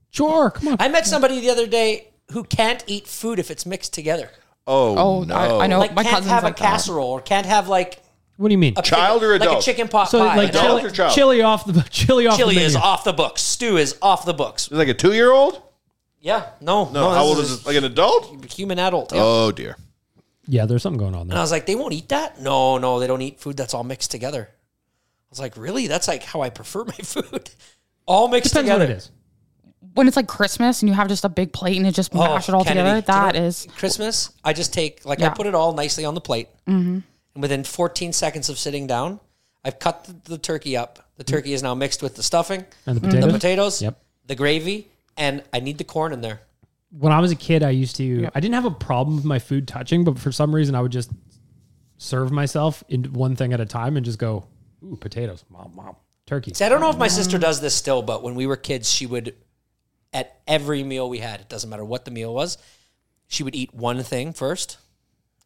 [SPEAKER 4] Sure, come on.
[SPEAKER 5] I met somebody the other day who can't eat food if it's mixed together.
[SPEAKER 2] Oh,
[SPEAKER 3] Oh,
[SPEAKER 2] no.
[SPEAKER 3] I, I know.
[SPEAKER 5] like
[SPEAKER 3] my
[SPEAKER 5] can't
[SPEAKER 3] cousin's
[SPEAKER 5] have
[SPEAKER 3] like
[SPEAKER 5] a
[SPEAKER 3] that.
[SPEAKER 5] casserole or can't have like
[SPEAKER 4] what do you mean?
[SPEAKER 5] a
[SPEAKER 2] Child
[SPEAKER 5] chicken-
[SPEAKER 2] or
[SPEAKER 5] like
[SPEAKER 2] adult?
[SPEAKER 5] a chicken pot
[SPEAKER 4] So
[SPEAKER 5] pie.
[SPEAKER 4] like
[SPEAKER 5] No.
[SPEAKER 2] Adult
[SPEAKER 4] chili,
[SPEAKER 2] or child?
[SPEAKER 4] chili off the chili off
[SPEAKER 5] chili
[SPEAKER 4] the
[SPEAKER 5] is
[SPEAKER 4] menu.
[SPEAKER 5] off the books. Stew is off the books.
[SPEAKER 2] Is it like a two year old?
[SPEAKER 5] Yeah, no,
[SPEAKER 2] No. how old is
[SPEAKER 5] this
[SPEAKER 2] it? Like an adult?
[SPEAKER 5] a Human adult. yeah.
[SPEAKER 2] Oh dear.
[SPEAKER 4] Yeah, there's something going on
[SPEAKER 5] And I
[SPEAKER 4] there.
[SPEAKER 5] was like, they won't eat that. No, no, they don't eat food that's all mixed together. I was like, really? That's like how I prefer my food, all mixed
[SPEAKER 4] Depends
[SPEAKER 5] together.
[SPEAKER 4] what it is.
[SPEAKER 3] When it's like Christmas and you have just a big plate and it just mash it all
[SPEAKER 5] Oh, Kennedy,
[SPEAKER 3] together,
[SPEAKER 5] do you know
[SPEAKER 3] that is.
[SPEAKER 5] Christmas. I just take like I
[SPEAKER 3] Yeah.
[SPEAKER 5] put it all nicely on the plate, mm-hmm. and within 14 seconds of sitting down, I've cut the, the turkey up. The turkey is now mixed with the stuffing,
[SPEAKER 4] And the potatoes.
[SPEAKER 5] the potatoes,
[SPEAKER 4] Yep.
[SPEAKER 5] the gravy, and I need the corn in there.
[SPEAKER 4] When I was a kid, I used to. I didn't have a problem with my food touching, but for some reason, I would just serve myself in one thing at a time and just go, "Ooh, potatoes, mom, mom, turkey."
[SPEAKER 5] See, I don't know if my
[SPEAKER 4] Mm.
[SPEAKER 5] sister does this still, but when we were kids, she would at every meal we had. It doesn't matter what the meal was. She would eat one thing first,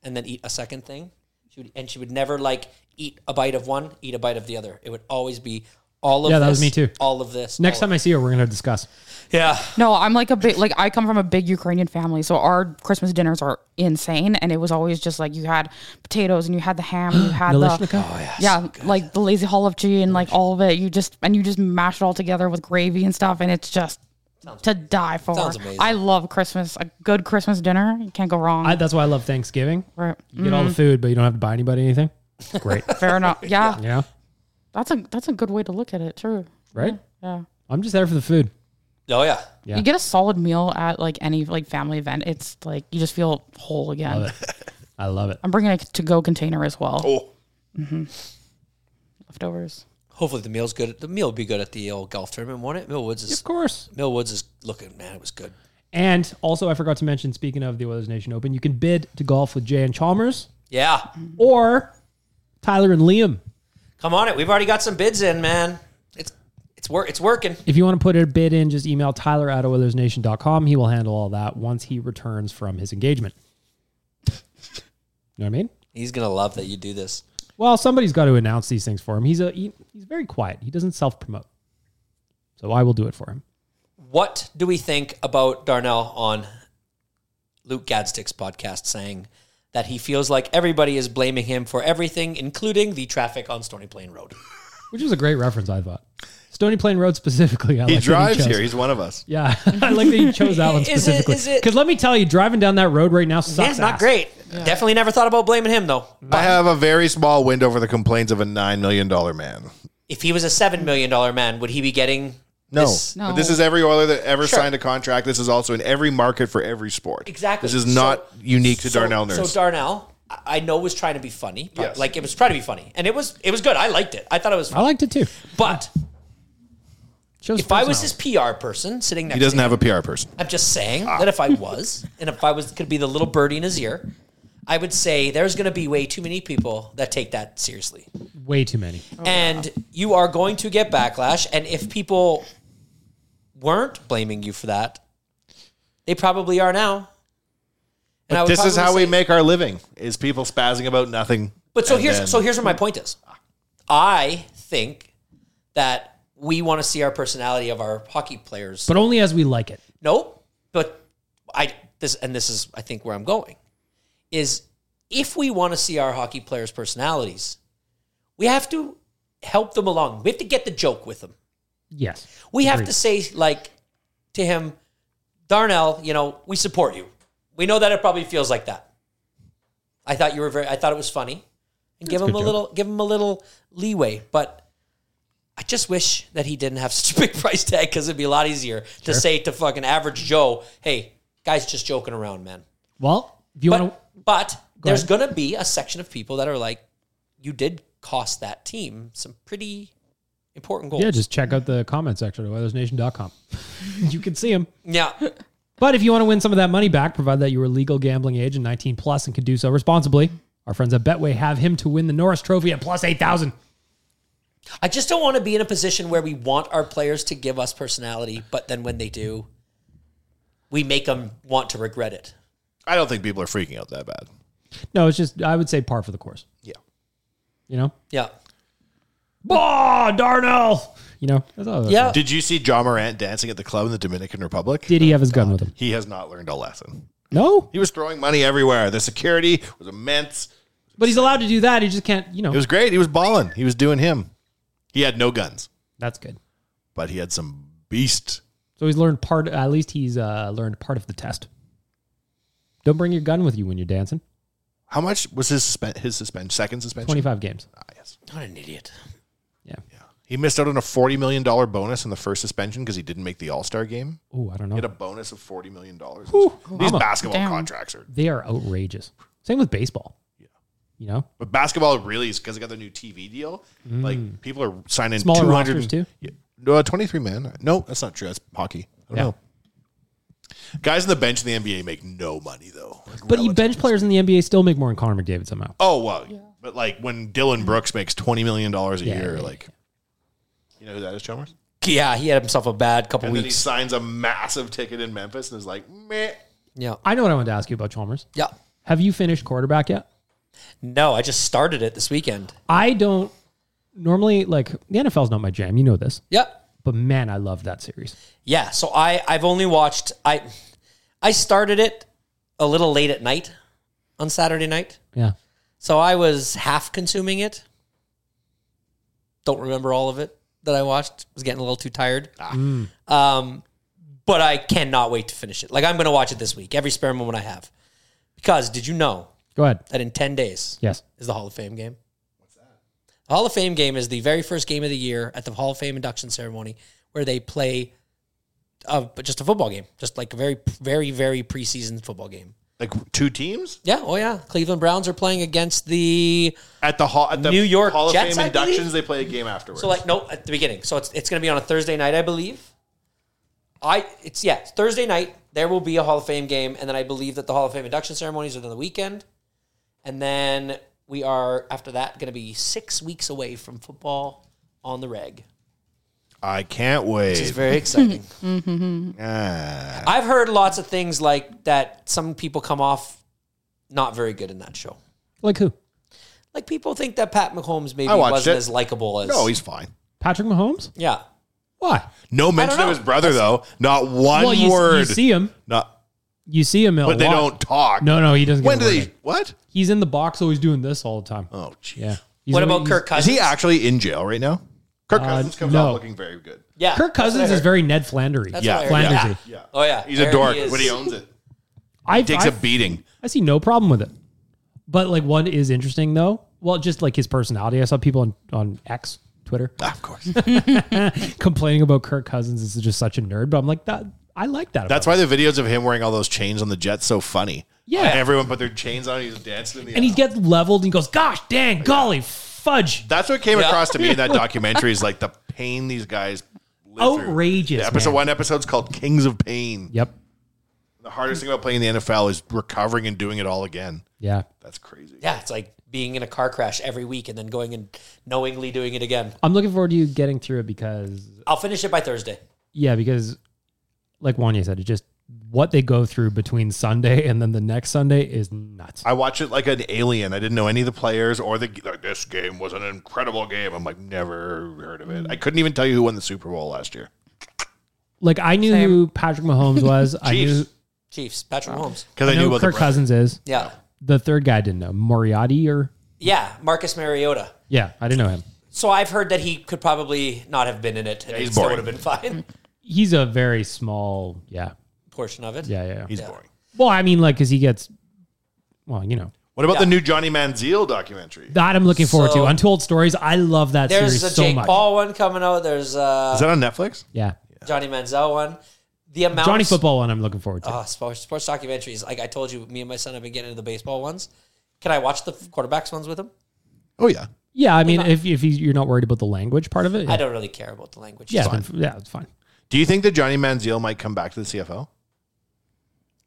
[SPEAKER 5] and then eat a second thing. She would, and she would never like eat a bite of one, eat a bite of the other. It would always be all of
[SPEAKER 4] Yeah,
[SPEAKER 5] this,
[SPEAKER 4] that was me too.
[SPEAKER 5] All of this.
[SPEAKER 4] Next
[SPEAKER 5] all of-
[SPEAKER 4] time I see her, we're gonna discuss.
[SPEAKER 5] Yeah.
[SPEAKER 3] No, I'm like a big like I come from a big Ukrainian family, so our Christmas dinners are insane, and it was always just like you had potatoes and you had the ham, and you had the
[SPEAKER 4] Nalishnikov?
[SPEAKER 3] yeah, like the lazy holovchi and like all of it. You just and you just mash it all together with gravy and stuff, and it's just to die for.
[SPEAKER 5] Sounds amazing.
[SPEAKER 3] I love Christmas. A good Christmas dinner, you can't go wrong.
[SPEAKER 4] I, that's why I love Thanksgiving.
[SPEAKER 3] right.
[SPEAKER 4] You get all the food, but you don't have to buy anybody anything. It's great.
[SPEAKER 3] Fair enough. Yeah,
[SPEAKER 4] yeah.
[SPEAKER 3] that's a that's a good way to look at it. True.
[SPEAKER 4] Right?
[SPEAKER 3] Yeah.
[SPEAKER 4] I'm just there for the food.
[SPEAKER 5] Oh yeah.
[SPEAKER 4] Yeah.
[SPEAKER 3] You get a solid meal at like any like family event. It's like you just feel whole again.
[SPEAKER 4] I love it.
[SPEAKER 3] I'm bringing a to go container as well.
[SPEAKER 2] Oh.
[SPEAKER 3] Leftovers.
[SPEAKER 5] Hopefully the meal's good. The meal will be good at the old golf tournament, won't it? Millwoods is
[SPEAKER 4] Of course.
[SPEAKER 5] Millwoods is looking. Man, it was good.
[SPEAKER 4] And also, I forgot to mention, speaking of the Oilers Nation Open, you can bid to golf with Jay and Chalmers
[SPEAKER 5] Yeah.
[SPEAKER 4] or Tyler and Liam.
[SPEAKER 5] Come on it. We've already got some bids in, man. It's it's work. It's working.
[SPEAKER 4] If you want to put a bid in, just email Tyler at OilersNation.com. He will handle all that once he returns from his engagement. You know what I mean?
[SPEAKER 5] He's gonna love that you do this.
[SPEAKER 4] Well, somebody's got to announce these things for him. He's a he, he's very quiet. He doesn't self promote, so I will do it for him.
[SPEAKER 5] What do we think about Darnell on Luke Gadstick's podcast saying that he feels like everybody is blaming him for everything, including the traffic on Stony Plain Road?
[SPEAKER 4] Which is a great reference, I thought. Stony Plain Road specifically. I
[SPEAKER 2] he
[SPEAKER 4] like that
[SPEAKER 2] drives
[SPEAKER 4] chose.
[SPEAKER 2] here. He's one of us.
[SPEAKER 4] Yeah, I like that you chose that one
[SPEAKER 5] Is it-
[SPEAKER 4] specifically.
[SPEAKER 5] is it-
[SPEAKER 4] Because let me tell you, driving down that road right now sucks.
[SPEAKER 5] Yeah, not
[SPEAKER 4] ass.
[SPEAKER 5] great. Definitely never thought about blaming him though.
[SPEAKER 2] I have a very small window for the complaints of a nine million dollar man.
[SPEAKER 5] If he was a seven million dollar man, would he be getting
[SPEAKER 2] No.
[SPEAKER 5] this?
[SPEAKER 2] But this is every oiler that ever
[SPEAKER 5] Sure.
[SPEAKER 2] signed a contract. This is also in every market for every sport.
[SPEAKER 5] Exactly.
[SPEAKER 2] This is
[SPEAKER 5] So-
[SPEAKER 2] not unique to
[SPEAKER 5] so-
[SPEAKER 2] Darnell Nurse.
[SPEAKER 5] So Darnell, I- I know was trying to be funny. but,
[SPEAKER 2] Yes.
[SPEAKER 5] Like it was trying to be funny, and it was it was good. I liked it. I thought it was.
[SPEAKER 4] I
[SPEAKER 5] Fun.
[SPEAKER 4] liked it too.
[SPEAKER 5] But
[SPEAKER 4] Shows
[SPEAKER 5] if I was
[SPEAKER 4] personality.
[SPEAKER 5] his PR person sitting next,
[SPEAKER 2] he doesn't
[SPEAKER 5] to
[SPEAKER 2] have
[SPEAKER 5] him,
[SPEAKER 2] a PR person.
[SPEAKER 5] I'm just saying
[SPEAKER 2] Ah.
[SPEAKER 5] that if I was, and if I was could be the little birdie in his ear, I would say there's going to be way too many people that take that seriously.
[SPEAKER 2] Oh,
[SPEAKER 4] way too many.
[SPEAKER 5] and you are going to get backlash. And if people weren't blaming you for that, they probably are now. And I
[SPEAKER 2] But
[SPEAKER 5] would
[SPEAKER 2] this is
[SPEAKER 5] probably
[SPEAKER 2] how we
[SPEAKER 5] say-
[SPEAKER 2] make our living: is people spazzing about nothing.
[SPEAKER 5] But so
[SPEAKER 2] and
[SPEAKER 5] here's
[SPEAKER 2] then- Hmm.
[SPEAKER 5] so here's what my point is. I think that we want to see our personality of our hockey players.
[SPEAKER 4] But only as we like it.
[SPEAKER 5] Nope. But I this and this is I think where I'm going is if we want to see our hockey players' personalities, we have to help them along. We have to get the joke with them.
[SPEAKER 4] Yes.
[SPEAKER 5] We have
[SPEAKER 4] Agreed.
[SPEAKER 5] to say like to him, Darnell, you know, we support you. We know that it probably feels like that. I thought you were very I thought it was funny. And give
[SPEAKER 4] That's
[SPEAKER 5] him a
[SPEAKER 4] good
[SPEAKER 5] little give him a little leeway, but I just wish that he didn't have such a big price tag because it'd be a lot easier to say to fucking average Joe, hey, guy's just joking around, man.
[SPEAKER 4] Well, if you
[SPEAKER 5] but
[SPEAKER 4] want to.
[SPEAKER 5] but there's
[SPEAKER 4] ahead.
[SPEAKER 5] gonna be a section of people that are like, you did cost that team some pretty important goals.
[SPEAKER 4] Yeah, just check out the comment section at weathersnation.com. you can see them.
[SPEAKER 5] yeah.
[SPEAKER 4] But if you want to win some of that money back, provide that you were legal gambling age and 19 plus and can do so responsibly, our friends at Betway have him to win the Norris Trophy at plus 8,000.
[SPEAKER 5] I just don't want to be in a position where we want our players to give us personality, but then when they do, we make them want to regret it.
[SPEAKER 2] I don't think people are freaking out that bad.
[SPEAKER 4] No, it's just, I would say par for the course.
[SPEAKER 2] Yeah.
[SPEAKER 4] You know?
[SPEAKER 5] Yeah.
[SPEAKER 4] Bah, Darnell! You know? that's all-
[SPEAKER 5] Yeah.
[SPEAKER 2] Did you see John Morant dancing at the club in the Dominican Republic?
[SPEAKER 4] Did he have his gun with him?
[SPEAKER 2] He has not learned a lesson.
[SPEAKER 4] No?
[SPEAKER 2] He was throwing money everywhere. The security was immense.
[SPEAKER 4] But he's allowed to do that. He just can't, you know.
[SPEAKER 2] It was great. He was balling. He was doing him. He had no guns,
[SPEAKER 4] that's good.
[SPEAKER 2] but he had some beast.
[SPEAKER 4] So he's learned part, at least he's uh, learned part of the test. Don't bring your gun with you when you're dancing.
[SPEAKER 2] How much was his suspen- his suspend second suspension?
[SPEAKER 4] 25 games.
[SPEAKER 2] Ah, yes.
[SPEAKER 5] What an idiot.
[SPEAKER 4] Yeah.
[SPEAKER 2] He missed out on a forty million dollar bonus in the first suspension because he didn't make the All Star game.
[SPEAKER 4] Oh, I don't
[SPEAKER 2] He
[SPEAKER 4] know.
[SPEAKER 2] had a bonus of forty million dollars.
[SPEAKER 4] Whew.
[SPEAKER 2] These
[SPEAKER 4] Oh, I'm a-
[SPEAKER 2] basketball
[SPEAKER 3] Damn.
[SPEAKER 2] contracts are,
[SPEAKER 4] They are outrageous. Same with baseball. Yeah. You know?
[SPEAKER 2] but basketball really is because they got the new TV deal. Like people are signing
[SPEAKER 4] Mm. Smaller
[SPEAKER 2] 200
[SPEAKER 4] rosters, too.
[SPEAKER 2] Yeah. No, twenty three man. No, that's not true. That's hockey. I don't
[SPEAKER 4] Yeah.
[SPEAKER 2] know. Guys on the bench in the NBA make no money though. Like,
[SPEAKER 4] But you
[SPEAKER 2] relative-
[SPEAKER 4] bench players in the NBA still make more than Connor McDavid somehow.
[SPEAKER 2] Oh well, but like when Dylan Brooks makes twenty million dollars a
[SPEAKER 4] Yeah,
[SPEAKER 2] year,
[SPEAKER 4] yeah,
[SPEAKER 2] like you know who that is, Chalmers.
[SPEAKER 5] Yeah, he had himself a bad couple
[SPEAKER 2] And then he
[SPEAKER 5] weeks.
[SPEAKER 2] signs a massive ticket in Memphis and is like, meh.
[SPEAKER 5] Yeah.
[SPEAKER 4] I know what I wanted to ask you about Chalmers.
[SPEAKER 5] Yeah.
[SPEAKER 4] Have you finished quarterback yet?
[SPEAKER 5] No, I just started it this weekend.
[SPEAKER 4] I don't normally like the NFL's not my jam. You know this,
[SPEAKER 5] Yeah.
[SPEAKER 4] but man, I love that series.
[SPEAKER 5] Yeah. So I, I've only watched I I started it a little late at night on Saturday night.
[SPEAKER 4] Yeah,
[SPEAKER 5] So I was half consuming it. Don't remember all of it that I watched. Was getting a little too tired. Um, but I cannot wait to finish it. Like I'm going to watch it this week, every spare moment I have. Because did you know
[SPEAKER 4] go ahead.
[SPEAKER 5] that in ten days
[SPEAKER 4] Yes,
[SPEAKER 5] is the Hall of Fame game? What's that? The Hall of Fame game is the very first game of the year at the Hall of Fame induction ceremony where they play, uh, just a football game, just like a very, very, very preseason football game.
[SPEAKER 2] Like two teams
[SPEAKER 5] Yeah. Oh yeah. Cleveland Browns are playing against the
[SPEAKER 2] at the hall at the
[SPEAKER 5] New York
[SPEAKER 2] Hall of
[SPEAKER 5] Jets,
[SPEAKER 2] Fame
[SPEAKER 5] I believe?
[SPEAKER 2] inductions. They play a game afterwards.
[SPEAKER 5] So like no at the beginning. So it's it's gonna be on a Thursday night, I believe. I it's yeah, it's Thursday night. There will be a Hall of Fame game, and then I believe that the Hall of Fame induction ceremonies are on the weekend. And then we are after that gonna be six weeks away from football on the reg.
[SPEAKER 2] I can't
[SPEAKER 5] Which is
[SPEAKER 2] wait.
[SPEAKER 5] very exciting.
[SPEAKER 2] Ah.
[SPEAKER 5] I've heard lots of things like that some people come off not very good in that show.
[SPEAKER 4] like who?
[SPEAKER 5] Like people think that Pat McHolmes maybe
[SPEAKER 2] I watched
[SPEAKER 5] wasn't
[SPEAKER 2] it.
[SPEAKER 5] as likable as
[SPEAKER 2] no, he's fine.
[SPEAKER 4] Patrick Mahomes?
[SPEAKER 5] yeah.
[SPEAKER 4] Why?
[SPEAKER 2] No mention
[SPEAKER 5] know.
[SPEAKER 2] of his brother though. Not one
[SPEAKER 4] well, you,
[SPEAKER 2] word.
[SPEAKER 4] you see him.
[SPEAKER 2] Not,
[SPEAKER 4] You see him. a
[SPEAKER 2] but they
[SPEAKER 4] lot.
[SPEAKER 2] don't talk.
[SPEAKER 4] No, no, he doesn't.
[SPEAKER 2] When
[SPEAKER 4] get
[SPEAKER 2] do
[SPEAKER 4] a word
[SPEAKER 2] they?
[SPEAKER 4] in.
[SPEAKER 2] What?
[SPEAKER 4] He's in the box, always doing this all the time.
[SPEAKER 2] Oh, jeez.
[SPEAKER 4] Yeah. He's
[SPEAKER 5] what
[SPEAKER 4] always-
[SPEAKER 5] about Kirk
[SPEAKER 2] Is
[SPEAKER 5] Cousins?
[SPEAKER 2] he actually in jail right now?
[SPEAKER 5] Uh,
[SPEAKER 2] Kirk Cousins comes
[SPEAKER 4] no.
[SPEAKER 2] out looking very good.
[SPEAKER 5] Yeah,
[SPEAKER 4] Kirk
[SPEAKER 5] that's what I
[SPEAKER 4] Cousins is
[SPEAKER 5] heard.
[SPEAKER 4] very Ned Flandery.
[SPEAKER 5] That's what I heard.
[SPEAKER 4] Flandersy.
[SPEAKER 5] Yeah. Oh yeah,
[SPEAKER 2] He's a
[SPEAKER 5] There
[SPEAKER 2] dork,
[SPEAKER 5] he is.
[SPEAKER 2] but he owns it.
[SPEAKER 4] I
[SPEAKER 2] takes
[SPEAKER 4] a
[SPEAKER 2] a beating.
[SPEAKER 4] I see no problem with it. But like one is interesting though. Well, just like his personality. I saw people on, on X, Twitter. Ah, of course. complaining about Kirk Cousins is just such a nerd, but I'm like that I like that.
[SPEAKER 2] That's
[SPEAKER 4] about
[SPEAKER 2] why the videos of him wearing all those chains on the Jets so funny.
[SPEAKER 4] Yeah.
[SPEAKER 2] everyone put their chains on. He's dancing in the.
[SPEAKER 4] him. And he gets leveled and he goes, Gosh dang, golly, fudge.
[SPEAKER 2] That's what came
[SPEAKER 5] Yeah.
[SPEAKER 2] across to me in that documentary is like the pain these guys. live through.
[SPEAKER 4] Outrageous.
[SPEAKER 2] The episode
[SPEAKER 4] man.
[SPEAKER 2] one episode's called Kings of Pain.
[SPEAKER 4] Yep.
[SPEAKER 2] The hardest thing about playing in the NFL is recovering and doing it all again.
[SPEAKER 4] Yeah.
[SPEAKER 2] That's crazy.
[SPEAKER 5] Yeah, it's like being in a car crash every week and then going and knowingly doing it again.
[SPEAKER 4] I'm looking forward to you getting through it because
[SPEAKER 5] I'll finish it by Thursday.
[SPEAKER 4] Yeah, because like Wanya said, it just what they go through between Sunday and then the next Sunday is nuts.
[SPEAKER 2] I watch it like an alien. I didn't know any of the players or the like. This game was an incredible game. I'm like, never heard of it. I couldn't even tell you who won the Super Bowl last year.
[SPEAKER 4] Like I knew
[SPEAKER 3] Same.
[SPEAKER 4] who Patrick Mahomes was. I knew
[SPEAKER 2] Chiefs.
[SPEAKER 5] Chiefs, Patrick Mahomes.
[SPEAKER 2] Because I,
[SPEAKER 4] I
[SPEAKER 2] knew
[SPEAKER 4] know
[SPEAKER 2] about
[SPEAKER 4] Kirk
[SPEAKER 2] the Cousins.
[SPEAKER 4] Cousins is.
[SPEAKER 5] Yeah,
[SPEAKER 4] The third guy I didn't know. Moriarty or
[SPEAKER 5] yeah, Marcus Mariota.
[SPEAKER 4] yeah, I didn't know him.
[SPEAKER 5] So I've heard that he could probably not have been in it. and
[SPEAKER 2] he's
[SPEAKER 5] it still
[SPEAKER 2] boring.
[SPEAKER 5] would have been fine.
[SPEAKER 4] He's a very small. Yeah,
[SPEAKER 5] Portion of it.
[SPEAKER 4] yeah, yeah.
[SPEAKER 2] He's
[SPEAKER 4] yeah.
[SPEAKER 2] boring.
[SPEAKER 4] Well, I mean, like, because he gets. Well, you know
[SPEAKER 2] What about the new Johnny Manziel documentary?
[SPEAKER 4] that I'm looking forward
[SPEAKER 5] So-
[SPEAKER 4] to. Untold Stories. I love that
[SPEAKER 5] There's
[SPEAKER 4] series
[SPEAKER 5] a
[SPEAKER 4] so
[SPEAKER 5] Jake
[SPEAKER 4] much.
[SPEAKER 5] Paul one coming out. There's uh,
[SPEAKER 2] Is that on Netflix?
[SPEAKER 4] Yeah,
[SPEAKER 5] Johnny Manziel one. The amount
[SPEAKER 4] Johnny
[SPEAKER 5] of
[SPEAKER 4] Football one. I'm looking
[SPEAKER 2] Uh,
[SPEAKER 4] forward to.
[SPEAKER 5] Oh, sports, sports documentaries. Like I told you, me and my son have been getting into the baseball ones. Can I watch the quarterbacks ones with him?
[SPEAKER 2] Oh yeah.
[SPEAKER 4] yeah, I mean, if if he's, you're not worried about the language part of it, yeah,
[SPEAKER 5] I don't really care about the language.
[SPEAKER 4] Yeah,
[SPEAKER 5] It's
[SPEAKER 4] then-
[SPEAKER 5] fine.
[SPEAKER 4] yeah, it's fine.
[SPEAKER 2] Do you think that Johnny Manziel might come back to the CFL?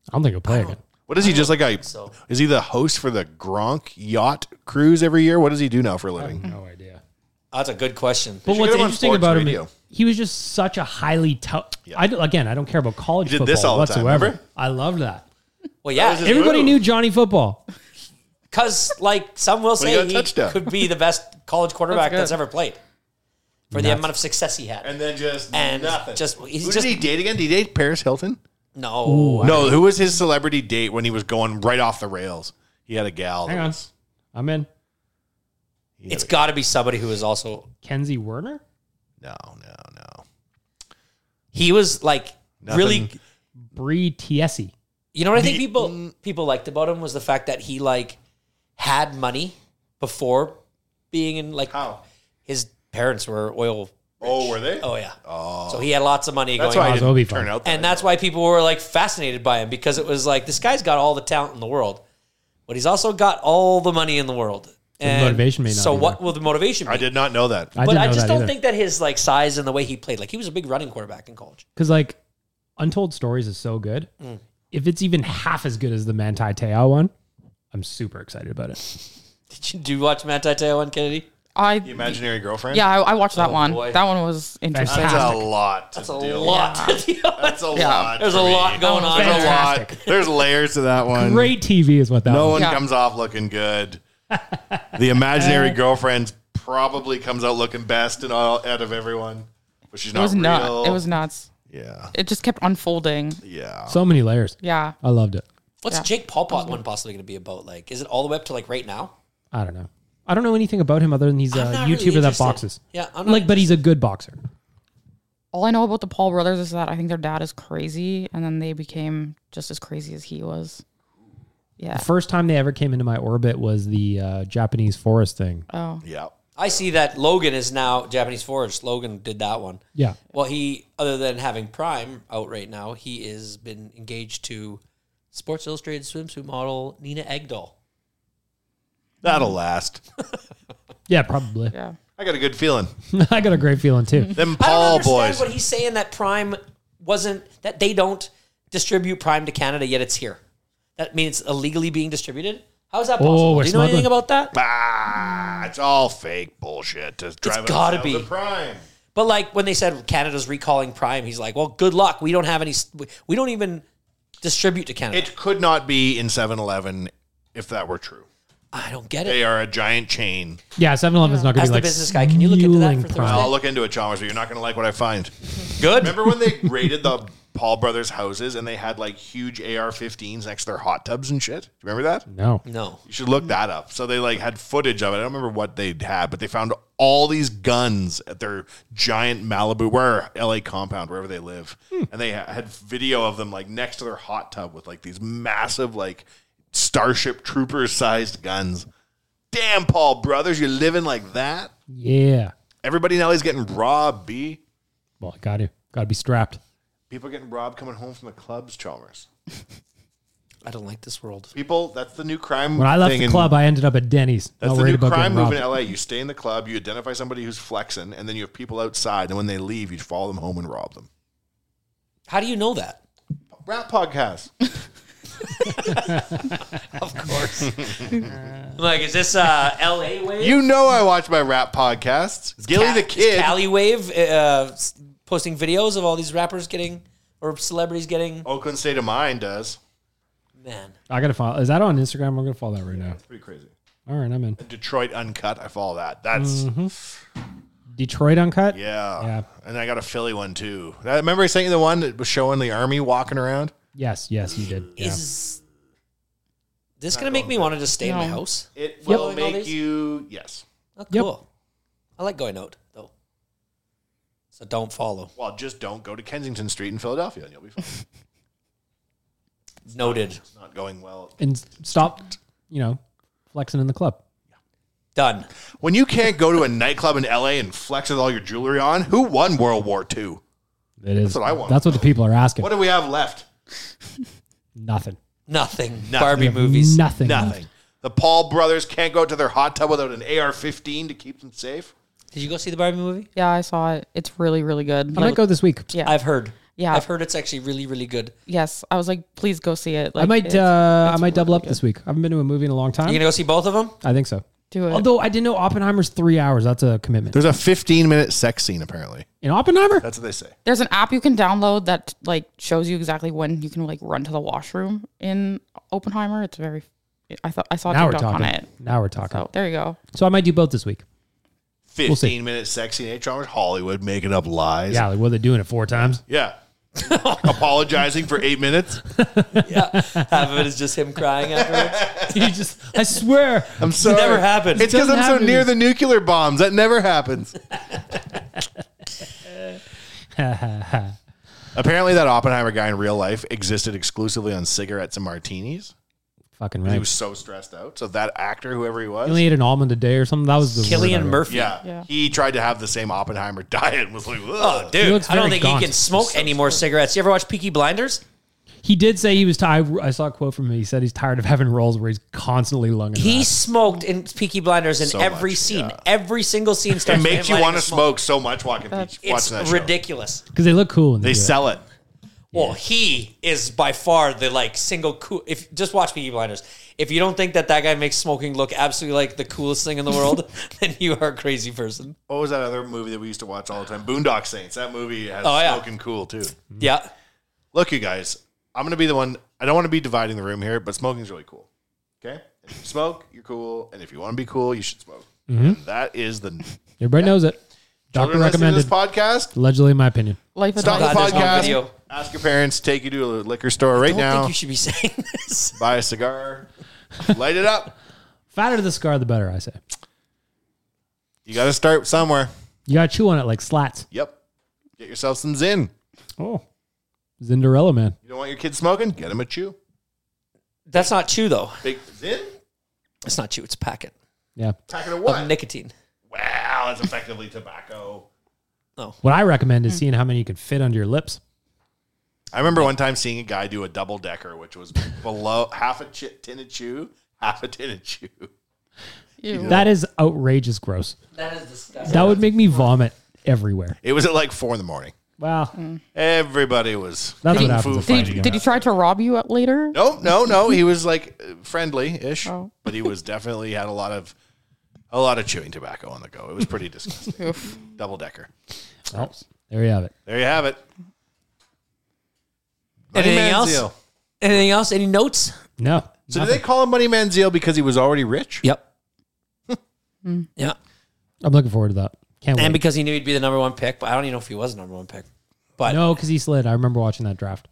[SPEAKER 4] I don't think he'll play again.
[SPEAKER 2] What is he just like? A,
[SPEAKER 5] so.
[SPEAKER 2] Is he the host for the Gronk yacht cruise every year? What does he do now for a living?
[SPEAKER 4] No idea.
[SPEAKER 5] that's a good question.
[SPEAKER 4] But
[SPEAKER 2] should
[SPEAKER 4] what's
[SPEAKER 2] get him on
[SPEAKER 4] interesting
[SPEAKER 2] sports
[SPEAKER 4] about him,
[SPEAKER 2] radio.
[SPEAKER 4] is he was just such a highly tough.
[SPEAKER 2] Yeah.
[SPEAKER 4] I don't- again, I don't care about college
[SPEAKER 2] He did
[SPEAKER 4] football
[SPEAKER 2] this all the time,
[SPEAKER 4] whatsoever.
[SPEAKER 2] remember?
[SPEAKER 4] I loved that.
[SPEAKER 5] Well, yeah,
[SPEAKER 2] was his-
[SPEAKER 4] Everybody
[SPEAKER 2] Ooh.
[SPEAKER 4] knew Johnny football.
[SPEAKER 5] because like some will
[SPEAKER 2] he got
[SPEAKER 5] say
[SPEAKER 2] a
[SPEAKER 5] he,
[SPEAKER 2] touchdown.
[SPEAKER 5] could be the best college quarterback
[SPEAKER 3] good.
[SPEAKER 5] that's, ever played for the amount of success he had.
[SPEAKER 2] And then just
[SPEAKER 5] And
[SPEAKER 2] nothing.
[SPEAKER 5] just-
[SPEAKER 2] who
[SPEAKER 5] he's
[SPEAKER 2] did
[SPEAKER 5] just-
[SPEAKER 2] he date again? Did he date Paris Hilton?
[SPEAKER 5] no,
[SPEAKER 2] no, who was his celebrity date when he was going right off the rails? He had a gal.
[SPEAKER 4] Hang
[SPEAKER 2] that
[SPEAKER 4] on,
[SPEAKER 2] was-
[SPEAKER 4] I'm in.
[SPEAKER 5] it's got to be somebody who is also
[SPEAKER 4] Kenzie Werner.
[SPEAKER 2] No, no, no.
[SPEAKER 5] he was like
[SPEAKER 2] Nothing.
[SPEAKER 5] really.
[SPEAKER 4] Bree Tiesi.
[SPEAKER 5] You know what I think people people liked about him was the fact that he like had money before being in like
[SPEAKER 2] How?
[SPEAKER 5] his parents were oil.
[SPEAKER 2] Oh, were they?
[SPEAKER 5] Oh yeah. Oh. So he had lots of money
[SPEAKER 2] that's
[SPEAKER 5] going
[SPEAKER 2] why
[SPEAKER 4] Oz
[SPEAKER 2] I
[SPEAKER 5] on.
[SPEAKER 2] didn't
[SPEAKER 4] Obi-Fan.
[SPEAKER 2] turn out.
[SPEAKER 5] And that's why people were like fascinated by him because it was like this guy's got all the talent in the world, but he's also got all the money in the world.
[SPEAKER 4] the motivation may not
[SPEAKER 5] So
[SPEAKER 4] be
[SPEAKER 5] what
[SPEAKER 4] there.
[SPEAKER 5] will the motivation be?
[SPEAKER 2] I did not know that.
[SPEAKER 4] I
[SPEAKER 5] but
[SPEAKER 4] didn't
[SPEAKER 5] I
[SPEAKER 4] know
[SPEAKER 5] just
[SPEAKER 4] that
[SPEAKER 5] don't
[SPEAKER 4] either.
[SPEAKER 5] think that his like size and the way he played, like he was a big running quarterback in college.
[SPEAKER 4] because like Untold Stories is so good.
[SPEAKER 5] Mm.
[SPEAKER 4] If it's even half as good as the Manti Te'o one, I'm super excited about it.
[SPEAKER 5] Did you do you watch Matt Tateo and Kennedy?
[SPEAKER 3] I
[SPEAKER 2] The imaginary girlfriend.
[SPEAKER 3] yeah, I, I watched that one.
[SPEAKER 5] boy.
[SPEAKER 3] That one was interesting.
[SPEAKER 2] that's
[SPEAKER 4] Fantastic.
[SPEAKER 2] a lot. That's
[SPEAKER 5] It's a lot.
[SPEAKER 2] That's a
[SPEAKER 3] Yeah.
[SPEAKER 2] lot.
[SPEAKER 5] There's
[SPEAKER 2] for
[SPEAKER 5] a
[SPEAKER 2] me.
[SPEAKER 5] lot going on.
[SPEAKER 2] There's a lot.
[SPEAKER 4] Fantastic.
[SPEAKER 2] There's layers to that one.
[SPEAKER 4] Great TV is what that.
[SPEAKER 2] No
[SPEAKER 4] was.
[SPEAKER 2] one
[SPEAKER 3] Yeah.
[SPEAKER 2] comes off looking good. the imaginary
[SPEAKER 4] Uh,
[SPEAKER 2] girlfriend probably comes out looking best and all out of everyone, but she's
[SPEAKER 3] It
[SPEAKER 2] not
[SPEAKER 3] was
[SPEAKER 2] real.
[SPEAKER 3] nuts. It was nuts.
[SPEAKER 2] yeah,
[SPEAKER 3] It just kept unfolding.
[SPEAKER 2] yeah.
[SPEAKER 4] So many layers.
[SPEAKER 3] Yeah.
[SPEAKER 4] I loved it.
[SPEAKER 5] What's Jake Paul pot one possibly going to be about? Like, is it all the way up to like right now?
[SPEAKER 4] I don't know. I don't know anything about him other than he's a
[SPEAKER 5] I'm
[SPEAKER 4] YouTuber
[SPEAKER 5] not really
[SPEAKER 4] that
[SPEAKER 5] interested.
[SPEAKER 4] boxes.
[SPEAKER 5] Yeah, I'm not
[SPEAKER 4] Like, but he's a good boxer.
[SPEAKER 3] All I know about the Paul brothers is that I think their dad is crazy, and then they became just as crazy as he was. Yeah.
[SPEAKER 4] The first time they ever came into my orbit was the uh, Japanese forest thing.
[SPEAKER 3] Oh.
[SPEAKER 2] yeah.
[SPEAKER 5] I see that Logan is now Japanese Forge. Logan did that one.
[SPEAKER 4] Yeah.
[SPEAKER 5] Well, he other than having Prime out right now, he has been engaged to Sports Illustrated swimsuit model Nina Egdahl.
[SPEAKER 2] That'll last.
[SPEAKER 4] Yeah, probably.
[SPEAKER 3] Yeah.
[SPEAKER 2] I got a good feeling.
[SPEAKER 4] I got a great feeling too.
[SPEAKER 2] Them
[SPEAKER 5] I don't
[SPEAKER 2] Paul
[SPEAKER 5] understand
[SPEAKER 2] boys.
[SPEAKER 5] what he's saying that Prime wasn't that they don't distribute Prime to Canada yet it's here. That means it's illegally being distributed. How is that
[SPEAKER 4] Oh,
[SPEAKER 5] possible?
[SPEAKER 4] we're
[SPEAKER 5] Do you know anything
[SPEAKER 4] smuggling.
[SPEAKER 5] about that?
[SPEAKER 2] ah, it's all fake bullshit. To drive
[SPEAKER 5] gotta
[SPEAKER 2] themselves
[SPEAKER 5] be.
[SPEAKER 2] to prime.
[SPEAKER 5] But like when they said Canada's recalling Prime, he's like, "Well, good luck. We don't have any. We don't even distribute to Canada."
[SPEAKER 2] It could not be in 7-Eleven if that were true.
[SPEAKER 5] I don't get it.
[SPEAKER 2] They are a giant chain.
[SPEAKER 4] Yeah, 7 Eleven's not going
[SPEAKER 5] As
[SPEAKER 4] to
[SPEAKER 5] the
[SPEAKER 4] be like.
[SPEAKER 5] business guy, can you look into that
[SPEAKER 4] fueling
[SPEAKER 5] for
[SPEAKER 4] Prime.
[SPEAKER 5] Thursday?
[SPEAKER 2] I'll look into it, Chalmers. But you're not going to like what I find.
[SPEAKER 5] Good.
[SPEAKER 2] Remember when they raided the Paul brothers houses and they had like huge AR-15s next to their hot tubs and shit. Do you remember that?
[SPEAKER 4] No.
[SPEAKER 5] No.
[SPEAKER 2] You should look that up. So they like had footage of it. I don't remember what they had, but they found all these guns at their giant Malibu, where LA compound, wherever they live, and they ha- had video of them like next to their hot tub with like these massive like Starship Trooper sized guns. Damn, Paul brothers, you're living like that.
[SPEAKER 4] Yeah.
[SPEAKER 2] Everybody now is getting robbed. B.
[SPEAKER 4] Well, I got to got to be strapped.
[SPEAKER 2] People getting robbed coming home from the clubs, Chalmers.
[SPEAKER 5] I don't like this world.
[SPEAKER 2] People, that's the new crime.
[SPEAKER 4] When I left
[SPEAKER 2] thing
[SPEAKER 4] the
[SPEAKER 2] in-
[SPEAKER 4] club, I ended up at Denny's.
[SPEAKER 2] That's
[SPEAKER 4] not
[SPEAKER 2] the
[SPEAKER 4] worried
[SPEAKER 2] new
[SPEAKER 4] about
[SPEAKER 2] crime
[SPEAKER 4] getting
[SPEAKER 2] move in
[SPEAKER 4] robbed.
[SPEAKER 2] LA. You stay in the club, you identify somebody who's flexing, and then you have people outside. And when they leave, you follow them home and rob them.
[SPEAKER 5] How do you know that?
[SPEAKER 2] Rap podcast.
[SPEAKER 5] Of course. like, is this uh, L.A. wave?
[SPEAKER 2] you know I watch my rap podcasts. Gilly
[SPEAKER 5] Ca-
[SPEAKER 2] the Kid.
[SPEAKER 5] Is Cali wave uh, s- posting videos of all these rappers getting or celebrities getting.
[SPEAKER 2] Oakland State of Mind does.
[SPEAKER 5] Man,
[SPEAKER 4] I gotta follow. Is that on Instagram? I'm gonna follow that right now.
[SPEAKER 2] Pretty crazy.
[SPEAKER 4] All right, I'm in.
[SPEAKER 2] Detroit Uncut. I follow that. That's
[SPEAKER 4] Detroit uncut.
[SPEAKER 2] yeah.
[SPEAKER 4] Mm-hmm. Yeah.
[SPEAKER 2] And I got a Philly one too. I remember I sent you the one that was showing the army walking around.
[SPEAKER 4] Yes, yes, you did. Yeah.
[SPEAKER 5] is this gonna make me want to just stay in my house?
[SPEAKER 2] It
[SPEAKER 5] Yep.
[SPEAKER 2] will
[SPEAKER 5] Following all
[SPEAKER 2] make
[SPEAKER 5] these?
[SPEAKER 2] you yes.
[SPEAKER 5] Oh,
[SPEAKER 4] Yep.
[SPEAKER 5] cool. I like going out though. So don't follow.
[SPEAKER 2] Well, just don't go to Kensington Street in Philadelphia, and you'll be fine.
[SPEAKER 5] Noted.
[SPEAKER 2] it's not going well.
[SPEAKER 4] and s- stop, you know, flexing in the club.
[SPEAKER 5] Done.
[SPEAKER 2] When you can't go to a nightclub in LA and flex with all your jewelry on, who won World War II?
[SPEAKER 4] It is.
[SPEAKER 2] what I want.
[SPEAKER 4] That's what the people are asking.
[SPEAKER 2] What do we have left?
[SPEAKER 4] Nothing.
[SPEAKER 5] Nothing.
[SPEAKER 4] We
[SPEAKER 5] Barbie
[SPEAKER 4] have
[SPEAKER 5] movies.
[SPEAKER 4] Nothing.
[SPEAKER 2] Nothing. The Paul brothers can't go to their hot tub without an AR 15 to keep them safe.
[SPEAKER 5] Did you go see the Barbie movie?
[SPEAKER 3] Yeah, I saw it. It's really, really good.
[SPEAKER 4] I might
[SPEAKER 3] Like,
[SPEAKER 4] go this week.
[SPEAKER 3] yeah,
[SPEAKER 5] I've heard.
[SPEAKER 3] Yeah.
[SPEAKER 5] I've heard it's actually really, really good.
[SPEAKER 3] yes. I was like, please go see it. Like,
[SPEAKER 4] I might.
[SPEAKER 3] it's-
[SPEAKER 4] Uh, I
[SPEAKER 3] it's
[SPEAKER 4] might double
[SPEAKER 3] really
[SPEAKER 4] up this week. I haven't been to a movie in a long
[SPEAKER 5] Are
[SPEAKER 4] time.
[SPEAKER 5] you gonna go see both of them?
[SPEAKER 4] I think so.
[SPEAKER 3] Do it.
[SPEAKER 4] Although I didn't know Oppenheimer's three hours. That's a commitment.
[SPEAKER 2] There's a 15 minute sex scene, apparently.
[SPEAKER 4] In Oppenheimer,
[SPEAKER 2] That's what they say.
[SPEAKER 3] There's an app you can download that like shows you exactly when you can like run to the washroom in Oppenheimer. It's very. I thought I saw
[SPEAKER 4] now we're
[SPEAKER 3] TikTok
[SPEAKER 4] talking.
[SPEAKER 3] on it.
[SPEAKER 4] Now we're talking.
[SPEAKER 3] So
[SPEAKER 4] So,
[SPEAKER 3] there you go.
[SPEAKER 4] I might do both this week.
[SPEAKER 2] 15
[SPEAKER 4] see.
[SPEAKER 2] minute sex scene. H. Robert Hollywood making up lies.
[SPEAKER 4] Yeah, like, what are they doing it four times?
[SPEAKER 2] Yeah. Apologizing for eight minutes.
[SPEAKER 5] Yeah. Half of it is just him crying afterwards.
[SPEAKER 4] you just, I swear,
[SPEAKER 2] I'm sorry.
[SPEAKER 5] never happened.
[SPEAKER 2] It's because
[SPEAKER 4] Doesn't
[SPEAKER 2] I'm so
[SPEAKER 4] happen.
[SPEAKER 2] near the nuclear bombs. That never happens. Apparently, that Oppenheimer guy in real life existed exclusively on cigarettes and martinis.
[SPEAKER 4] fucking
[SPEAKER 2] 'cause
[SPEAKER 4] right.
[SPEAKER 2] He was so stressed out. So that actor, whoever he was,
[SPEAKER 4] He only ate an almond a day or something. That was the
[SPEAKER 5] Killian
[SPEAKER 4] word I read.
[SPEAKER 5] Murphy.
[SPEAKER 2] yeah,
[SPEAKER 3] Yeah.
[SPEAKER 2] he tried to have the same Oppenheimer diet. And was like,
[SPEAKER 5] Oh,
[SPEAKER 2] oh, dude.
[SPEAKER 5] dude.
[SPEAKER 4] looks
[SPEAKER 5] I don't
[SPEAKER 4] very
[SPEAKER 5] think
[SPEAKER 4] gaunt.
[SPEAKER 5] he can smoke any more cigarettes. You ever watch Peaky Blinders?
[SPEAKER 4] He did say he was tired. I saw a quote from him. He said he's tired of having roles where he's constantly lunging.
[SPEAKER 5] He
[SPEAKER 4] around.
[SPEAKER 5] smoked in Peaky Blinders in
[SPEAKER 2] So
[SPEAKER 5] every
[SPEAKER 2] much,
[SPEAKER 5] scene.
[SPEAKER 2] yeah.
[SPEAKER 5] Every single scene starts.
[SPEAKER 2] It
[SPEAKER 5] with
[SPEAKER 2] makes
[SPEAKER 5] him
[SPEAKER 2] you
[SPEAKER 5] lighting
[SPEAKER 2] want
[SPEAKER 5] a
[SPEAKER 2] to smoke so much watching,
[SPEAKER 5] It's
[SPEAKER 2] watching that show.
[SPEAKER 5] ridiculous.
[SPEAKER 4] because they look cool. And
[SPEAKER 2] They sell it.
[SPEAKER 5] Well, he is by far the like single cool. If just watch Peaky Blinders, if you don't think that that guy makes smoking look absolutely like the coolest thing in the world, then you are a crazy person.
[SPEAKER 2] What was that other movie that we used to watch all the time? Boondock Saints. That movie has
[SPEAKER 5] Oh, yeah.
[SPEAKER 2] smoking cool too.
[SPEAKER 4] Mm-hmm.
[SPEAKER 5] Yeah,
[SPEAKER 2] look, you guys, I'm gonna be the one. I don't want to be dividing the room here, but smoking's really cool. Okay, if you smoke, you're cool, and if you want to be cool, you should smoke. And That is the
[SPEAKER 4] Everybody knows it. Mm-hmm. Doctor
[SPEAKER 2] children listening
[SPEAKER 4] recommended.
[SPEAKER 2] to this podcast.
[SPEAKER 4] allegedly, in my opinion.
[SPEAKER 3] Life is
[SPEAKER 2] Stop the
[SPEAKER 3] life.
[SPEAKER 5] God, there's no
[SPEAKER 2] podcast.
[SPEAKER 5] video.
[SPEAKER 2] Ask your parents. Take you to a liquor store right
[SPEAKER 5] don't
[SPEAKER 2] now.
[SPEAKER 5] think you should be saying this.
[SPEAKER 2] buy a cigar. light it up.
[SPEAKER 4] Fatter the scar, the better. I say.
[SPEAKER 2] You got to start somewhere.
[SPEAKER 4] You gotta chew on it like slats.
[SPEAKER 2] Yep. Get yourself some Zin.
[SPEAKER 4] Oh, Cinderella man.
[SPEAKER 2] You don't want your kids smoking? Get them a chew.
[SPEAKER 5] That's not chew though.
[SPEAKER 2] Big Zin.
[SPEAKER 5] It's not chew. It's a packet
[SPEAKER 4] Yeah.
[SPEAKER 2] Packet of
[SPEAKER 5] of
[SPEAKER 2] what?
[SPEAKER 5] nicotine.
[SPEAKER 2] wow, it's effectively tobacco.
[SPEAKER 4] What I recommend is seeing how many you can fit under your lips.
[SPEAKER 2] I remember one time seeing a guy do a double decker, which was below half a ch- tin of chew, half a tin of chew.
[SPEAKER 3] Ew.
[SPEAKER 4] That is outrageous gross.
[SPEAKER 5] That is disgusting.
[SPEAKER 4] That would make me vomit everywhere.
[SPEAKER 2] It was at like four in the morning.
[SPEAKER 4] Wow.
[SPEAKER 2] Everybody was.
[SPEAKER 4] That's what
[SPEAKER 2] eating
[SPEAKER 4] happens if I
[SPEAKER 2] fighting.
[SPEAKER 4] do
[SPEAKER 3] Did, did he try to rob you at later?
[SPEAKER 2] No, no, no. He was like friendly ish,
[SPEAKER 3] Oh.
[SPEAKER 2] but he was definitely had a lot of a lot of chewing tobacco on the go. It was pretty disgusting.
[SPEAKER 3] Oof.
[SPEAKER 2] double decker.
[SPEAKER 4] Well, oh, there you have it.
[SPEAKER 2] There you have it.
[SPEAKER 5] Anything
[SPEAKER 2] Money
[SPEAKER 5] else?
[SPEAKER 2] Manziel.
[SPEAKER 5] Anything else? Any notes?
[SPEAKER 4] No.
[SPEAKER 2] So did they call him Money Manziel because he was already rich?
[SPEAKER 5] Yep. yeah,
[SPEAKER 4] I'm looking forward to that. Can't
[SPEAKER 5] and
[SPEAKER 4] wait.
[SPEAKER 5] because he knew he'd be the number one pick, but I don't even know if he was the number one pick. But
[SPEAKER 4] no, because he slid. I remember watching that draft.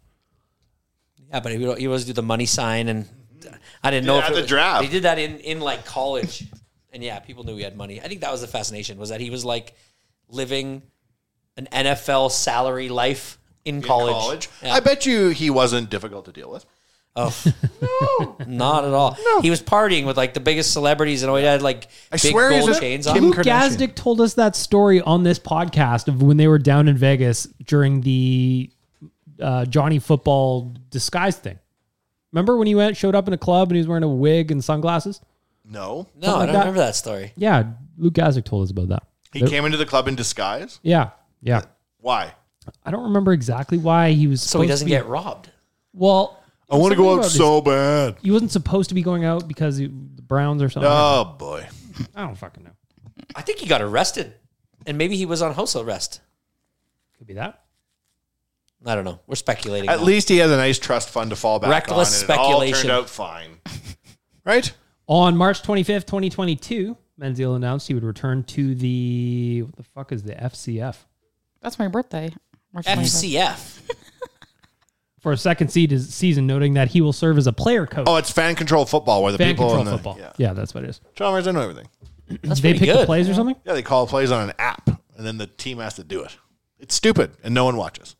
[SPEAKER 5] yeah, but he, would- he always do the money sign, and I didn't know
[SPEAKER 2] did
[SPEAKER 5] if
[SPEAKER 2] at
[SPEAKER 5] it
[SPEAKER 2] the
[SPEAKER 5] was-
[SPEAKER 2] draft.
[SPEAKER 5] He did that in in like college, and yeah, people knew he had money. I think that was the fascination was that he was like living an NFL salary life in, college. Yeah.
[SPEAKER 2] I bet you he wasn't difficult to deal with.
[SPEAKER 5] Oh no, not at all. He was partying with like the biggest celebrities, and always had like
[SPEAKER 2] I
[SPEAKER 5] big
[SPEAKER 2] swear he's
[SPEAKER 5] gold
[SPEAKER 2] a
[SPEAKER 5] chains
[SPEAKER 2] Kim
[SPEAKER 5] on.
[SPEAKER 4] Luke Gazdick told us that story on this podcast of when they were down in Vegas during the uh, Johnny Football disguise thing. Remember when he went showed up in a club and he was wearing a wig and sunglasses?
[SPEAKER 2] No,
[SPEAKER 5] No, I
[SPEAKER 4] like
[SPEAKER 5] don't
[SPEAKER 4] that.
[SPEAKER 5] remember that story.
[SPEAKER 4] Yeah, Luke Gazdick told us about that.
[SPEAKER 2] he
[SPEAKER 4] There-
[SPEAKER 2] came into the club in disguise.
[SPEAKER 4] Yeah, yeah.
[SPEAKER 2] Why?
[SPEAKER 4] I don't remember exactly why he was.
[SPEAKER 5] So
[SPEAKER 4] supposed
[SPEAKER 5] he
[SPEAKER 4] to
[SPEAKER 5] doesn't
[SPEAKER 4] be-
[SPEAKER 5] get robbed.
[SPEAKER 4] Well,
[SPEAKER 2] I want to
[SPEAKER 4] something
[SPEAKER 2] go out
[SPEAKER 4] about his-
[SPEAKER 2] so bad.
[SPEAKER 4] He wasn't supposed to be going out because he, the Browns or something.
[SPEAKER 2] Oh boy,
[SPEAKER 4] I don't fucking know.
[SPEAKER 5] I think he got arrested, and maybe he was on house arrest.
[SPEAKER 4] Could be that.
[SPEAKER 5] I don't know. We're speculating.
[SPEAKER 2] at
[SPEAKER 5] now.
[SPEAKER 2] least he has a nice trust fund to fall back
[SPEAKER 5] Reckless
[SPEAKER 2] on. and It all
[SPEAKER 5] speculation.
[SPEAKER 2] turned out fine, right?
[SPEAKER 4] On March 25th, 2022, Menziel announced he would return to the what the fuck is the FCF
[SPEAKER 3] That's my birthday. March 25th.
[SPEAKER 5] FCF.
[SPEAKER 4] for a second seed season, noting that he will serve as a player coach.
[SPEAKER 2] Oh, it's fan control football where the
[SPEAKER 4] fan
[SPEAKER 2] people
[SPEAKER 4] control
[SPEAKER 2] in the,
[SPEAKER 4] football.
[SPEAKER 2] Yeah,
[SPEAKER 4] Yeah. that's what it is.
[SPEAKER 2] John Myers, I know everything.
[SPEAKER 4] they
[SPEAKER 5] pretty
[SPEAKER 4] pick the
[SPEAKER 5] good.
[SPEAKER 4] plays or something.
[SPEAKER 2] Yeah, they call plays on an app, and then the team has to do it. It's stupid, and no one watches.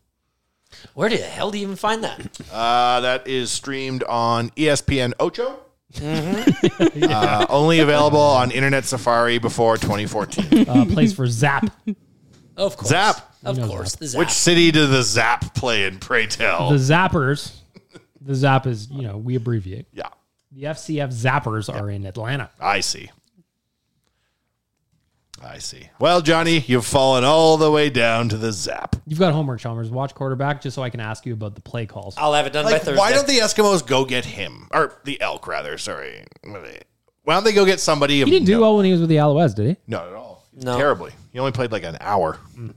[SPEAKER 5] Where the hell do you even find that?
[SPEAKER 2] Uh, that is streamed on E ESPN Ocho.
[SPEAKER 4] Mm-hmm.
[SPEAKER 2] uh, only available on Internet Safari before 2014.
[SPEAKER 4] Uh, plays for Zap.
[SPEAKER 5] Of course.
[SPEAKER 2] Zap.
[SPEAKER 5] Of
[SPEAKER 4] You know
[SPEAKER 5] course.
[SPEAKER 4] Zap.
[SPEAKER 5] The Zap.
[SPEAKER 2] Which city did the Zap play in? Pray tell.
[SPEAKER 4] The Zappers. The Zap is you know we abbreviate.
[SPEAKER 2] yeah,
[SPEAKER 4] The FCF Zappers are in Atlanta.
[SPEAKER 2] I see. I see. Well, Johnny, you've fallen all the way down to the Zap.
[SPEAKER 4] You've got homework, Chalmers. Watch quarterback just so I can ask you about the play calls.
[SPEAKER 5] I'll have it done by
[SPEAKER 2] Like,
[SPEAKER 5] Thursday.
[SPEAKER 2] why don't the Eskimos go get him or the elk rather? Sorry, why don't they go get somebody?
[SPEAKER 4] He didn't do well when he was with the Alouettes, did
[SPEAKER 2] Not at all.
[SPEAKER 5] No.
[SPEAKER 2] Terribly. He only played like an hour.
[SPEAKER 4] he?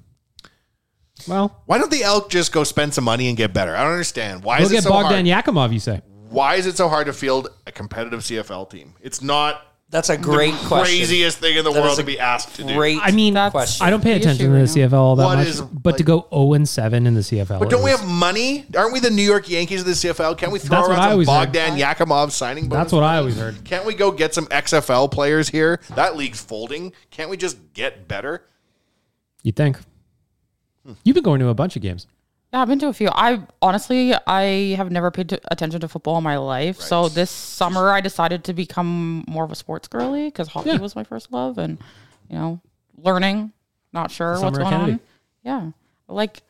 [SPEAKER 4] Well,
[SPEAKER 2] Why don't the elk just go spend some money and get better? I don't understand. Why
[SPEAKER 4] go
[SPEAKER 2] is it
[SPEAKER 4] get
[SPEAKER 2] so
[SPEAKER 4] Bogdan
[SPEAKER 2] hard?
[SPEAKER 4] Yakimov. You say
[SPEAKER 2] Why is it so hard to field a competitive CFL team? It's not
[SPEAKER 5] That's a great
[SPEAKER 2] the
[SPEAKER 5] question.
[SPEAKER 2] craziest thing in the
[SPEAKER 5] That
[SPEAKER 2] world
[SPEAKER 5] is a
[SPEAKER 2] to be asked to do.
[SPEAKER 5] Great.
[SPEAKER 4] I mean,
[SPEAKER 3] That's-
[SPEAKER 5] question.
[SPEAKER 4] I don't pay
[SPEAKER 3] the
[SPEAKER 4] attention
[SPEAKER 3] issue
[SPEAKER 4] to the
[SPEAKER 3] right now.
[SPEAKER 4] CFL all that
[SPEAKER 2] What
[SPEAKER 4] much,
[SPEAKER 2] is,
[SPEAKER 4] but to go
[SPEAKER 2] like-
[SPEAKER 4] zero and seven in the CFL.
[SPEAKER 2] But don't we
[SPEAKER 4] is-
[SPEAKER 2] have money? Aren't we the New York Yankees of the CFL? Can't we throw
[SPEAKER 4] That's what I
[SPEAKER 2] around some
[SPEAKER 4] always heard.
[SPEAKER 2] Bogdan Yakimov signing bonus?
[SPEAKER 4] That's what I always heard.
[SPEAKER 2] Can't we go get some XFL players here? That league's folding. Can't we just get better?
[SPEAKER 4] You think?
[SPEAKER 2] Hmm.
[SPEAKER 4] You've been going to a bunch of games.
[SPEAKER 3] Yeah, I've been to a few. I honestly, I have never paid t- attention to football in my life. So this summer, I decided to become more of a sports girly because hockey
[SPEAKER 4] Yeah.
[SPEAKER 3] was my first love, and you know, learning. Not sure
[SPEAKER 4] The
[SPEAKER 3] what's
[SPEAKER 4] summer of
[SPEAKER 3] going
[SPEAKER 4] Kennedy.
[SPEAKER 3] on. Yeah, I like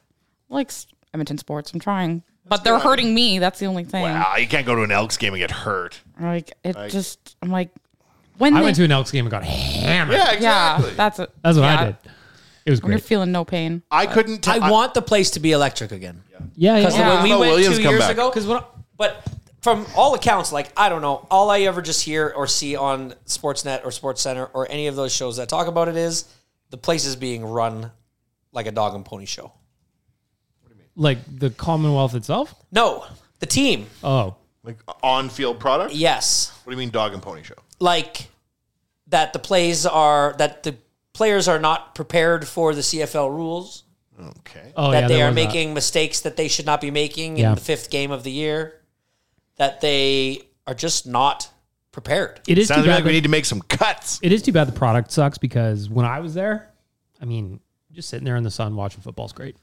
[SPEAKER 3] I like s- Edmonton sports. I'm trying, but they're hurting me. That's the only thing.
[SPEAKER 2] Wow, you can't go to an Elks game and get hurt.
[SPEAKER 3] Like it just, I'm like, when
[SPEAKER 4] I
[SPEAKER 3] they-
[SPEAKER 4] went to an Elks game and got hammered.
[SPEAKER 2] Yeah,
[SPEAKER 3] yeah,
[SPEAKER 2] exactly.
[SPEAKER 3] that's it.
[SPEAKER 4] That's what I
[SPEAKER 3] Yeah.
[SPEAKER 4] did. It was
[SPEAKER 3] When you're
[SPEAKER 4] great.
[SPEAKER 3] feeling no pain,
[SPEAKER 2] I couldn't. T-
[SPEAKER 5] I want the place to be electric again.
[SPEAKER 4] Yeah, yeah.
[SPEAKER 5] Because when we
[SPEAKER 2] Mo
[SPEAKER 5] went
[SPEAKER 2] Williams
[SPEAKER 5] two
[SPEAKER 2] come
[SPEAKER 5] years
[SPEAKER 2] back.
[SPEAKER 5] ago, because but from all accounts, like I don't know, all I ever just hear or see on Sportsnet or Sports Center or any of those shows that talk about it is the place is being run like a dog and pony show.
[SPEAKER 4] like the Commonwealth itself.
[SPEAKER 5] No, the team,
[SPEAKER 4] Oh,
[SPEAKER 2] like on-field product.
[SPEAKER 5] yes,
[SPEAKER 2] What do you mean, dog and pony show?
[SPEAKER 5] like that the plays are that the players are not prepared for the CFL rules.
[SPEAKER 2] Okay.
[SPEAKER 4] oh
[SPEAKER 5] that
[SPEAKER 4] yeah.
[SPEAKER 5] they
[SPEAKER 4] there
[SPEAKER 5] are
[SPEAKER 4] was that.
[SPEAKER 5] making mistakes that they should not be making
[SPEAKER 4] Yeah.
[SPEAKER 5] in the fifth game of the year, that they are just not prepared.
[SPEAKER 4] It is too
[SPEAKER 2] Sounds to me
[SPEAKER 4] bad.
[SPEAKER 2] like we
[SPEAKER 4] that-
[SPEAKER 2] need to make some cuts.
[SPEAKER 4] it is too bad the product sucks because when I was there, I mean, just sitting there in the sun watching football's great.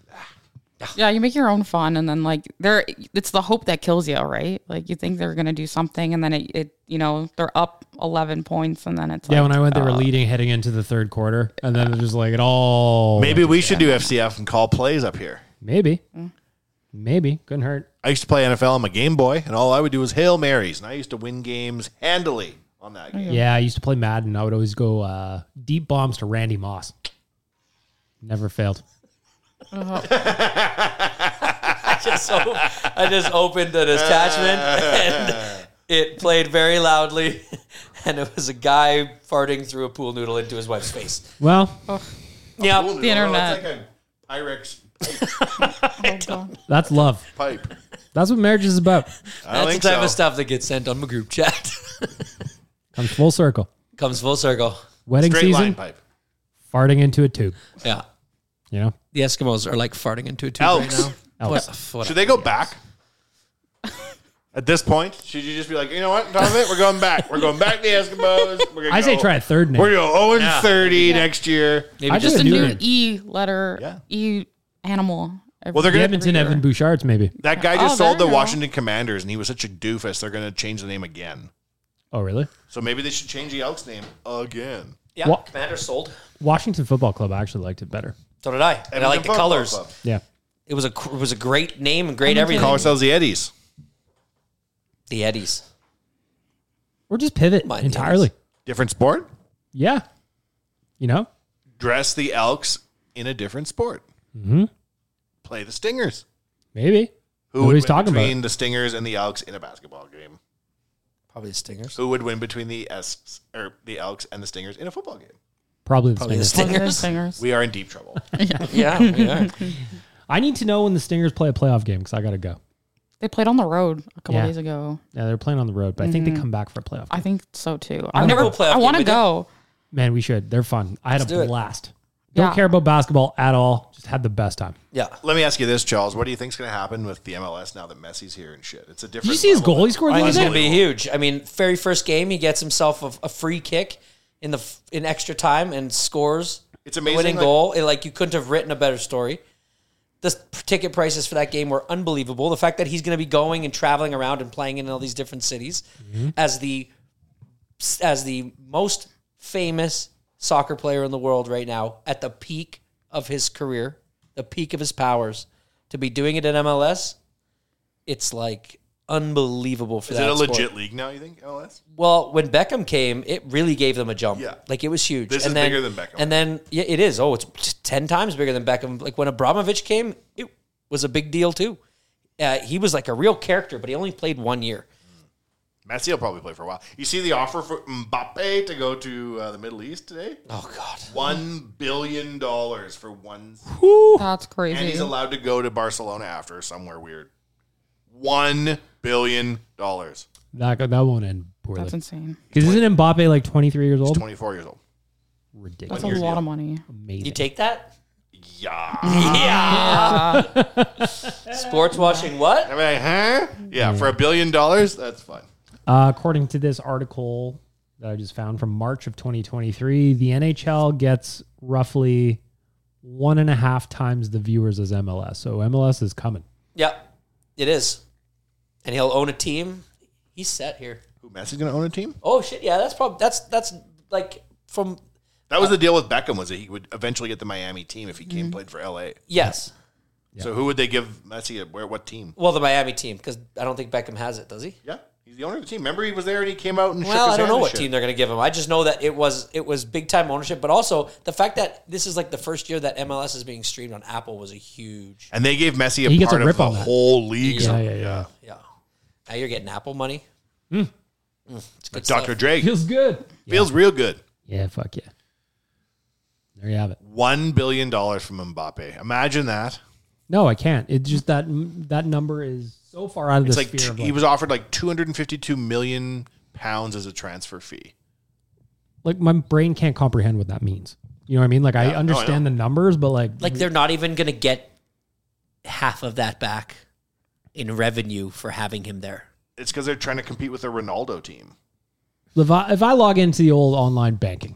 [SPEAKER 3] Yeah, you make your own fun, and then like they're it's the hope that kills you, right? Like you think they're gonna do something, and then it, it you know they're up eleven points, and then it's
[SPEAKER 4] Yeah,
[SPEAKER 3] like,
[SPEAKER 4] when I went, they were
[SPEAKER 3] uh,
[SPEAKER 4] leading heading into the third quarter, and then it was just like it all.
[SPEAKER 2] Maybe we should do FCF and call plays up here.
[SPEAKER 4] maybe,
[SPEAKER 3] Mm.
[SPEAKER 4] maybe couldn't hurt.
[SPEAKER 2] I used to play NFL on my Game Boy, and all I would do was Hail Marys, and I used to win games handily on that game.
[SPEAKER 4] Yeah, I used to play Madden. I would always go uh, deep bombs to Randy Moss. Never failed.
[SPEAKER 5] So I just opened an attachment and it played very loudly. And it was a guy farting through a pool noodle into his wife's face.
[SPEAKER 4] Well,
[SPEAKER 5] Yeah,
[SPEAKER 3] The internet.
[SPEAKER 2] Oh, like a Pyrex
[SPEAKER 4] that's love.
[SPEAKER 2] pipe.
[SPEAKER 4] That's what marriage is about.
[SPEAKER 2] I don't
[SPEAKER 5] that's the
[SPEAKER 2] think
[SPEAKER 5] type
[SPEAKER 2] so.
[SPEAKER 5] of stuff that gets sent on the group chat.
[SPEAKER 4] Comes full circle.
[SPEAKER 5] Comes full circle.
[SPEAKER 4] Wedding
[SPEAKER 2] Straight
[SPEAKER 4] season,
[SPEAKER 2] line pipe.
[SPEAKER 4] farting into a tube.
[SPEAKER 5] Yeah.
[SPEAKER 4] You know?
[SPEAKER 5] The Eskimos are like farting into a tube
[SPEAKER 2] Elks.
[SPEAKER 5] right now.
[SPEAKER 4] Elks.
[SPEAKER 5] What- what-
[SPEAKER 2] Should they go back? At this point, should you just be like, you know what, Donovan, we're going back. We're going back to the Eskimos. We're gonna
[SPEAKER 4] I say
[SPEAKER 2] go-
[SPEAKER 4] try a third name.
[SPEAKER 2] We're going to go 0
[SPEAKER 5] Yeah.
[SPEAKER 2] 30 next year.
[SPEAKER 5] Maybe
[SPEAKER 4] I
[SPEAKER 5] just
[SPEAKER 4] do
[SPEAKER 5] a
[SPEAKER 4] a new
[SPEAKER 5] new.
[SPEAKER 4] one.
[SPEAKER 3] E letter, E animal. every-
[SPEAKER 2] Well, they're
[SPEAKER 4] The
[SPEAKER 2] gonna-
[SPEAKER 4] Edmonton
[SPEAKER 3] every year.
[SPEAKER 4] Evan Bouchards, maybe.
[SPEAKER 2] That guy
[SPEAKER 3] Oh,
[SPEAKER 2] just
[SPEAKER 3] there
[SPEAKER 2] sold the
[SPEAKER 3] you go.
[SPEAKER 2] Washington Commanders, and he was such a doofus. They're going to change the name again.
[SPEAKER 4] Oh, really?
[SPEAKER 2] So maybe they should change the Elks name again.
[SPEAKER 5] Yeah,
[SPEAKER 4] What?
[SPEAKER 5] Commander sold.
[SPEAKER 4] Washington Football Club. I actually liked it better.
[SPEAKER 5] So did I. And I like
[SPEAKER 2] Edmonton
[SPEAKER 5] the
[SPEAKER 2] Football
[SPEAKER 5] colors.
[SPEAKER 2] Club.
[SPEAKER 4] Yeah.
[SPEAKER 5] It was a cr- it was a great name and great everything.
[SPEAKER 2] Call ourselves the Eddies.
[SPEAKER 5] The Eddies.
[SPEAKER 4] Or just pivot
[SPEAKER 5] My
[SPEAKER 4] entirely.
[SPEAKER 5] goodness.
[SPEAKER 2] Different sport.
[SPEAKER 4] Yeah. You know?
[SPEAKER 2] Dress the Elks in a different sport.
[SPEAKER 4] Mm-hmm.
[SPEAKER 2] Play the Stingers.
[SPEAKER 4] Maybe.
[SPEAKER 2] Who
[SPEAKER 4] Nobody's
[SPEAKER 2] would win
[SPEAKER 4] talking about
[SPEAKER 2] between
[SPEAKER 4] it.
[SPEAKER 2] the Stingers and the Elks in a basketball game?
[SPEAKER 5] Probably the Stingers.
[SPEAKER 2] Who would win between the Esks or the Elks and the Stingers in a football game?
[SPEAKER 4] Probably the
[SPEAKER 5] Probably the
[SPEAKER 4] Stingers.
[SPEAKER 3] One
[SPEAKER 5] Stingers.
[SPEAKER 3] of those singers.
[SPEAKER 2] We are in deep trouble.
[SPEAKER 5] yeah, we are.
[SPEAKER 4] I need to know when the Stingers play a playoff game because I got to go.
[SPEAKER 3] They played on the road a couple
[SPEAKER 4] Yeah.
[SPEAKER 3] days ago.
[SPEAKER 4] Yeah, they're playing on the road, but I think
[SPEAKER 5] Mm-hmm.
[SPEAKER 4] they come back for a playoff.
[SPEAKER 3] I think so too.
[SPEAKER 5] I've
[SPEAKER 3] I
[SPEAKER 5] never
[SPEAKER 3] wanna-
[SPEAKER 5] played a
[SPEAKER 3] I
[SPEAKER 5] game
[SPEAKER 3] want to
[SPEAKER 5] with them.
[SPEAKER 3] go.
[SPEAKER 4] Man, we should. They're fun. I had
[SPEAKER 5] Let's do
[SPEAKER 4] a
[SPEAKER 5] it.
[SPEAKER 4] blast. Don't
[SPEAKER 3] Yeah.
[SPEAKER 4] care about basketball at all. Just had the best time.
[SPEAKER 5] Yeah.
[SPEAKER 2] Let me ask you this, Charles. What do you think's going to happen with the MLS now that Messi's here and shit? It's a different.
[SPEAKER 4] Did you see his
[SPEAKER 2] level.
[SPEAKER 4] goal he scored
[SPEAKER 5] I
[SPEAKER 4] the other
[SPEAKER 5] think it's
[SPEAKER 4] day?
[SPEAKER 5] going to be huge. I mean, very first game, he gets himself a, a free kick in the f- in extra time and scores.
[SPEAKER 2] It's
[SPEAKER 5] the
[SPEAKER 2] amazing,
[SPEAKER 5] winning
[SPEAKER 2] like-
[SPEAKER 5] goal. It, like you couldn't have written a better story. The s- ticket prices for that game were unbelievable. The fact that he's going to be going and traveling around and playing in all these different cities as the as the most famous soccer player in the world right now at the peak of his career, the peak of his powers, to be doing it in MLS, it's like unbelievable for
[SPEAKER 2] Is
[SPEAKER 5] that.
[SPEAKER 2] it a
[SPEAKER 5] sport.
[SPEAKER 2] legit league now? You think MLS?
[SPEAKER 5] Well, when Beckham came, it really gave them a jump.
[SPEAKER 2] Yeah.
[SPEAKER 5] like it was huge.
[SPEAKER 2] This is bigger than Beckham.
[SPEAKER 5] And then yeah, it is. Oh, it's t- ten times bigger than Beckham. Like when Abramovich came, it was a big deal too. Uh, he was like a real character, but he only played one year.
[SPEAKER 2] Messi will probably play for a while. You see the offer for Mbappe to go to uh, the Middle East today?
[SPEAKER 5] Oh God,
[SPEAKER 2] One billion dollars for one,
[SPEAKER 3] That's
[SPEAKER 2] and he's
[SPEAKER 3] crazy.
[SPEAKER 2] allowed to go to Barcelona after somewhere weird. One billion dollars.
[SPEAKER 4] That, go- that won't end poorly.
[SPEAKER 3] That's insane.
[SPEAKER 4] Because isn't Mbappe like 23 years old?
[SPEAKER 2] Twenty four years old.
[SPEAKER 4] Ridiculous.
[SPEAKER 3] That's a lot of money.
[SPEAKER 4] Amazing.
[SPEAKER 5] you take that?
[SPEAKER 2] Yeah.
[SPEAKER 5] Yeah. Sports watching what?
[SPEAKER 2] I mean, huh? Yeah, for a billion dollars, that's fine.
[SPEAKER 4] Uh, according to this article that I just found from March of 2023, the NHL gets roughly one and a half times the viewers as MLS. So MLS is coming.
[SPEAKER 5] Yeah, it is. And he'll own a team. He's set here.
[SPEAKER 2] Who Messi's gonna own a team?
[SPEAKER 5] Oh shit! Yeah, that's probably that's that's like from
[SPEAKER 2] That was the deal with Beckham was that he would eventually get the Miami team if he
[SPEAKER 4] Mm-hmm.
[SPEAKER 2] came played for LA.
[SPEAKER 5] yes.
[SPEAKER 2] So who would they give Messi? A, where what team?
[SPEAKER 5] Well, the Miami team because I don't think Beckham has it, does he?
[SPEAKER 2] Yeah, he's the owner of the team. Remember, he was there and he came out and shook
[SPEAKER 5] Well,
[SPEAKER 2] his
[SPEAKER 5] I don't
[SPEAKER 2] hand
[SPEAKER 5] know
[SPEAKER 2] and
[SPEAKER 5] what
[SPEAKER 2] shit.
[SPEAKER 5] team they're going to give him. I just know that it was it was big time ownership, but also the fact that this is like the first year that MLS is being streamed on Apple was a huge.
[SPEAKER 2] And they gave Messi a
[SPEAKER 4] He gets a
[SPEAKER 2] part
[SPEAKER 4] rip
[SPEAKER 2] of the
[SPEAKER 4] on that.
[SPEAKER 2] whole league.
[SPEAKER 4] Yeah, yeah, yeah.
[SPEAKER 5] Yeah, now you're getting Apple money. Mm, it's good
[SPEAKER 2] Hmm. Dr.
[SPEAKER 5] stuff.
[SPEAKER 2] Drake
[SPEAKER 4] Feels good.
[SPEAKER 2] feels real good.
[SPEAKER 4] Yeah, fuck yeah. There you have it.
[SPEAKER 2] One billion dollars from Mbappe. Imagine that.
[SPEAKER 4] No, I can't. It's just that that number is so far out of
[SPEAKER 2] It's
[SPEAKER 4] the
[SPEAKER 2] like
[SPEAKER 4] sphere.
[SPEAKER 2] t-
[SPEAKER 4] of like,
[SPEAKER 2] he was offered like two hundred and fifty-two million pounds as a transfer fee.
[SPEAKER 4] like my brain can't comprehend what that means. You know what I mean? Like I
[SPEAKER 2] no, I
[SPEAKER 4] understand
[SPEAKER 2] know.
[SPEAKER 4] the numbers, but like,
[SPEAKER 5] Like they're not even going to get half of that back in revenue for having him there.
[SPEAKER 2] It's because they're trying to compete with a Ronaldo team.
[SPEAKER 4] Levi- if I log into the old online banking,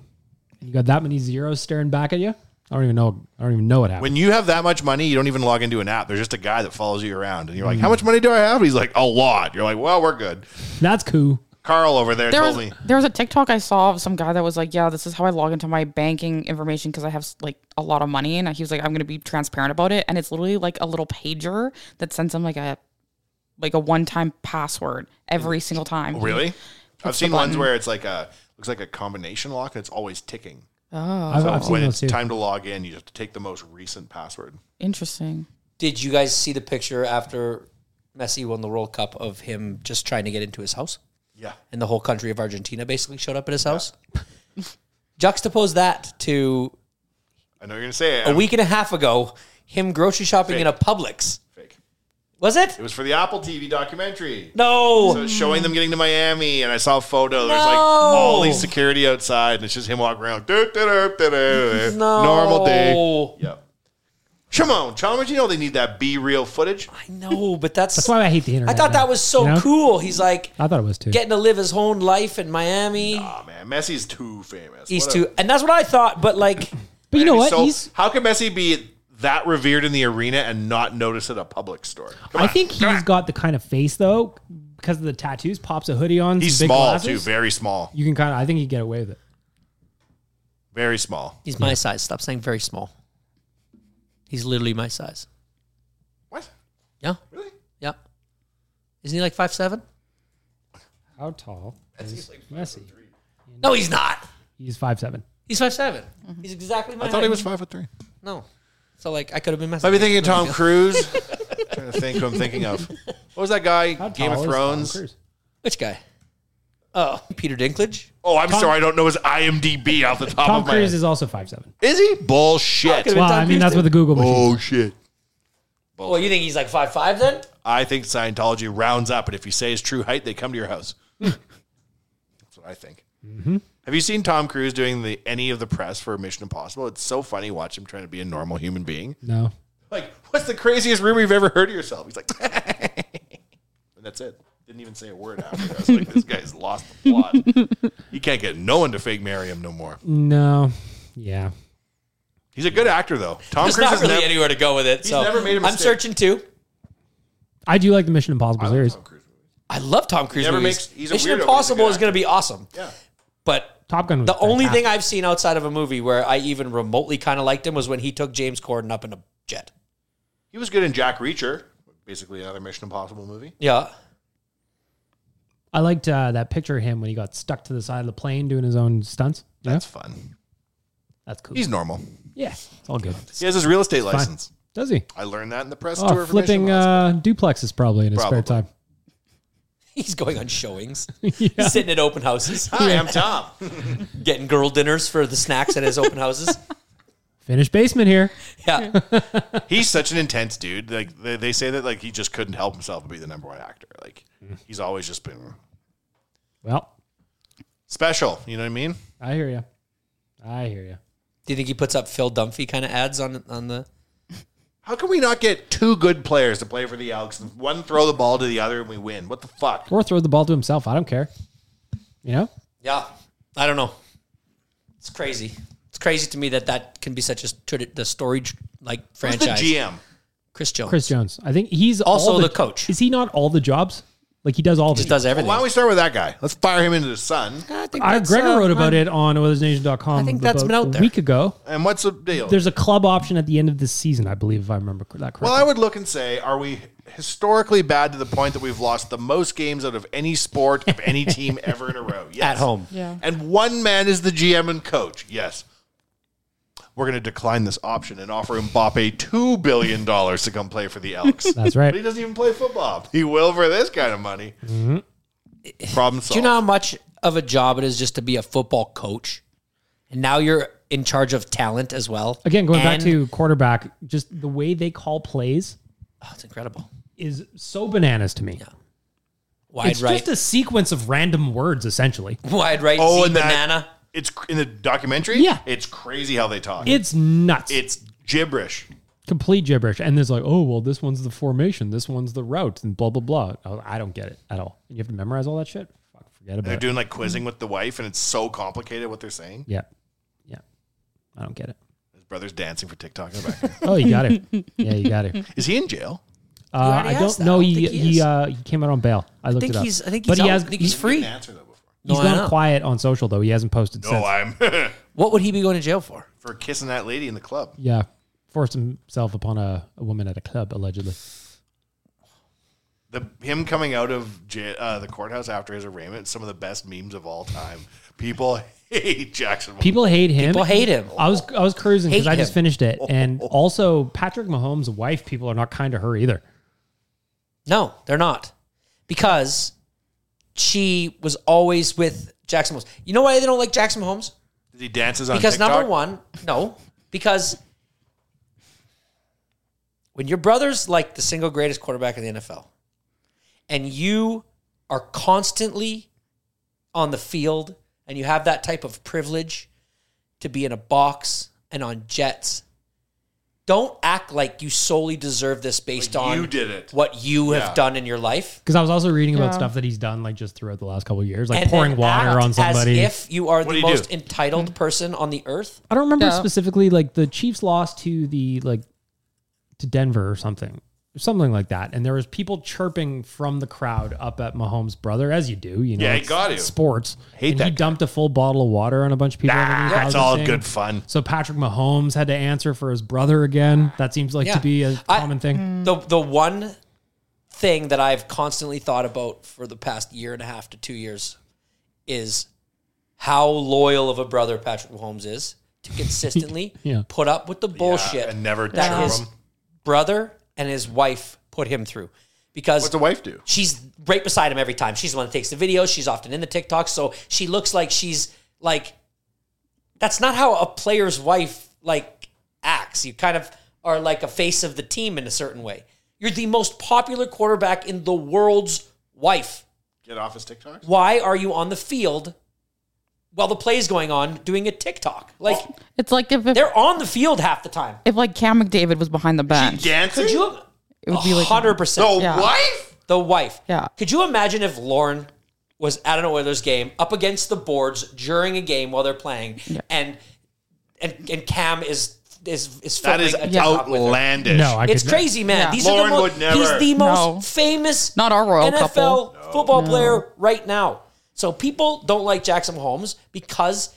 [SPEAKER 4] you got that many zeros staring back at you. I don't even know. I don't even know what happened.
[SPEAKER 2] When you have that much money, you don't even log into an app. There's just a guy that follows you around, and you're like, "How much money do I have?" He's like, "A lot." You're like, "Well, we're good."
[SPEAKER 4] That's cool.
[SPEAKER 2] Carl over there,
[SPEAKER 3] There
[SPEAKER 2] told
[SPEAKER 3] was,
[SPEAKER 2] me
[SPEAKER 3] there was a TikTok I saw of some guy that was like, "Yeah, this is how I log into my banking information because I have like a lot of money," and he was like, "I'm going to be transparent about it," and it's literally like a little pager that sends him like a like a one time password every single time.
[SPEAKER 2] "Oh, really. I've
[SPEAKER 3] the
[SPEAKER 2] seen ones
[SPEAKER 3] button.
[SPEAKER 2] where it's like a looks like a combination lock and it's always ticking.
[SPEAKER 3] Oh,
[SPEAKER 4] I've, I've seen
[SPEAKER 2] when
[SPEAKER 4] those
[SPEAKER 2] it's
[SPEAKER 4] too.
[SPEAKER 2] time to log in, you have to take the most recent password.
[SPEAKER 3] interesting.
[SPEAKER 5] Did you guys see the picture after Messi won the World Cup of him just trying to get into his house?
[SPEAKER 2] Yeah.
[SPEAKER 5] and the whole country of Argentina basically showed up at his house. Juxtapose that to
[SPEAKER 2] I know you're gonna say it.
[SPEAKER 5] a week and a half ago, him grocery shopping in a Publix.
[SPEAKER 2] Fake.
[SPEAKER 5] Was it?
[SPEAKER 2] It was for the Apple TV documentary. So
[SPEAKER 5] No.
[SPEAKER 2] it's showing them getting to Miami, and I saw a photo. There's like all these security outside, and it's just him walking around. "Doo, doo, doo, doo, doo, doo."
[SPEAKER 5] No.
[SPEAKER 2] Normal day. Yep. Come on, Chalmers. You know they need that B real footage. I
[SPEAKER 5] know, but that's
[SPEAKER 4] That's why I hate the
[SPEAKER 5] I
[SPEAKER 4] internet.
[SPEAKER 5] thought that was so
[SPEAKER 4] You know?
[SPEAKER 5] cool. He's like
[SPEAKER 4] I thought it was too.
[SPEAKER 5] getting to live his own life in Miami.
[SPEAKER 2] man, Messi's too famous.
[SPEAKER 5] He's
[SPEAKER 2] Whatever.
[SPEAKER 5] too, and that's what I thought. But like,
[SPEAKER 4] but you know
[SPEAKER 2] He's
[SPEAKER 4] what?
[SPEAKER 2] so-
[SPEAKER 4] He's
[SPEAKER 2] how can Messi be that revered in the arena and not notice at a public store? Come
[SPEAKER 4] I
[SPEAKER 2] on.
[SPEAKER 4] think he's got the kind of face though because of the tattoos. Pops a hoodie on.
[SPEAKER 2] he's
[SPEAKER 4] some big
[SPEAKER 2] small
[SPEAKER 4] glasses.
[SPEAKER 2] too, very small,
[SPEAKER 4] You can kind of. I think you get away with it.
[SPEAKER 2] very small.
[SPEAKER 5] he's my size. Stop saying very small. He's literally my size.
[SPEAKER 2] What?
[SPEAKER 5] Yeah.
[SPEAKER 2] Really?
[SPEAKER 5] Yeah. Isn't he like five seven?
[SPEAKER 4] How tall is Messi?
[SPEAKER 5] No, he's not.
[SPEAKER 4] He's five seven.
[SPEAKER 5] He's five seven.
[SPEAKER 4] Mm-hmm.
[SPEAKER 5] He's exactly my.
[SPEAKER 2] I thought he
[SPEAKER 5] height.
[SPEAKER 2] was five foot three.
[SPEAKER 5] No. So like, I could have been messing.
[SPEAKER 2] Might be thinking of
[SPEAKER 5] No
[SPEAKER 2] Tom
[SPEAKER 5] big deal.
[SPEAKER 2] Cruise. trying to think who I'm thinking of. What was that guy?
[SPEAKER 4] How
[SPEAKER 2] Game
[SPEAKER 4] tall
[SPEAKER 2] of
[SPEAKER 4] is Tom
[SPEAKER 2] Thrones.
[SPEAKER 4] Cruise?
[SPEAKER 5] Which guy? Oh, Peter Dinklage.
[SPEAKER 2] Oh, I'm
[SPEAKER 4] Tom-
[SPEAKER 2] sorry, I don't know his IMDb off the top
[SPEAKER 4] Tom
[SPEAKER 2] of my head.
[SPEAKER 4] Cruise
[SPEAKER 2] Is,
[SPEAKER 4] is also five seven.
[SPEAKER 2] he?
[SPEAKER 5] Oh, it
[SPEAKER 2] Bullshit.
[SPEAKER 5] could've been
[SPEAKER 4] Well,
[SPEAKER 5] Tom
[SPEAKER 4] I mean
[SPEAKER 5] Cruise
[SPEAKER 4] that's
[SPEAKER 5] too.
[SPEAKER 4] what the Google machine.
[SPEAKER 2] shit.
[SPEAKER 5] Well, you think he's like five five then?
[SPEAKER 2] I think Scientology rounds up, and if you say his true height, they come to your house. That's what I think.
[SPEAKER 5] Mm-hmm.
[SPEAKER 2] Have you seen Tom Cruise doing the any of the press for Mission Impossible? It's so funny. Watch him trying to be a normal human being.
[SPEAKER 4] No.
[SPEAKER 2] Like, what's the craziest rumor you've ever heard of yourself? He's like, and that's it. Didn't even say a word after. I was like, this guy's lost the plot. he can't get no one to fake marry him no more.
[SPEAKER 4] No. Yeah.
[SPEAKER 2] He's a good actor though. Tom
[SPEAKER 5] There's
[SPEAKER 2] Cruise
[SPEAKER 5] not
[SPEAKER 2] is
[SPEAKER 5] really
[SPEAKER 2] never-
[SPEAKER 5] anywhere to go with it.
[SPEAKER 2] He's
[SPEAKER 5] so
[SPEAKER 2] never made a
[SPEAKER 5] I'm
[SPEAKER 2] mistake.
[SPEAKER 5] searching too.
[SPEAKER 4] I do like the Mission Impossible series.
[SPEAKER 2] Tom Cruise.
[SPEAKER 5] I love Tom Cruise
[SPEAKER 2] never
[SPEAKER 5] movies.
[SPEAKER 2] makes- he's a
[SPEAKER 5] Mission
[SPEAKER 2] weirdo, but he's a
[SPEAKER 5] Impossible
[SPEAKER 2] good
[SPEAKER 5] is going to be awesome.
[SPEAKER 2] Yeah.
[SPEAKER 5] But
[SPEAKER 4] Top Gun. Was
[SPEAKER 5] the only
[SPEAKER 4] fantastic.
[SPEAKER 5] thing I've seen outside of a movie where I even remotely kind of liked him was when he took James Corden up in a jet.
[SPEAKER 2] He was good in Jack Reacher, basically another Mission Impossible movie.
[SPEAKER 5] Yeah.
[SPEAKER 4] I liked uh, that picture of him when he got stuck to the side of the plane doing his own stunts. Yeah,
[SPEAKER 2] That's fun.
[SPEAKER 4] that's cool.
[SPEAKER 2] He's normal.
[SPEAKER 4] yeah, it's all good.
[SPEAKER 2] He has his real estate license.
[SPEAKER 4] Does he?
[SPEAKER 2] I learned that in the press
[SPEAKER 4] Oh,
[SPEAKER 2] tour.
[SPEAKER 4] flipping uh, duplexes probably in his
[SPEAKER 2] Probably.
[SPEAKER 4] spare time.
[SPEAKER 5] He's going on showings, He's sitting at open houses,
[SPEAKER 2] Hi, I'm Tom.
[SPEAKER 5] getting girl dinners for the snacks at his open houses.
[SPEAKER 4] Finished basement here.
[SPEAKER 5] Yeah.
[SPEAKER 2] He's such an intense dude. Like they, they say that like he just couldn't help himself but be the number one actor. Like
[SPEAKER 4] Mm-hmm.
[SPEAKER 2] he's always just been
[SPEAKER 4] Well,
[SPEAKER 2] special. You know what I mean?
[SPEAKER 4] I hear you. I hear you.
[SPEAKER 5] Do you think he puts up Phil Dunphy kind of ads on on the?
[SPEAKER 2] How can we not get two good players to play for the Elks and one throw the ball to the other and we win? What the fuck?
[SPEAKER 4] Or throw the ball to himself. I don't care. You know,
[SPEAKER 5] Yeah. I don't know. It's crazy. It's crazy to me that that can be such a tradi- the storage like
[SPEAKER 2] Who's the
[SPEAKER 5] franchise.
[SPEAKER 2] GM?
[SPEAKER 5] Chris Jones.
[SPEAKER 4] Chris Jones. I think he's
[SPEAKER 5] Also
[SPEAKER 4] all
[SPEAKER 5] the coach.
[SPEAKER 4] Is he not all the jobs? Like he does all
[SPEAKER 5] just
[SPEAKER 4] the
[SPEAKER 5] does everything.
[SPEAKER 2] Why don't we start with that guy? Let's fire him into the sun.
[SPEAKER 5] I think
[SPEAKER 4] I,
[SPEAKER 5] that's,
[SPEAKER 4] Gregor
[SPEAKER 5] uh,
[SPEAKER 4] wrote about it
[SPEAKER 5] I'm-
[SPEAKER 4] on weathersnation.com
[SPEAKER 5] I think
[SPEAKER 4] about
[SPEAKER 5] that's been out
[SPEAKER 4] a
[SPEAKER 5] there.
[SPEAKER 4] week ago.
[SPEAKER 2] And what's the deal?
[SPEAKER 4] There's a club option at the end of this season, I believe, if I remember cor- that correctly.
[SPEAKER 2] Well, I would look and say, are we historically bad to the point that we've lost the most games out of any sport of any team ever in a row? Yes.
[SPEAKER 5] at home.
[SPEAKER 3] Yeah.
[SPEAKER 2] And one man is the GM and coach. Yes. We're going to decline this option and offer Mbappe $2 billion to come play for the Elks.
[SPEAKER 4] That's
[SPEAKER 2] but he
[SPEAKER 4] right.
[SPEAKER 2] doesn't even play football. He will for this kind of money. Problem solved.
[SPEAKER 5] Mm-hmm. Do you know how much of a job it is just to be a football coach? And now you're in charge of talent as well.
[SPEAKER 4] Again, going back
[SPEAKER 5] And-
[SPEAKER 4] to quarterback, just the way they call plays
[SPEAKER 5] Oh, it's incredible.
[SPEAKER 4] is so bananas to me.
[SPEAKER 5] Wide
[SPEAKER 4] it's
[SPEAKER 5] right.
[SPEAKER 4] just a sequence of random words, essentially.
[SPEAKER 5] wide right.
[SPEAKER 2] Oh,
[SPEAKER 5] Oh,
[SPEAKER 2] and that-
[SPEAKER 5] banana.
[SPEAKER 2] it's cr- in the documentary?
[SPEAKER 4] Yeah.
[SPEAKER 2] It's crazy how they talk.
[SPEAKER 4] It's nuts.
[SPEAKER 2] it's gibberish.
[SPEAKER 4] complete gibberish. And there's like, oh, well, this one's the formation, this one's the route, and blah, blah, blah. Oh, I don't get it at all. You have to memorize all that shit? Fuck, forget about
[SPEAKER 2] They're
[SPEAKER 4] it.
[SPEAKER 2] doing like quizzing with the wife, and it's so complicated what they're saying.
[SPEAKER 4] yeah. Yeah. I don't get it.
[SPEAKER 2] His brother's dancing for TikTok in the background.
[SPEAKER 4] Oh, you got it. yeah, you got it.
[SPEAKER 2] Is he in jail?
[SPEAKER 4] Uh, I don't
[SPEAKER 5] asked that.
[SPEAKER 4] know.
[SPEAKER 5] I don't
[SPEAKER 4] He
[SPEAKER 5] think he
[SPEAKER 4] he,
[SPEAKER 5] is.
[SPEAKER 4] uh, he came out on bail. I, looked
[SPEAKER 5] think
[SPEAKER 4] it up.
[SPEAKER 5] he's- I think
[SPEAKER 4] but
[SPEAKER 5] he's
[SPEAKER 4] he
[SPEAKER 5] out.
[SPEAKER 4] has
[SPEAKER 5] I think he's
[SPEAKER 4] he's
[SPEAKER 5] free.
[SPEAKER 2] Answer that before.
[SPEAKER 5] No, I
[SPEAKER 4] gone
[SPEAKER 5] know.
[SPEAKER 4] quiet on social though. He hasn't posted
[SPEAKER 2] No,
[SPEAKER 4] since.
[SPEAKER 2] I'm
[SPEAKER 5] What would he be going to jail for?
[SPEAKER 2] for kissing that lady in the club.
[SPEAKER 4] yeah, forced himself upon a, a woman at a club allegedly.
[SPEAKER 2] The him coming out of jail, uh, the courthouse after his arraignment. Some of the best memes of all time. People hate Jackson.
[SPEAKER 4] People hate him.
[SPEAKER 5] People hate him.
[SPEAKER 4] I was I was cruising because
[SPEAKER 5] Hate
[SPEAKER 4] I just
[SPEAKER 5] him.
[SPEAKER 4] finished it, and also Patrick Mahomes' wife. People are not kind to her either.
[SPEAKER 5] No, they're not. Because she was always with Jackson Mahomes. You know why they don't like Jackson Mahomes?
[SPEAKER 2] He dances on
[SPEAKER 5] Because
[SPEAKER 2] TikTok.
[SPEAKER 5] number one, no, because when your brother's like the single greatest quarterback in the NFL and you are constantly on the field and you have that type of privilege to be in a box and on jets, don't act like you solely deserve this based on
[SPEAKER 2] you did it.
[SPEAKER 5] what you
[SPEAKER 2] Yeah.
[SPEAKER 5] have done in your life.
[SPEAKER 4] Because I was also reading about
[SPEAKER 5] Yeah.
[SPEAKER 4] stuff that he's done like just throughout the last couple of years, like
[SPEAKER 5] And
[SPEAKER 4] pouring
[SPEAKER 5] then
[SPEAKER 4] water
[SPEAKER 5] act
[SPEAKER 4] on somebody.
[SPEAKER 5] As if you are
[SPEAKER 2] What do
[SPEAKER 5] the
[SPEAKER 2] you do?
[SPEAKER 5] most entitled person on the earth.
[SPEAKER 4] I don't remember specifically like the Chiefs lost to the like to Denver or something. Something like that. And there was people chirping from the crowd up at Mahomes' brother, as you do, you know.
[SPEAKER 2] Yeah, I
[SPEAKER 4] it's-
[SPEAKER 2] got
[SPEAKER 4] it's
[SPEAKER 2] you.
[SPEAKER 4] Sports.
[SPEAKER 2] Hate
[SPEAKER 4] and
[SPEAKER 2] that
[SPEAKER 4] he
[SPEAKER 2] guy.
[SPEAKER 4] dumped a full bottle of water on a bunch of people. underneath. I
[SPEAKER 2] that's
[SPEAKER 4] was
[SPEAKER 2] all
[SPEAKER 4] saying.
[SPEAKER 2] good fun.
[SPEAKER 4] So Patrick Mahomes had to answer for his brother again. That seems like
[SPEAKER 5] Yeah.
[SPEAKER 4] to be a
[SPEAKER 5] I- Mm.
[SPEAKER 4] common thing.
[SPEAKER 5] The the one thing that I've constantly thought about for the past year and a half to two years is how loyal of a brother Patrick Mahomes is to consistently
[SPEAKER 4] Yeah.
[SPEAKER 5] put up with the bullshit
[SPEAKER 2] and never
[SPEAKER 5] that
[SPEAKER 2] chirp
[SPEAKER 5] his
[SPEAKER 2] him.
[SPEAKER 5] brother and his wife put him through. Because
[SPEAKER 2] What's the wife do?
[SPEAKER 5] she's right beside him every time. She's the one that takes the videos. She's often in the TikToks, so she looks like she's like. That's not how a player's wife like acts. You kind of are like a face of the team in a certain way. You're the most popular quarterback in the world's wife.
[SPEAKER 2] Get off his TikToks.
[SPEAKER 5] Why are you on the field while the play is going on doing a TikTok? Like
[SPEAKER 3] It's like if, if,
[SPEAKER 5] they're on the field half the time.
[SPEAKER 3] if like Cam McDavid was behind the bench.
[SPEAKER 2] Dancing?
[SPEAKER 5] Could you?
[SPEAKER 3] It would be like-
[SPEAKER 5] hundred percent.
[SPEAKER 2] no
[SPEAKER 3] Yeah.
[SPEAKER 2] wife?
[SPEAKER 5] the wife.
[SPEAKER 3] Yeah.
[SPEAKER 5] Could you imagine if Lauren was at an Oilers game up against the boards during a game while they're playing, and and and Cam is is is
[SPEAKER 2] That
[SPEAKER 5] filming
[SPEAKER 2] is
[SPEAKER 5] a TikTok with her?
[SPEAKER 2] outlandish.
[SPEAKER 4] No, I
[SPEAKER 5] It's
[SPEAKER 4] could-
[SPEAKER 5] crazy, man.
[SPEAKER 3] Yeah.
[SPEAKER 5] These are
[SPEAKER 2] Lauren
[SPEAKER 5] the most,
[SPEAKER 2] would never.
[SPEAKER 5] He's the most
[SPEAKER 3] No.
[SPEAKER 5] famous
[SPEAKER 3] Not our royal
[SPEAKER 5] NFL
[SPEAKER 3] couple.
[SPEAKER 5] football player right now. So people don't like Jackson Holmes because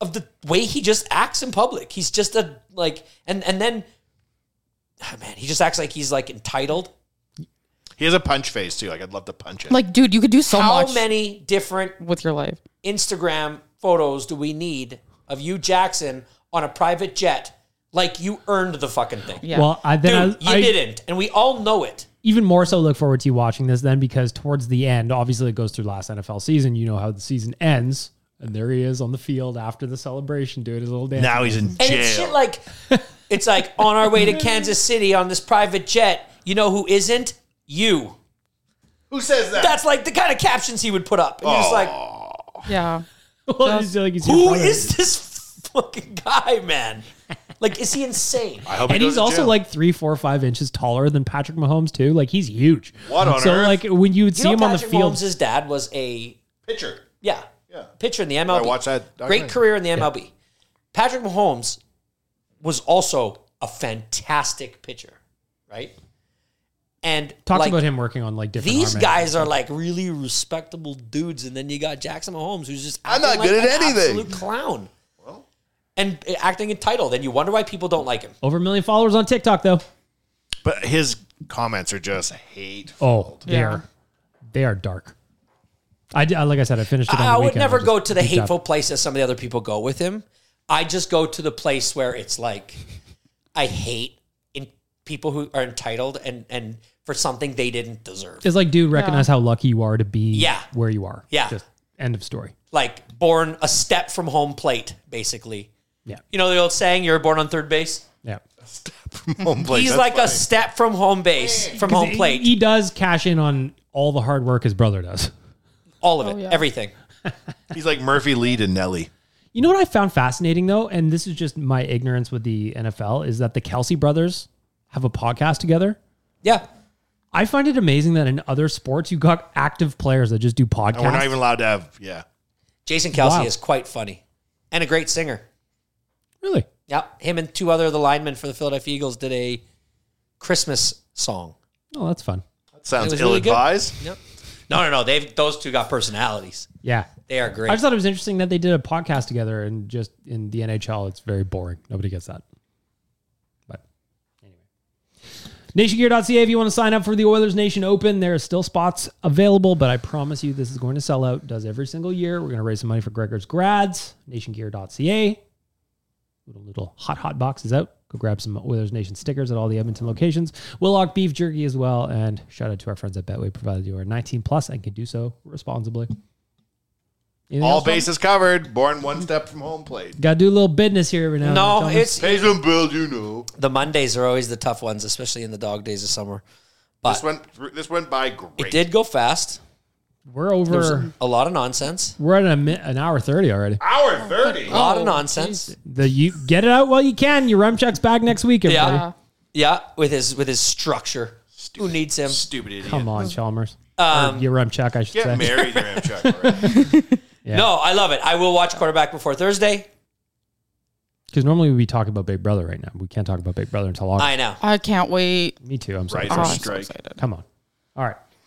[SPEAKER 5] of the way he just acts in public. He's just a like and and then ah, man, he just acts like he's like entitled.
[SPEAKER 2] He has a punch face too. Like I'd love to punch him.
[SPEAKER 3] Like, dude, you could do so
[SPEAKER 5] How
[SPEAKER 3] much
[SPEAKER 5] many different
[SPEAKER 3] with your life.
[SPEAKER 5] Instagram photos do we need of you Jackson on a private jet? Like you earned the fucking thing.
[SPEAKER 3] Yeah.
[SPEAKER 4] Well, I then
[SPEAKER 5] Dude,
[SPEAKER 4] I,
[SPEAKER 5] you
[SPEAKER 4] I
[SPEAKER 5] didn't, and we all know it.
[SPEAKER 4] even more so look forward to you watching this then because towards the end, obviously it goes through last NFL season. You know how the season ends. And there he is on the field after the celebration doing his little dance.
[SPEAKER 2] now he's in
[SPEAKER 5] And
[SPEAKER 2] jail.
[SPEAKER 5] it's shit like it's like on our way to Kansas City on this private jet. You know who isn't? You.
[SPEAKER 2] Who says that?
[SPEAKER 5] That's like the kind of captions he would put up. And you're just like,
[SPEAKER 3] Yeah.
[SPEAKER 4] Well, it's like he's your
[SPEAKER 5] who
[SPEAKER 4] brother.
[SPEAKER 5] is this fucking guy, man? Like, is he insane?
[SPEAKER 2] I hope he
[SPEAKER 4] And
[SPEAKER 2] goes
[SPEAKER 4] he's
[SPEAKER 2] to
[SPEAKER 4] also
[SPEAKER 2] jail.
[SPEAKER 4] like three, four, five inches taller than Patrick Mahomes too. Like he's huge.
[SPEAKER 2] What on
[SPEAKER 4] so
[SPEAKER 2] earth?
[SPEAKER 4] like when you would
[SPEAKER 5] You
[SPEAKER 4] see
[SPEAKER 5] know,
[SPEAKER 4] him on the
[SPEAKER 5] Patrick
[SPEAKER 4] field,
[SPEAKER 5] Mahomes' dad was a
[SPEAKER 2] pitcher.
[SPEAKER 5] yeah,
[SPEAKER 2] Yeah.
[SPEAKER 5] pitcher in the MLB.
[SPEAKER 2] I watched that
[SPEAKER 5] Great
[SPEAKER 2] documentary.
[SPEAKER 5] career in the MLB. Patrick Mahomes was also a fantastic pitcher, right? And
[SPEAKER 4] talks
[SPEAKER 5] like,
[SPEAKER 4] about him working on like different.
[SPEAKER 5] These
[SPEAKER 4] arm angles.
[SPEAKER 5] guys are like really respectable dudes, and then you got Jackson Mahomes, who's just
[SPEAKER 2] I'm
[SPEAKER 5] acting
[SPEAKER 2] not good
[SPEAKER 5] like
[SPEAKER 2] at
[SPEAKER 5] an
[SPEAKER 2] anything.
[SPEAKER 5] absolute clown. and uh, acting entitled, and you wonder why people don't like him.
[SPEAKER 4] over a million followers on TikTok though.
[SPEAKER 2] But his comments are just hate.
[SPEAKER 4] Oh, they
[SPEAKER 3] Yeah.
[SPEAKER 4] are they are dark. I, d- like I said, I finished it. On
[SPEAKER 5] I, I
[SPEAKER 4] the
[SPEAKER 5] would
[SPEAKER 4] weekend.
[SPEAKER 5] never
[SPEAKER 4] just
[SPEAKER 5] go to the
[SPEAKER 4] deep dive.
[SPEAKER 5] hateful place that some of the other people go with him. I just go to the place where it's like, I hate in people who are entitled and and for something they didn't deserve.
[SPEAKER 4] It's like, dude, recognize how lucky you are to be
[SPEAKER 5] Yeah.
[SPEAKER 4] where you are.
[SPEAKER 5] Yeah.
[SPEAKER 4] Just end of story.
[SPEAKER 5] Like born a step from home plate, basically.
[SPEAKER 4] Yeah.
[SPEAKER 5] You know the old saying, "You're born on third base."
[SPEAKER 4] Yeah.
[SPEAKER 2] Home plate.
[SPEAKER 5] He's
[SPEAKER 2] That's
[SPEAKER 5] like
[SPEAKER 2] funny.
[SPEAKER 5] a step from home base, from home plate.
[SPEAKER 4] He does cash in on all the hard work his brother does.
[SPEAKER 5] all of
[SPEAKER 4] Oh,
[SPEAKER 5] it, everything.
[SPEAKER 2] He's like Murphy Lee to Nelly.
[SPEAKER 4] You know what I found fascinating though, and this is just my ignorance with the NFL, is that the Kelsey brothers have a podcast together.
[SPEAKER 5] Yeah.
[SPEAKER 4] I find it amazing that in other sports you got active players that just do podcasts.
[SPEAKER 2] And we're not even allowed to have. Yeah.
[SPEAKER 5] Jason Kelsey
[SPEAKER 4] Wow.
[SPEAKER 5] is quite funny and a great singer.
[SPEAKER 4] really.
[SPEAKER 5] Yep. Him and two other of the linemen for the Philadelphia Eagles did a Christmas song.
[SPEAKER 4] Oh, that's fun.
[SPEAKER 2] That sounds
[SPEAKER 5] It was
[SPEAKER 2] ill
[SPEAKER 5] really good.
[SPEAKER 2] advised.
[SPEAKER 5] Yep. No, no, no. They've those two got personalities.
[SPEAKER 4] Yeah.
[SPEAKER 5] They are great.
[SPEAKER 4] I just thought it was interesting that they did a podcast together and just in the NHL, it's very boring. Nobody gets that. But anyway. NationGear.ca if you want to sign up for the Oilers Nation Open. There are still spots available, but I promise you this is going to sell out. Does every single year. We're going to raise some money for Gregor's grads. NationGear.ca. Little little hot hot box is out. Go grab some Oilers Nation stickers at all the Edmonton locations. Willock beef jerky as well. And shout out to our friends at Betway, provided you are 19 plus and can do so responsibly. Anything
[SPEAKER 2] All
[SPEAKER 4] else, Rob?
[SPEAKER 2] bases covered. Born one step from home plate.
[SPEAKER 4] Got to do a little business here every now. and then,
[SPEAKER 5] no,
[SPEAKER 4] Thomas.
[SPEAKER 5] it's
[SPEAKER 2] Pay some bills, you know.
[SPEAKER 5] the Mondays are always the tough ones, especially in the dog days of summer.
[SPEAKER 2] This went. This went by great.
[SPEAKER 5] It did go fast.
[SPEAKER 4] We're over.
[SPEAKER 5] a lot of nonsense.
[SPEAKER 4] We're at a, mi- an hour thirty already.
[SPEAKER 2] Hour 30.
[SPEAKER 5] A lot
[SPEAKER 4] Oh,
[SPEAKER 5] of nonsense.
[SPEAKER 4] The you get it out while you can. Your rum check's back next week. Everybody.
[SPEAKER 3] Uh,
[SPEAKER 5] Yeah, yeah, with his with his structure. Who needs him? Stupid idiot.
[SPEAKER 4] Come on, Chalmers.
[SPEAKER 5] Um,
[SPEAKER 4] or your rum check, I should
[SPEAKER 5] get
[SPEAKER 4] say.
[SPEAKER 5] married, your rum check No, I love it. I will watch quarterback before Thursday.
[SPEAKER 4] Because normally we'd be talking about Big Brother right now. We can't talk about Big Brother until August.
[SPEAKER 5] I know.
[SPEAKER 3] I can't wait.
[SPEAKER 4] Me too. I'm sorry.
[SPEAKER 3] Writers' Oh, I'm so strike. excited.
[SPEAKER 4] Come on. All right.